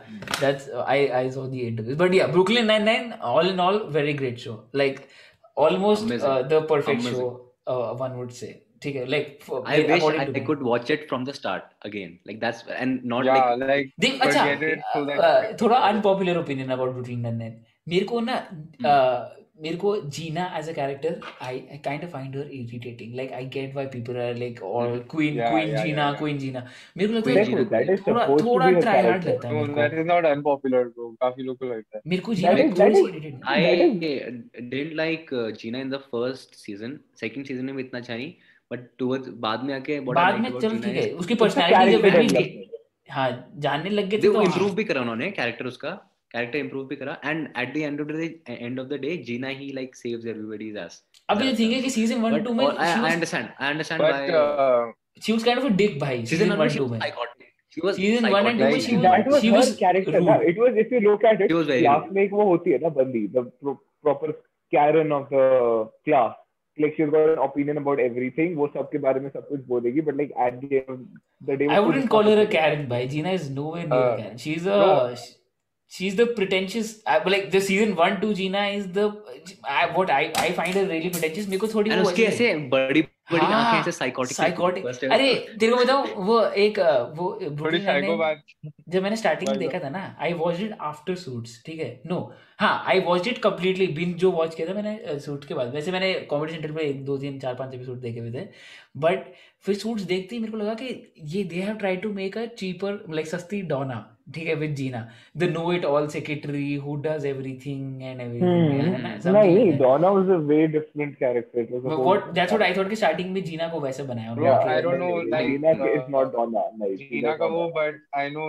[SPEAKER 3] that's I I saw the interview but yeah Brooklyn 99 all in all very great show like almost
[SPEAKER 2] Amazing.
[SPEAKER 3] The perfect show
[SPEAKER 2] Amazing.
[SPEAKER 3] One would say ठीक है like
[SPEAKER 2] I wish I, I could watch it from the start again. Like that's and not
[SPEAKER 5] yeah
[SPEAKER 2] like
[SPEAKER 5] like
[SPEAKER 3] देख अच्छा
[SPEAKER 5] Forget it so that-
[SPEAKER 3] अ, थोड़ा unpopular opinion about Brooklyn nine मेरे को ना अ, मेरे को Gina as a character I I kind of find her irritating like I get why people are like और queen
[SPEAKER 5] Yeah,
[SPEAKER 3] queen
[SPEAKER 5] yeah,
[SPEAKER 3] "Oh, Gina
[SPEAKER 5] yeah.
[SPEAKER 3] Queen Gina मेरे को लगता है
[SPEAKER 2] Queen
[SPEAKER 4] देखो, that is
[SPEAKER 3] थोड़ा
[SPEAKER 4] supposed to
[SPEAKER 3] थोड़ा
[SPEAKER 4] be her
[SPEAKER 3] try hard
[SPEAKER 4] character.
[SPEAKER 3] लगता है
[SPEAKER 5] No,
[SPEAKER 3] मेरे
[SPEAKER 5] that
[SPEAKER 3] को
[SPEAKER 5] is not unpopular, bro. काफी लोगों को लगता है.
[SPEAKER 3] मेरे को
[SPEAKER 4] That
[SPEAKER 3] जीना
[SPEAKER 4] is-
[SPEAKER 3] थोड़ी
[SPEAKER 4] that
[SPEAKER 3] सी
[SPEAKER 4] is-
[SPEAKER 3] irritating
[SPEAKER 2] I
[SPEAKER 4] That is-
[SPEAKER 2] didn't like uh, Gina in the first season. Second season में भी इतना अच्छा नहीं. But towards बाद में आके what I
[SPEAKER 3] बाद
[SPEAKER 2] liked
[SPEAKER 3] में
[SPEAKER 2] about
[SPEAKER 3] चलो
[SPEAKER 2] Gina
[SPEAKER 3] ठीक है
[SPEAKER 2] is
[SPEAKER 3] उसकी
[SPEAKER 4] उसका
[SPEAKER 3] पर्सनालिटी जब
[SPEAKER 4] character
[SPEAKER 3] मैंने
[SPEAKER 4] development.
[SPEAKER 3] हाँ जानने लग गए
[SPEAKER 2] they
[SPEAKER 3] थे तो
[SPEAKER 2] वो
[SPEAKER 3] हाँ
[SPEAKER 2] improve भी करा उन्होंने character उसका character improve भी करा and at the end of the day end of the day Gina he like saves everybody's ass.
[SPEAKER 3] अब ये थिंग है कि सीजन वन
[SPEAKER 2] But
[SPEAKER 3] टू में
[SPEAKER 2] all- I, I
[SPEAKER 3] she
[SPEAKER 2] understand. I understand
[SPEAKER 5] But
[SPEAKER 2] why
[SPEAKER 5] uh,
[SPEAKER 3] was kind of a dick भाई
[SPEAKER 2] season
[SPEAKER 3] season
[SPEAKER 2] one
[SPEAKER 3] one
[SPEAKER 2] she
[SPEAKER 3] two
[SPEAKER 2] was
[SPEAKER 3] में
[SPEAKER 2] psychotic. She was
[SPEAKER 3] Season one and two
[SPEAKER 2] psychotic.
[SPEAKER 3] में she was-
[SPEAKER 4] That was
[SPEAKER 3] she
[SPEAKER 4] her
[SPEAKER 3] was
[SPEAKER 4] character.
[SPEAKER 3] rude.
[SPEAKER 4] Na. It was if you look at it,
[SPEAKER 2] She was very
[SPEAKER 4] class
[SPEAKER 2] rude.
[SPEAKER 4] में एक वो होती है ना बंदी, the pro- proper Karen of the class. Like she's got an opinion about everything. वो सब के बारे में सब कुछ बोलेगी, but like at the end of the day,
[SPEAKER 3] I
[SPEAKER 4] वो
[SPEAKER 3] wouldn't
[SPEAKER 4] खुद-
[SPEAKER 3] call her a Karen, bhai. Gina is nowhere near
[SPEAKER 5] Uh,
[SPEAKER 3] Karen. She's a
[SPEAKER 5] no.
[SPEAKER 3] sh- she's the pretentious. I, but like the season one two Gina is the I, what I I find her really pretentious. मेरे को थोड़ी
[SPEAKER 2] And
[SPEAKER 3] वो
[SPEAKER 2] उसकी
[SPEAKER 3] ऐसे-
[SPEAKER 2] ऐसे बड़ी बड़ी
[SPEAKER 3] हाँ,
[SPEAKER 2] आंखें ऐसे psychotic
[SPEAKER 3] psychotic.
[SPEAKER 2] first ever-
[SPEAKER 3] अरे तेरे को बताऊं वो एक अ, वो
[SPEAKER 5] थोड़ी
[SPEAKER 3] ब्रुकलिन नाइन
[SPEAKER 5] साइकोपैथ
[SPEAKER 3] जब मैंने स्टार्टिंग में
[SPEAKER 5] Why
[SPEAKER 3] देखा था ना I watch it after Suits ठीक है नो हाँ I watch it completely binge जो वॉच किया था मैंने सूट के बाद वैसे मैंने कॉमेडी सेंटर पे एक दो तीन चार पांच एपिसोड देखे हुए थे बट फिर सूट्स देखते ही मेरे को लगा कि ये they have try to make a cheaper like सस्ती डोना ठीक है with Gina the know it all secretary who does everything and everything
[SPEAKER 4] Hmm. नहीं Donna was a way different character it was a whole-
[SPEAKER 3] what that's what I thought कि starting में Gina को वैसे बनाया और
[SPEAKER 4] Yeah,
[SPEAKER 3] बाकी-
[SPEAKER 5] I don't know, like,
[SPEAKER 4] Lena
[SPEAKER 5] uh,
[SPEAKER 4] is not Donna. Like,
[SPEAKER 5] Gina का वो बट आई नो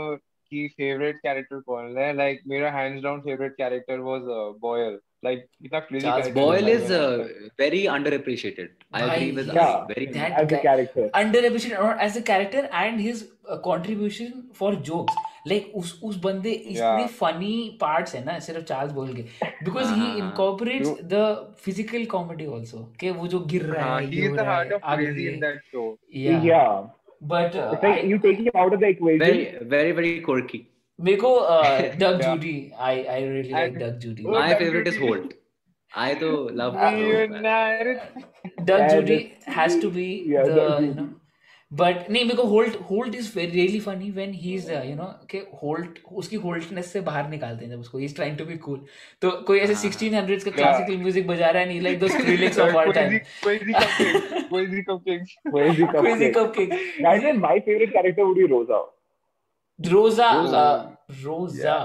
[SPEAKER 5] की फेवरेट कैरेक्टर कौन है लाइक मेरा hands down favourite character was Boyle like uh, इतना crazy
[SPEAKER 6] Charles
[SPEAKER 2] Boyle is
[SPEAKER 5] Oh
[SPEAKER 2] uh, very underappreciated. I agree with
[SPEAKER 4] Yeah.
[SPEAKER 2] Ash, very
[SPEAKER 3] That-
[SPEAKER 4] as a
[SPEAKER 3] guy-
[SPEAKER 4] character.
[SPEAKER 3] underappreciated or as a character and his uh, contribution for jokes like उस उस बंदे इतने
[SPEAKER 5] Yeah.
[SPEAKER 3] funny parts है ना सिर्फ Charles Boyle के because
[SPEAKER 2] हाँ,
[SPEAKER 3] he
[SPEAKER 2] हाँ,
[SPEAKER 5] Uh-huh.
[SPEAKER 2] हाँ.
[SPEAKER 3] incorporates the physical comedy also के वो जो गिर रहा
[SPEAKER 2] हाँ,
[SPEAKER 3] है
[SPEAKER 5] ही
[SPEAKER 3] ये
[SPEAKER 5] इज
[SPEAKER 3] हो
[SPEAKER 5] द
[SPEAKER 3] रहा
[SPEAKER 5] हार्ट
[SPEAKER 3] है
[SPEAKER 5] ऑफ
[SPEAKER 3] आगे
[SPEAKER 5] क्रेजी इन
[SPEAKER 3] ये.
[SPEAKER 5] That show
[SPEAKER 3] yeah,
[SPEAKER 4] yeah.
[SPEAKER 3] but uh,
[SPEAKER 4] It's like
[SPEAKER 3] I-
[SPEAKER 4] you take him out of the equation.
[SPEAKER 2] very very very quirky.
[SPEAKER 3] मेरे को uh, Doug
[SPEAKER 5] Yeah.
[SPEAKER 3] Judy I I really like
[SPEAKER 5] And-
[SPEAKER 3] Doug Judy
[SPEAKER 5] Oh,
[SPEAKER 2] My
[SPEAKER 5] Doug
[SPEAKER 2] favorite is
[SPEAKER 5] Judy.
[SPEAKER 2] Holt. I though love Holt, man.
[SPEAKER 5] United
[SPEAKER 3] Doug
[SPEAKER 4] And-
[SPEAKER 3] Judy has to be
[SPEAKER 4] Yeah,
[SPEAKER 3] the
[SPEAKER 4] Doug
[SPEAKER 3] you know,
[SPEAKER 4] Judy.
[SPEAKER 3] but नहीं मेरे को Holt Holt is really funny when he is you know के Holt उसकी Holtness से बाहर निकालते हैं जब उसको he is trying to be cool तो कोई ऐसे
[SPEAKER 2] हाँ,
[SPEAKER 3] 1600s का
[SPEAKER 5] Yeah.
[SPEAKER 3] क्लासिकल म्यूजिक बजा रहा है नहीं like those feelings of our time
[SPEAKER 5] crazy cupcakes crazy cupcakes
[SPEAKER 4] Where is the
[SPEAKER 3] crazy
[SPEAKER 4] cupcake? That's why my favorite character would be Rosa.
[SPEAKER 3] Rosa
[SPEAKER 2] Rosa.
[SPEAKER 3] Rosa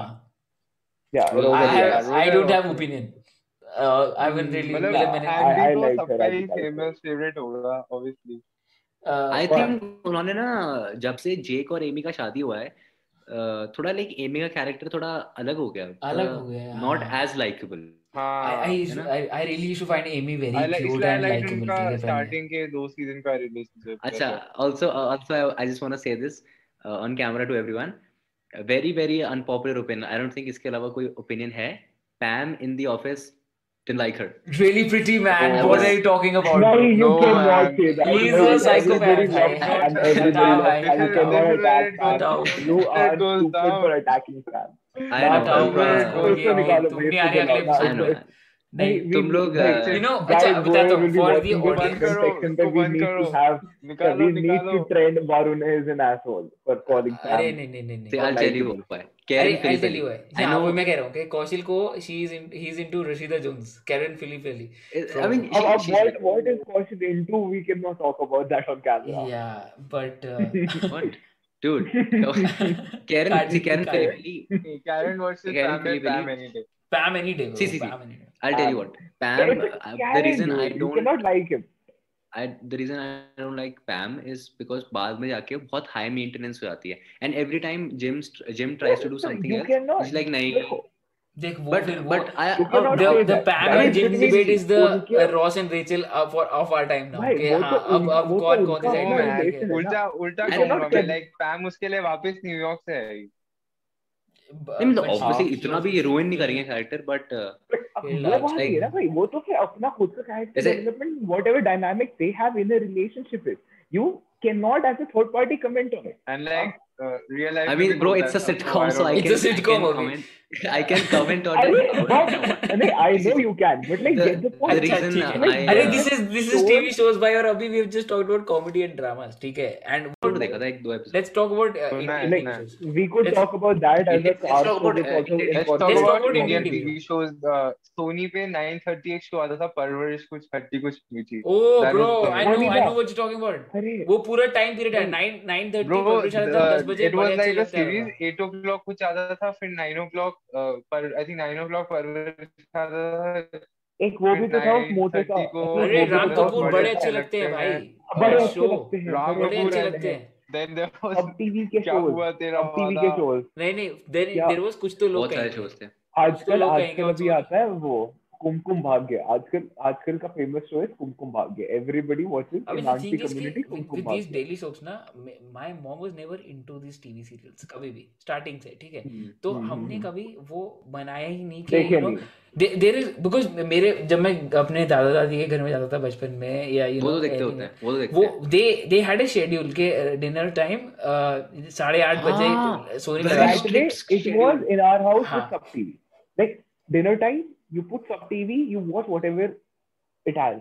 [SPEAKER 4] Yeah,
[SPEAKER 2] Rosa,
[SPEAKER 4] Rosa.
[SPEAKER 3] I
[SPEAKER 2] yeah,
[SPEAKER 4] yeah.
[SPEAKER 3] Have I
[SPEAKER 5] Rosa
[SPEAKER 3] don't have
[SPEAKER 5] also.
[SPEAKER 3] Opinion I will really
[SPEAKER 5] मतलब
[SPEAKER 3] मतलब मैंने
[SPEAKER 4] I- I
[SPEAKER 5] handy तो
[SPEAKER 4] like her
[SPEAKER 5] सबका
[SPEAKER 4] as a
[SPEAKER 5] ही
[SPEAKER 4] character.
[SPEAKER 5] Famous favourite होगा obviously
[SPEAKER 3] uh,
[SPEAKER 2] I
[SPEAKER 4] But-
[SPEAKER 2] think उन्होंने ना जब से जेक और एमी का शादी हुआ है अ, थोड़ा लाइक एमी का कैरेक्टर थोड़ा अलग हो गया Uh,
[SPEAKER 3] अलग हो गया
[SPEAKER 2] नॉट
[SPEAKER 3] हाँ।
[SPEAKER 2] एज लाइकेबल
[SPEAKER 3] I,
[SPEAKER 5] हाँ
[SPEAKER 3] I,
[SPEAKER 2] है ना?
[SPEAKER 3] I, I really used to find Amy very
[SPEAKER 5] I like,
[SPEAKER 3] cute
[SPEAKER 5] इसलिए I
[SPEAKER 3] and
[SPEAKER 5] liked
[SPEAKER 3] likable.
[SPEAKER 5] उनका
[SPEAKER 3] ठीक है, पहले।
[SPEAKER 5] starting के दो सीजन का relationship
[SPEAKER 2] अच्छा also also I just want to say this on camera to everyone very very unpopular opinion I don't think इसके अलावा कोई ओपिनियन है Pam in the Office didn't like her
[SPEAKER 3] Really pretty man.
[SPEAKER 5] Oh.
[SPEAKER 3] what are you talking about?
[SPEAKER 4] No, you
[SPEAKER 5] No,
[SPEAKER 4] cannot
[SPEAKER 5] man.
[SPEAKER 4] say that.
[SPEAKER 3] He's
[SPEAKER 4] Everybody
[SPEAKER 3] a psychopath.
[SPEAKER 4] loves
[SPEAKER 3] I-
[SPEAKER 4] Sam
[SPEAKER 3] I-
[SPEAKER 4] and everybody
[SPEAKER 3] Shut up, I-
[SPEAKER 4] loves Sam.
[SPEAKER 3] Shut
[SPEAKER 4] You cannot
[SPEAKER 5] up.
[SPEAKER 4] attack Sam.
[SPEAKER 3] Shut up.
[SPEAKER 4] You are
[SPEAKER 5] goes
[SPEAKER 4] stupid
[SPEAKER 5] down.
[SPEAKER 4] for attacking Sam.
[SPEAKER 2] I
[SPEAKER 3] Shut
[SPEAKER 4] Now,
[SPEAKER 3] up,
[SPEAKER 4] Sam
[SPEAKER 3] man.
[SPEAKER 4] is also
[SPEAKER 3] Okay, okay,
[SPEAKER 4] not a
[SPEAKER 3] तुम
[SPEAKER 4] way
[SPEAKER 3] नहीं
[SPEAKER 4] to
[SPEAKER 3] आ रहे
[SPEAKER 4] go
[SPEAKER 3] अगले
[SPEAKER 4] down.
[SPEAKER 3] episode में। नहीं,
[SPEAKER 4] We-
[SPEAKER 2] तुम
[SPEAKER 4] we-
[SPEAKER 2] लोग,
[SPEAKER 4] like,
[SPEAKER 2] uh,
[SPEAKER 3] You know,
[SPEAKER 4] guys,
[SPEAKER 3] अच्छा बताता
[SPEAKER 4] whoever
[SPEAKER 3] हूँ
[SPEAKER 4] will be
[SPEAKER 3] for the
[SPEAKER 4] watching
[SPEAKER 3] audience.
[SPEAKER 4] this
[SPEAKER 5] करो,
[SPEAKER 4] section that
[SPEAKER 5] इसको
[SPEAKER 4] we
[SPEAKER 5] बंद
[SPEAKER 4] need
[SPEAKER 5] करो।
[SPEAKER 4] to have that
[SPEAKER 5] निकालो
[SPEAKER 4] we need
[SPEAKER 5] निकालो
[SPEAKER 4] to trend Varun is an asshole for calling Sam.
[SPEAKER 3] अरे नहीं नहीं नहीं नहीं
[SPEAKER 2] से आई टेल यू व्हाई
[SPEAKER 3] अरे
[SPEAKER 2] कैरी
[SPEAKER 3] आई टेल यू
[SPEAKER 2] I
[SPEAKER 3] हाँ
[SPEAKER 2] know-
[SPEAKER 3] वो मैं कह रहा हूँ कि कौशल को she is he is into Rashida Jones Karen Filippelli
[SPEAKER 2] I mean
[SPEAKER 4] Ab- ab- what, what is Kaushal into? We cannot talk about that on camera.
[SPEAKER 3] या but
[SPEAKER 2] What? Dude, Karen, see, Karen Felipe,
[SPEAKER 5] Karen versus
[SPEAKER 2] Karen
[SPEAKER 5] Sam and
[SPEAKER 2] Felipe.
[SPEAKER 5] Pam any day
[SPEAKER 3] Pam any day
[SPEAKER 2] See, see, see.
[SPEAKER 3] Pam any day
[SPEAKER 2] I'll tell you what. Pam,
[SPEAKER 4] Karen-
[SPEAKER 2] uh, the
[SPEAKER 4] Karen,
[SPEAKER 2] reason I
[SPEAKER 4] dude, you
[SPEAKER 2] don't,
[SPEAKER 4] cannot like him.
[SPEAKER 2] I, the reason I don't like Pam is because बाद में जाके बहुत high maintenance हो जाती है. And every time Jim, Jim tries to do something
[SPEAKER 4] you
[SPEAKER 2] else,
[SPEAKER 4] cannot.
[SPEAKER 2] he's like, नहीं.
[SPEAKER 4] Look,
[SPEAKER 3] देख वो
[SPEAKER 2] But,
[SPEAKER 3] फिर वो
[SPEAKER 2] but I, uh,
[SPEAKER 4] You cannot
[SPEAKER 3] the,
[SPEAKER 4] say
[SPEAKER 3] the
[SPEAKER 4] that.
[SPEAKER 3] Pam
[SPEAKER 4] That
[SPEAKER 3] and
[SPEAKER 4] is
[SPEAKER 3] Jim
[SPEAKER 4] between
[SPEAKER 3] debate is the
[SPEAKER 4] उनके-
[SPEAKER 3] uh, Ross and Rachel uh, for of our time now.
[SPEAKER 4] भाई,
[SPEAKER 3] कि
[SPEAKER 4] वो
[SPEAKER 3] हाँ,
[SPEAKER 4] तो
[SPEAKER 3] अब
[SPEAKER 4] उन-
[SPEAKER 3] अब
[SPEAKER 4] वो तो
[SPEAKER 3] कौन कौन से
[SPEAKER 4] उनका
[SPEAKER 3] साइड
[SPEAKER 5] वो
[SPEAKER 3] में
[SPEAKER 5] है,
[SPEAKER 3] आ गया
[SPEAKER 4] relation है
[SPEAKER 5] उल्टा उल्टा
[SPEAKER 2] I
[SPEAKER 5] कहूंगा
[SPEAKER 4] cannot
[SPEAKER 5] मैं
[SPEAKER 4] tell-
[SPEAKER 5] लाइक पैम उसके लिए वापस न्यूयॉर्क से आएगी
[SPEAKER 2] नहीं मतलब
[SPEAKER 3] But
[SPEAKER 2] obviously
[SPEAKER 3] she-
[SPEAKER 2] इतना भी ruin नहीं करेंगे character, but uh,
[SPEAKER 4] अब
[SPEAKER 3] ये
[SPEAKER 4] वो
[SPEAKER 3] लाइफ
[SPEAKER 4] बात ये है ना भाई वो तो फिर अपना खुद का कैरेक्टर
[SPEAKER 2] जैसे-
[SPEAKER 4] development whatever dynamic they have in relationship is you can not as a third party comment on it
[SPEAKER 5] and like real life
[SPEAKER 2] I mean, bro, it's a sitcom, so I
[SPEAKER 3] It's
[SPEAKER 2] can,
[SPEAKER 3] a
[SPEAKER 2] I
[SPEAKER 3] sitcom,
[SPEAKER 2] can
[SPEAKER 3] okay.
[SPEAKER 2] comment, I can comment on
[SPEAKER 4] I
[SPEAKER 2] it.
[SPEAKER 4] mean, but, I mean, I know you can, but like,
[SPEAKER 2] The-
[SPEAKER 4] get the
[SPEAKER 2] the
[SPEAKER 4] point.
[SPEAKER 2] reason
[SPEAKER 3] ठीक
[SPEAKER 2] I,
[SPEAKER 3] है। अच्छा, अरे
[SPEAKER 2] uh,
[SPEAKER 3] this is this is TV shows by और अभी we have just talked about comedy and dramas ठीक है and
[SPEAKER 2] episode तो देखा था एक दो episode.
[SPEAKER 3] let's talk about uh,
[SPEAKER 5] सुनना है,
[SPEAKER 3] Indian
[SPEAKER 5] सुनना
[SPEAKER 3] TV shows.
[SPEAKER 4] We could
[SPEAKER 3] Let's-
[SPEAKER 4] talk about that as a
[SPEAKER 2] let's- let's
[SPEAKER 4] cast.
[SPEAKER 2] talk about, uh, let's
[SPEAKER 5] Let's talk
[SPEAKER 3] Let's talk
[SPEAKER 5] about
[SPEAKER 3] about
[SPEAKER 5] Indian
[SPEAKER 3] Indian
[SPEAKER 5] TV shows. Uh, Sony पे 9:30 एक शो आता था परवरिश कुछ खट्टी कुछ मीठी.
[SPEAKER 3] Oh
[SPEAKER 5] That
[SPEAKER 3] bro,
[SPEAKER 5] was-
[SPEAKER 3] I know I
[SPEAKER 4] Monica.
[SPEAKER 3] know what you're talking about.
[SPEAKER 4] अरे
[SPEAKER 3] वो पूरा time period है nine nine thirty
[SPEAKER 5] Bro,
[SPEAKER 3] publish आता था
[SPEAKER 5] uh,
[SPEAKER 3] दस बजे
[SPEAKER 5] it was
[SPEAKER 3] बड़े अच्छे
[SPEAKER 5] like a
[SPEAKER 3] लगता है
[SPEAKER 5] series. 8 o'clock कुछ आता था फिर 9 o'clock uh, पर I think 9 o'clock परवरिश आता था.
[SPEAKER 4] एक वो भी तो था उस मोटे का
[SPEAKER 5] 9:30 को-
[SPEAKER 4] एक वो
[SPEAKER 3] अरे
[SPEAKER 4] भी
[SPEAKER 3] राम
[SPEAKER 4] तो था,
[SPEAKER 3] कपूर
[SPEAKER 4] बड़े
[SPEAKER 3] बड़े अच्छे लगते हैं भाई
[SPEAKER 4] बड़े
[SPEAKER 3] और
[SPEAKER 4] अच्छे
[SPEAKER 3] show,
[SPEAKER 4] लगते हैं
[SPEAKER 5] राम
[SPEAKER 3] बड़े
[SPEAKER 5] कपूर
[SPEAKER 3] अच्छे
[SPEAKER 5] and-
[SPEAKER 3] लगते हैं
[SPEAKER 5] Then there was
[SPEAKER 4] अब टीवी के
[SPEAKER 5] क्या
[SPEAKER 4] शोज
[SPEAKER 5] हुआ तेरा
[SPEAKER 4] अब टीवी के
[SPEAKER 5] वाला.
[SPEAKER 4] शोज
[SPEAKER 3] नहीं नहीं देर
[SPEAKER 4] क्या-
[SPEAKER 3] देर वाज कुछ तो लोग
[SPEAKER 2] बहुत सारे
[SPEAKER 3] कहेंगे।
[SPEAKER 2] shows थे.
[SPEAKER 4] आजकल
[SPEAKER 3] लोग कहेंगे
[SPEAKER 4] आजकल
[SPEAKER 3] और
[SPEAKER 4] अभी
[SPEAKER 3] छोड़-
[SPEAKER 4] आता है वो कुमकुम भाग्य आजकल आजकल का फेमस शो है Kumkum Bhagya everybody watches
[SPEAKER 3] I mean, the
[SPEAKER 4] नानसी
[SPEAKER 3] thing is,
[SPEAKER 4] कम्युनिटी
[SPEAKER 3] ki, तो with,
[SPEAKER 4] Kumkum
[SPEAKER 3] with these
[SPEAKER 4] Bhagya
[SPEAKER 3] daily soaps, na, m- my mom was never into these TV serials कभी भी starting से ठीक है
[SPEAKER 2] हम्म,
[SPEAKER 3] तो
[SPEAKER 4] हम्म,
[SPEAKER 3] हमने
[SPEAKER 4] हम्म।
[SPEAKER 3] कभी वो बनाया ही नहीं कि
[SPEAKER 4] देखे
[SPEAKER 3] you know,
[SPEAKER 4] नहीं
[SPEAKER 3] दे- there is because मेरे जब मैं अपने दादा दादी के घर में जाता था बचपन में या you
[SPEAKER 2] वो
[SPEAKER 3] know
[SPEAKER 2] तो देखते
[SPEAKER 3] anything-
[SPEAKER 2] होते हैं, वो तो देखते
[SPEAKER 3] वो
[SPEAKER 2] हैं.
[SPEAKER 3] They they had a schedule के uh, डिनर टाइम uh, साढ़े आठ बजे
[SPEAKER 2] हाँ,
[SPEAKER 3] सोनी
[SPEAKER 2] very
[SPEAKER 3] लगा
[SPEAKER 2] true.
[SPEAKER 4] Saturday,
[SPEAKER 2] strict
[SPEAKER 4] it was in our house
[SPEAKER 3] हाँ.
[SPEAKER 4] with sub TV. Like dinner time, you put sub TV, you watch whatever it has.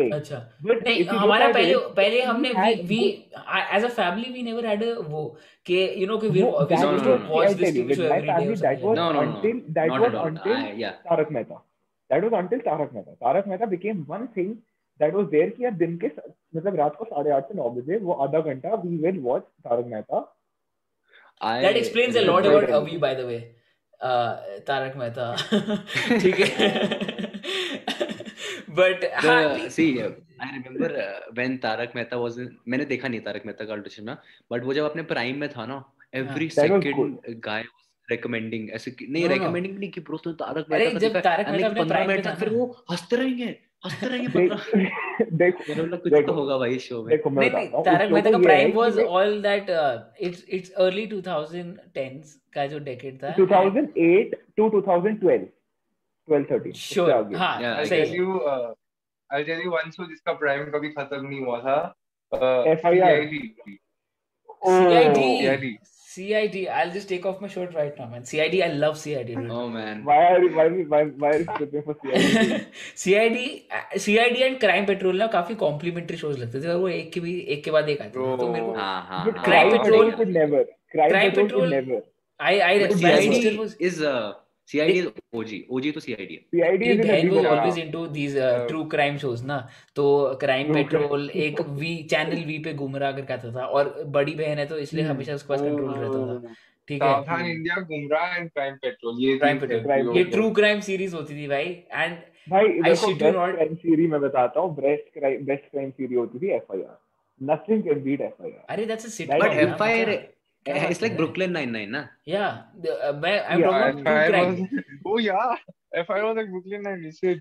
[SPEAKER 4] Like,
[SPEAKER 3] अच्छा
[SPEAKER 4] but
[SPEAKER 3] नहीं
[SPEAKER 4] if you look
[SPEAKER 3] हमारा
[SPEAKER 4] at
[SPEAKER 3] पहले
[SPEAKER 4] it,
[SPEAKER 3] पहले
[SPEAKER 4] we
[SPEAKER 3] हमने
[SPEAKER 4] had
[SPEAKER 3] we
[SPEAKER 4] good-
[SPEAKER 3] as a family we never had वो कि you know कि we
[SPEAKER 4] no, that
[SPEAKER 2] no,
[SPEAKER 4] was
[SPEAKER 2] no,
[SPEAKER 4] not-
[SPEAKER 2] no.
[SPEAKER 4] see,
[SPEAKER 3] watch
[SPEAKER 4] I'll
[SPEAKER 3] this
[SPEAKER 4] tell you,
[SPEAKER 3] TV
[SPEAKER 4] with
[SPEAKER 3] show
[SPEAKER 4] my
[SPEAKER 3] every day
[SPEAKER 4] family, that was
[SPEAKER 2] No, no, no.
[SPEAKER 4] until that
[SPEAKER 2] Not
[SPEAKER 4] was
[SPEAKER 2] at all.
[SPEAKER 4] until
[SPEAKER 2] I, yeah.
[SPEAKER 4] Tarak Mehta. That was until Tarak Mehta. Tarak Mehta became one thing that was there कि यार दिन के मतलब रात को साढ़े आठ से नौ बजे वो आधा घंटा we will watch Tarak Mehta
[SPEAKER 2] I
[SPEAKER 3] that explains a lot
[SPEAKER 4] Right.
[SPEAKER 3] about Avi, by the way. Uh, Tarak Mehta. ठीक है. but
[SPEAKER 2] the,
[SPEAKER 3] हाँ, hardly-
[SPEAKER 2] see, uh, I remember uh, when Tarak Mehta was in, मैंने देखा नहीं तारक मेहता का audition ना but वो जब अपने प्राइम में था
[SPEAKER 3] हाँ।
[SPEAKER 2] ना every
[SPEAKER 4] That was
[SPEAKER 2] second
[SPEAKER 4] cool.
[SPEAKER 2] guy was recommending ऐसे कि- नहीं
[SPEAKER 3] No, no, no.
[SPEAKER 2] recommending नहीं कि bro तूने तारक
[SPEAKER 3] अरे,
[SPEAKER 2] मेहता का
[SPEAKER 3] जब
[SPEAKER 2] देखा है?
[SPEAKER 3] तारक
[SPEAKER 2] And
[SPEAKER 3] मेहता
[SPEAKER 2] like 15
[SPEAKER 3] अपने prime
[SPEAKER 2] मिनट
[SPEAKER 3] में
[SPEAKER 2] तक
[SPEAKER 3] था
[SPEAKER 2] फिर
[SPEAKER 3] ना।
[SPEAKER 2] वो हंसते रहेंगे हंसते रहेंगे
[SPEAKER 4] देख-
[SPEAKER 2] 15
[SPEAKER 4] देखो
[SPEAKER 2] मैंने बोला कुछ
[SPEAKER 4] देखो,
[SPEAKER 2] तो होगा भाई शो में
[SPEAKER 4] देखो मैं
[SPEAKER 3] नहीं नहीं
[SPEAKER 4] बताता हूँ तो
[SPEAKER 3] तारक मेहता का prime was
[SPEAKER 4] to
[SPEAKER 3] all that it's it's early 2010s का जो डेकेड था
[SPEAKER 4] thousand eight to two thousand twelve twelve thirteen
[SPEAKER 3] sure
[SPEAKER 2] Yeah,
[SPEAKER 3] हाँ
[SPEAKER 5] I'll
[SPEAKER 3] सही
[SPEAKER 5] tell
[SPEAKER 3] है।
[SPEAKER 5] you, uh, I'll tell you one show जिसका prime कभी खत्म नहीं हुआ था. Uh,
[SPEAKER 4] FIR.
[SPEAKER 5] CID.
[SPEAKER 4] Oh,
[SPEAKER 3] CID
[SPEAKER 5] CID.
[SPEAKER 3] CID I'll just take off my shirt right now man CID I love CID dude.
[SPEAKER 2] oh man
[SPEAKER 4] Why are you why why why are you tripping for CID?
[SPEAKER 3] CID CID and crime patrol ना काफी complementary shows लगते थे और वो एक के भी एक के बाद एक आते थे तो मेरे को
[SPEAKER 2] हाँ हाँ
[SPEAKER 4] But
[SPEAKER 2] हाँ
[SPEAKER 4] crime
[SPEAKER 3] Crime
[SPEAKER 4] patrol
[SPEAKER 3] Patrol-
[SPEAKER 4] could never. Crime,
[SPEAKER 3] Crime
[SPEAKER 4] patrol,
[SPEAKER 3] Patrol-
[SPEAKER 4] could never.
[SPEAKER 3] I I
[SPEAKER 2] But
[SPEAKER 3] I
[SPEAKER 2] CID
[SPEAKER 3] still was
[SPEAKER 2] is uh, CID is OG OG तो CID है
[SPEAKER 4] CID is in
[SPEAKER 3] gang
[SPEAKER 4] every
[SPEAKER 3] was
[SPEAKER 5] Yeah.
[SPEAKER 3] Always into these true crime shows ना तो crime
[SPEAKER 4] True
[SPEAKER 3] patrol एक we channel we पे घूमरा करके आता था और बड़ी बहन है तो इसलिए
[SPEAKER 4] Hmm.
[SPEAKER 3] हमेशा उसके पास कंट्रोल रहता था ठीक है
[SPEAKER 5] Savdhaan India Gumrah and crime patrol ये
[SPEAKER 3] Crime
[SPEAKER 5] तीन
[SPEAKER 3] Patrol.
[SPEAKER 5] थे
[SPEAKER 3] ये
[SPEAKER 5] जो-
[SPEAKER 3] ट्रू क्राइम सीरीज होती थी भाई एंड
[SPEAKER 4] भाई देखो
[SPEAKER 3] should do
[SPEAKER 4] best
[SPEAKER 3] not-
[SPEAKER 4] crime series मैं बताता हूँ best crime best crime series होती थी FIR nothing can beat FIR
[SPEAKER 3] अरे that's a
[SPEAKER 4] But
[SPEAKER 3] sitcom
[SPEAKER 2] FIR
[SPEAKER 3] Yeah.
[SPEAKER 2] it's like Brooklyn Nine Nine ना
[SPEAKER 3] या uh, मैं I am
[SPEAKER 4] Yeah,
[SPEAKER 3] talking
[SPEAKER 5] FIR
[SPEAKER 3] true crime
[SPEAKER 5] was- Oh yeah, FIR was like तो Brooklyn Nine-Nine.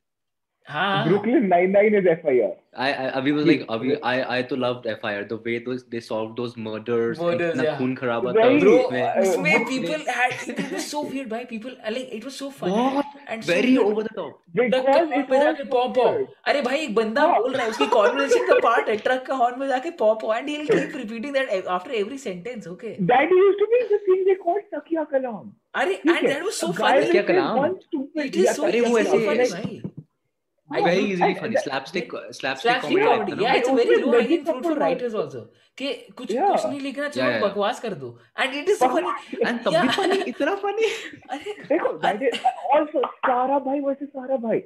[SPEAKER 3] हाँ
[SPEAKER 4] Brooklyn 99 is FIR
[SPEAKER 2] I, I Avi was like Avi I I तो loved FIR the way those they solved those murders and
[SPEAKER 3] Murders,
[SPEAKER 2] इतना
[SPEAKER 3] yeah.
[SPEAKER 2] खून खराबा था
[SPEAKER 4] Very-
[SPEAKER 3] Bro,
[SPEAKER 2] उसमें
[SPEAKER 4] uh,
[SPEAKER 3] उसमें
[SPEAKER 4] what-
[SPEAKER 3] people had it was so weird, भाई. People like it was so funny
[SPEAKER 2] What?
[SPEAKER 3] and so
[SPEAKER 2] very
[SPEAKER 3] weird.
[SPEAKER 2] over the top
[SPEAKER 3] truck के
[SPEAKER 4] because
[SPEAKER 3] horn
[SPEAKER 4] it
[SPEAKER 3] पे जाके पॉप पॉप
[SPEAKER 4] वाज
[SPEAKER 3] अरे भाई एक बंदा
[SPEAKER 4] हाँ।
[SPEAKER 3] बोल रहा है उसकी कॉन्वर्सेशन का पार्ट है ट्रक का हॉर्न में जाके pop pop and he will keep repeating that after every sentence okay
[SPEAKER 4] that used to be the thing they called Sakiya Kalam
[SPEAKER 3] अरे
[SPEAKER 4] ठीक
[SPEAKER 3] एंड
[SPEAKER 4] है,
[SPEAKER 3] that was so
[SPEAKER 4] A guy
[SPEAKER 2] क्या
[SPEAKER 3] funny
[SPEAKER 4] will say
[SPEAKER 2] Kalam?
[SPEAKER 4] one stupid-
[SPEAKER 3] it is
[SPEAKER 4] Yeah,
[SPEAKER 3] so
[SPEAKER 2] अरे
[SPEAKER 4] Sakiya
[SPEAKER 2] वो ऐसे-
[SPEAKER 4] Kalam,
[SPEAKER 3] funny
[SPEAKER 4] like,
[SPEAKER 3] भाई
[SPEAKER 4] हाँ,
[SPEAKER 2] very
[SPEAKER 4] I-
[SPEAKER 2] easily
[SPEAKER 4] I-
[SPEAKER 2] funny
[SPEAKER 4] that-
[SPEAKER 2] slapstick slapstick
[SPEAKER 3] slapstick
[SPEAKER 2] comedy
[SPEAKER 3] comedy
[SPEAKER 2] type था
[SPEAKER 3] या
[SPEAKER 4] Yeah,
[SPEAKER 3] it's
[SPEAKER 4] उसमें
[SPEAKER 3] very low
[SPEAKER 4] legit
[SPEAKER 3] hanging fruit for
[SPEAKER 4] compromise.
[SPEAKER 3] Writers also कि कुछ
[SPEAKER 4] Yeah.
[SPEAKER 3] कुछ नहीं लिखना
[SPEAKER 2] Yeah,
[SPEAKER 3] चाहिए
[SPEAKER 2] yeah,
[SPEAKER 3] और
[SPEAKER 2] yeah.
[SPEAKER 3] बकवास कर दो and it is so
[SPEAKER 4] But-
[SPEAKER 3] funny
[SPEAKER 2] ना and तब भी
[SPEAKER 3] Yeah.
[SPEAKER 2] funny इतना funny
[SPEAKER 3] अरे
[SPEAKER 4] देखो that is also सारा भाई versus सारा भाई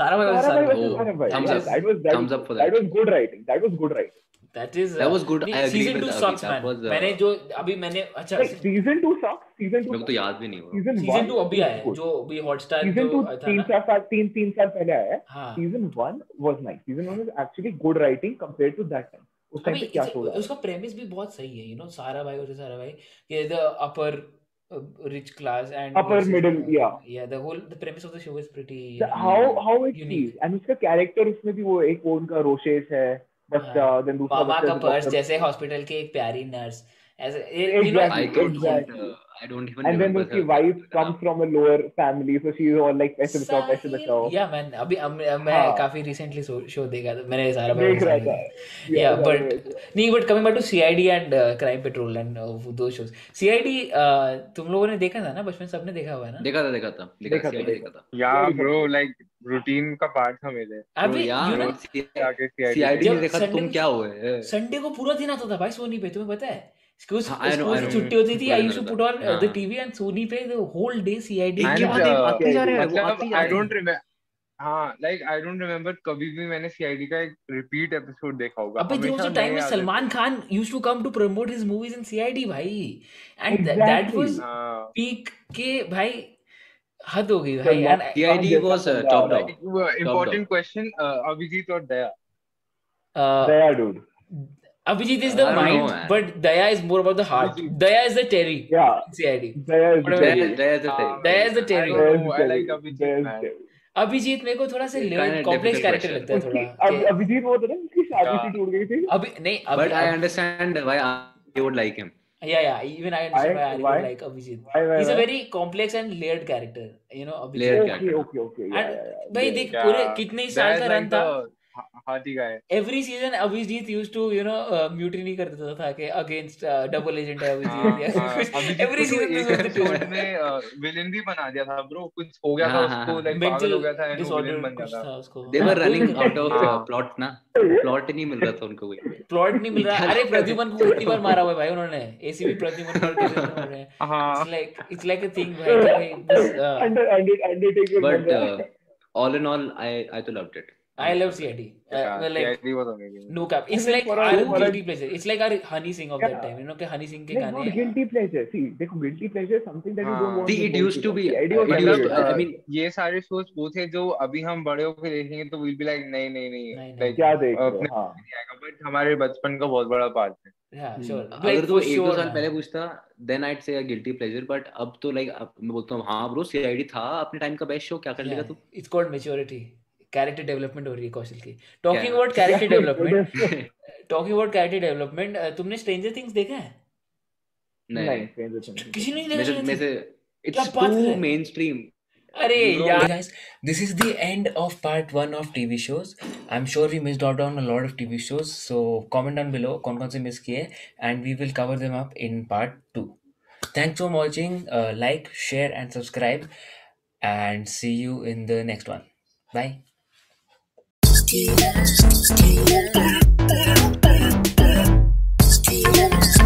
[SPEAKER 3] सारा भाई
[SPEAKER 4] सारा भाई versus
[SPEAKER 2] Oh,
[SPEAKER 4] सारा भाई
[SPEAKER 2] thumbs
[SPEAKER 4] Yeah,
[SPEAKER 2] up.
[SPEAKER 4] that was that
[SPEAKER 2] Thumbs
[SPEAKER 4] was-
[SPEAKER 2] up for
[SPEAKER 4] that
[SPEAKER 2] that.
[SPEAKER 4] was good writing that was good writing
[SPEAKER 3] That is
[SPEAKER 2] That was good.
[SPEAKER 3] नहीं,
[SPEAKER 2] I agree
[SPEAKER 3] season
[SPEAKER 2] with
[SPEAKER 3] two
[SPEAKER 2] Avi.
[SPEAKER 3] sucks,
[SPEAKER 2] That
[SPEAKER 3] man.
[SPEAKER 2] was, uh,
[SPEAKER 3] मैंने जो अभी मैंने अच्छा
[SPEAKER 4] Like, season two sucks. Season two.
[SPEAKER 2] मेरे को तो याद भी नहीं हुआ
[SPEAKER 4] Season
[SPEAKER 3] सीजन
[SPEAKER 4] one
[SPEAKER 3] टू अभी आया है
[SPEAKER 4] good.
[SPEAKER 3] जो अभी हॉटस्टार
[SPEAKER 4] Season two
[SPEAKER 3] था
[SPEAKER 4] तीन
[SPEAKER 3] ना
[SPEAKER 4] चार साल तीन तीन साल पहले आया है
[SPEAKER 3] हाँ
[SPEAKER 4] Season one was nice. Season one was actually good writing compared to that time. उस time
[SPEAKER 3] अभी
[SPEAKER 4] पे क्या
[SPEAKER 3] इसे-
[SPEAKER 4] show था?
[SPEAKER 3] उसका premise भी बहुत सही है यू नो सारा भाई और सारा भाई ये the upper rich class and
[SPEAKER 4] Upper middle, yeah.
[SPEAKER 3] या the whole the premise of the show is pretty
[SPEAKER 4] The- How how it
[SPEAKER 3] Unique.
[SPEAKER 4] is and उसका character उसमें भी वो एक वो उनका रोशेश है बच्चा then दूसरा
[SPEAKER 3] हाँ। बाबा
[SPEAKER 4] बच्चा
[SPEAKER 3] का
[SPEAKER 4] जो
[SPEAKER 3] पर्स
[SPEAKER 4] doctor-
[SPEAKER 3] जैसे हॉस्पिटल के एक प्यारी नर्स ऐसे you know
[SPEAKER 4] Exactly.
[SPEAKER 2] I don't
[SPEAKER 4] Exactly.
[SPEAKER 2] uh, I don't even
[SPEAKER 4] and then
[SPEAKER 2] remember
[SPEAKER 4] उसकी
[SPEAKER 2] the-
[SPEAKER 4] wife
[SPEAKER 2] the
[SPEAKER 4] comes
[SPEAKER 2] नाम.
[SPEAKER 4] from a lower family so she's all like पैसे बचाओ पैसे बचाओ
[SPEAKER 3] या मैन अभी अब मैं- मैं
[SPEAKER 4] हाँ।
[SPEAKER 3] काफी रिसेंटली शो देखा था मैंने सारा भाई और
[SPEAKER 4] देख
[SPEAKER 3] सारा
[SPEAKER 4] रहा
[SPEAKER 3] भाई
[SPEAKER 4] था
[SPEAKER 3] देखा। Yeah, but नहीं but coming back to CID and crime patrol and uh, दो शोज सीआईडी uh, तुम लोगों ने देखा था ना बचपन सबने देखा हुआ है ना
[SPEAKER 2] हाँ, देखा था देखा था
[SPEAKER 4] देखा
[SPEAKER 2] देखा
[SPEAKER 4] था,
[SPEAKER 2] CID
[SPEAKER 4] देखा
[SPEAKER 2] देखा था
[SPEAKER 5] Yeah, bro, like routine का part था मेरे.
[SPEAKER 3] अभी
[SPEAKER 2] Yeah,
[SPEAKER 3] you know
[SPEAKER 2] bro, CID
[SPEAKER 5] जाके
[SPEAKER 2] CID
[SPEAKER 3] जब
[SPEAKER 2] ने देखा तो तुम
[SPEAKER 3] Sunday-
[SPEAKER 2] क्या हुए
[SPEAKER 3] संडे को पूरा दिन आता था भाई सोनी पे तुम्हें पता है स्कूल
[SPEAKER 2] हाँ, I know,
[SPEAKER 3] स्कूल
[SPEAKER 2] I
[SPEAKER 3] से
[SPEAKER 2] know.
[SPEAKER 3] छुट्टी होती थी
[SPEAKER 2] पूरा
[SPEAKER 3] आई
[SPEAKER 2] दिन
[SPEAKER 3] यूज्ड टू
[SPEAKER 2] होता
[SPEAKER 3] पुट ऑन
[SPEAKER 2] था। हाँ।
[SPEAKER 3] द टीवी एंड सोनी पे द होल डे सीआईडी
[SPEAKER 2] एक के
[SPEAKER 5] And,
[SPEAKER 2] बाद एक
[SPEAKER 5] uh,
[SPEAKER 2] आते जा रहे हैं वो आते
[SPEAKER 5] मतलब
[SPEAKER 2] जा
[SPEAKER 5] आई
[SPEAKER 2] रहे हैं
[SPEAKER 5] डोंट रिमेम्बर हाँ लाइक आई डोंट रिमेम्बर कभी भी मैंने सीआईडी का एक रिपीट एपिसोड देखा होगा
[SPEAKER 3] अबे देयर वाज अ
[SPEAKER 5] हमेशा
[SPEAKER 3] टाइम
[SPEAKER 5] नए
[SPEAKER 3] when
[SPEAKER 5] आते
[SPEAKER 3] Salman Khan used to come to promote his movies in CID भाई and that- that
[SPEAKER 4] Exactly.
[SPEAKER 3] was
[SPEAKER 5] थे. हाँ.
[SPEAKER 3] peak के भाई हद हो गई भाई
[SPEAKER 4] Salman-
[SPEAKER 3] and
[SPEAKER 2] CID was uh, top
[SPEAKER 4] Yeah,
[SPEAKER 2] dog.
[SPEAKER 5] Like, uh, important question, uh, Abhijit or Daya?
[SPEAKER 3] uh,
[SPEAKER 4] Daya dude
[SPEAKER 3] Abhijit is
[SPEAKER 2] I
[SPEAKER 3] the
[SPEAKER 2] don't
[SPEAKER 3] mind,
[SPEAKER 2] know, man.
[SPEAKER 3] but Daya is more about the heart.
[SPEAKER 5] Abhijit.
[SPEAKER 3] Daya is the Terry.
[SPEAKER 4] yeah
[SPEAKER 3] in CID.
[SPEAKER 4] Daya is
[SPEAKER 2] There,
[SPEAKER 4] Terry.
[SPEAKER 2] there is the thing.
[SPEAKER 3] There is the
[SPEAKER 5] I
[SPEAKER 3] Terry.
[SPEAKER 5] don't
[SPEAKER 4] There is
[SPEAKER 5] know, Oh, I
[SPEAKER 4] Terry.
[SPEAKER 5] like Abhijit,
[SPEAKER 4] There is
[SPEAKER 5] man.
[SPEAKER 4] Terry.
[SPEAKER 3] Abhijit मेरे को थोड़ा सा
[SPEAKER 2] Kind of
[SPEAKER 3] complex
[SPEAKER 2] difficult
[SPEAKER 3] character
[SPEAKER 2] question.
[SPEAKER 3] लगता है
[SPEAKER 4] उसकी
[SPEAKER 3] थोड़ा
[SPEAKER 4] अब-
[SPEAKER 3] कि-
[SPEAKER 4] अभिजीत वो था ना जिसकी
[SPEAKER 3] हाँ।
[SPEAKER 4] शादी
[SPEAKER 5] Yeah.
[SPEAKER 4] सी टूट गई थी
[SPEAKER 3] अभी नहीं
[SPEAKER 2] But I understand why I would like him.
[SPEAKER 3] या या even I understand
[SPEAKER 4] Why?
[SPEAKER 3] Why I
[SPEAKER 4] Why?
[SPEAKER 3] Like Abhijeet
[SPEAKER 4] Why, why,
[SPEAKER 3] he is a
[SPEAKER 4] why?
[SPEAKER 3] Very complex and layered character you know
[SPEAKER 2] Layered
[SPEAKER 3] Abhijeet
[SPEAKER 4] Okay,
[SPEAKER 2] character.
[SPEAKER 4] okay, okay, yeah, yeah, yeah.
[SPEAKER 3] And भाई
[SPEAKER 4] Yeah.
[SPEAKER 3] देख
[SPEAKER 5] Yeah.
[SPEAKER 3] पूरे कितने ही साल
[SPEAKER 5] Daya
[SPEAKER 3] का
[SPEAKER 5] is
[SPEAKER 3] run
[SPEAKER 5] like
[SPEAKER 3] था
[SPEAKER 5] the ha- hearty guy.
[SPEAKER 3] Every season Abhijeet use to you know mutiny कर देता था कि अगेंस्ट डबल एजेंट है
[SPEAKER 5] हाँ,
[SPEAKER 3] अभिजीत
[SPEAKER 5] हाँ,
[SPEAKER 3] या
[SPEAKER 5] अभिजीत
[SPEAKER 3] एवरी
[SPEAKER 5] को तो
[SPEAKER 3] सीजन
[SPEAKER 5] एक
[SPEAKER 3] दिस वाज द
[SPEAKER 5] एपिसोड में विलेन भी बना दिया था ब्रो कुछ हो गया था
[SPEAKER 2] हाँ, हाँ,
[SPEAKER 5] उसको
[SPEAKER 2] हाँ।
[SPEAKER 5] लाइक पागल हो गया था
[SPEAKER 3] मेंटल
[SPEAKER 5] एंड विलेन
[SPEAKER 3] डिसऑर्डर
[SPEAKER 5] बन गया
[SPEAKER 3] कुछ
[SPEAKER 5] था
[SPEAKER 3] था उसको हाँ,
[SPEAKER 2] They were running out of
[SPEAKER 3] Ah.
[SPEAKER 2] uh,
[SPEAKER 5] हाँ।
[SPEAKER 2] plot ना. Plot ही नहीं मिल रहा था उनको कोई.
[SPEAKER 3] प्लॉट नहीं मिल रहा अरे प्रद्युमन को कितनी बार मारा हुआ है भाई उन्होंने एसीबी प्रद्युमन को कितनी बार मारा है
[SPEAKER 5] हाँ
[SPEAKER 3] it's like it's like a thing भाई कि भाई uh, बस
[SPEAKER 4] Under- under- Undertaker
[SPEAKER 2] But
[SPEAKER 4] बंदा।
[SPEAKER 2] uh, all in all, I I तो loved it.
[SPEAKER 3] I love CID. Uh,
[SPEAKER 5] Yeah,
[SPEAKER 3] well, like,
[SPEAKER 5] CID was amazing.
[SPEAKER 3] no cap. It's
[SPEAKER 4] I mean,
[SPEAKER 3] like
[SPEAKER 4] for
[SPEAKER 3] our
[SPEAKER 4] a- for a-
[SPEAKER 3] guilty pleasure. It's like our Honey Singh of
[SPEAKER 4] Yeah.
[SPEAKER 3] that time. You know, कि Honey Singh के
[SPEAKER 4] Like, not
[SPEAKER 3] गाने
[SPEAKER 4] guilty pleasure. See, देखो guilty pleasure is something that you don't
[SPEAKER 5] हाँ.
[SPEAKER 4] want.
[SPEAKER 2] See,
[SPEAKER 4] to
[SPEAKER 2] it
[SPEAKER 4] go
[SPEAKER 2] used
[SPEAKER 4] through.
[SPEAKER 2] to be-
[SPEAKER 4] CID was
[SPEAKER 2] it
[SPEAKER 4] like
[SPEAKER 2] used
[SPEAKER 4] that.
[SPEAKER 2] to- I mean-
[SPEAKER 5] ये सारे सोच वो थे जो अभी हम बड़े होकर देखेंगे तो विल बी लाइक नहीं नहीं
[SPEAKER 3] नहीं,
[SPEAKER 5] नहीं
[SPEAKER 3] नहीं।
[SPEAKER 5] लाइक
[SPEAKER 4] क्या देख रहे हो?
[SPEAKER 5] अपने-
[SPEAKER 4] हाँ.
[SPEAKER 5] आएगा बट हमारे बचपन का बहुत बड़ा पार्ट है
[SPEAKER 3] yeah sure
[SPEAKER 2] अगर तो
[SPEAKER 3] for
[SPEAKER 2] एक दो
[SPEAKER 3] sure,
[SPEAKER 2] साल
[SPEAKER 3] man.
[SPEAKER 2] पहले पूछता देन आईड से गिल्टी प्लेजर बट अब तो लाइक मैं बोलता हूँ हाँ ब्रो सीआईडी था अपने टाइम का बेस्ट शो क्या कर लेगा तो। तू
[SPEAKER 3] it's called maturity character development हो रही है कौशल की talking
[SPEAKER 2] Yeah.
[SPEAKER 3] About character development
[SPEAKER 2] नहीं
[SPEAKER 3] टॉकिंग अबाउट कैरेक्टर डेवलपमेंट तुमने स्ट्रेंजर थिंग्स देखा है
[SPEAKER 4] नहीं, Stranger Things.
[SPEAKER 3] किसी ने नहीं देखा
[SPEAKER 2] मेरे
[SPEAKER 3] Stranger
[SPEAKER 2] मेरे
[SPEAKER 3] Things?
[SPEAKER 2] से इट्स
[SPEAKER 3] बात
[SPEAKER 2] टू
[SPEAKER 3] है?
[SPEAKER 2] Mainstream
[SPEAKER 3] Arey
[SPEAKER 2] Bro,
[SPEAKER 3] yeah. guys, this is the end of part one of TV shows. I'm sure we missed out on a lot of TV shows. So comment down below कौन कौन से miss किए and we will cover them up in part two. Thanks for watching. Uh, like, share and subscribe and see you in the next one. Bye.
[SPEAKER 7] Stay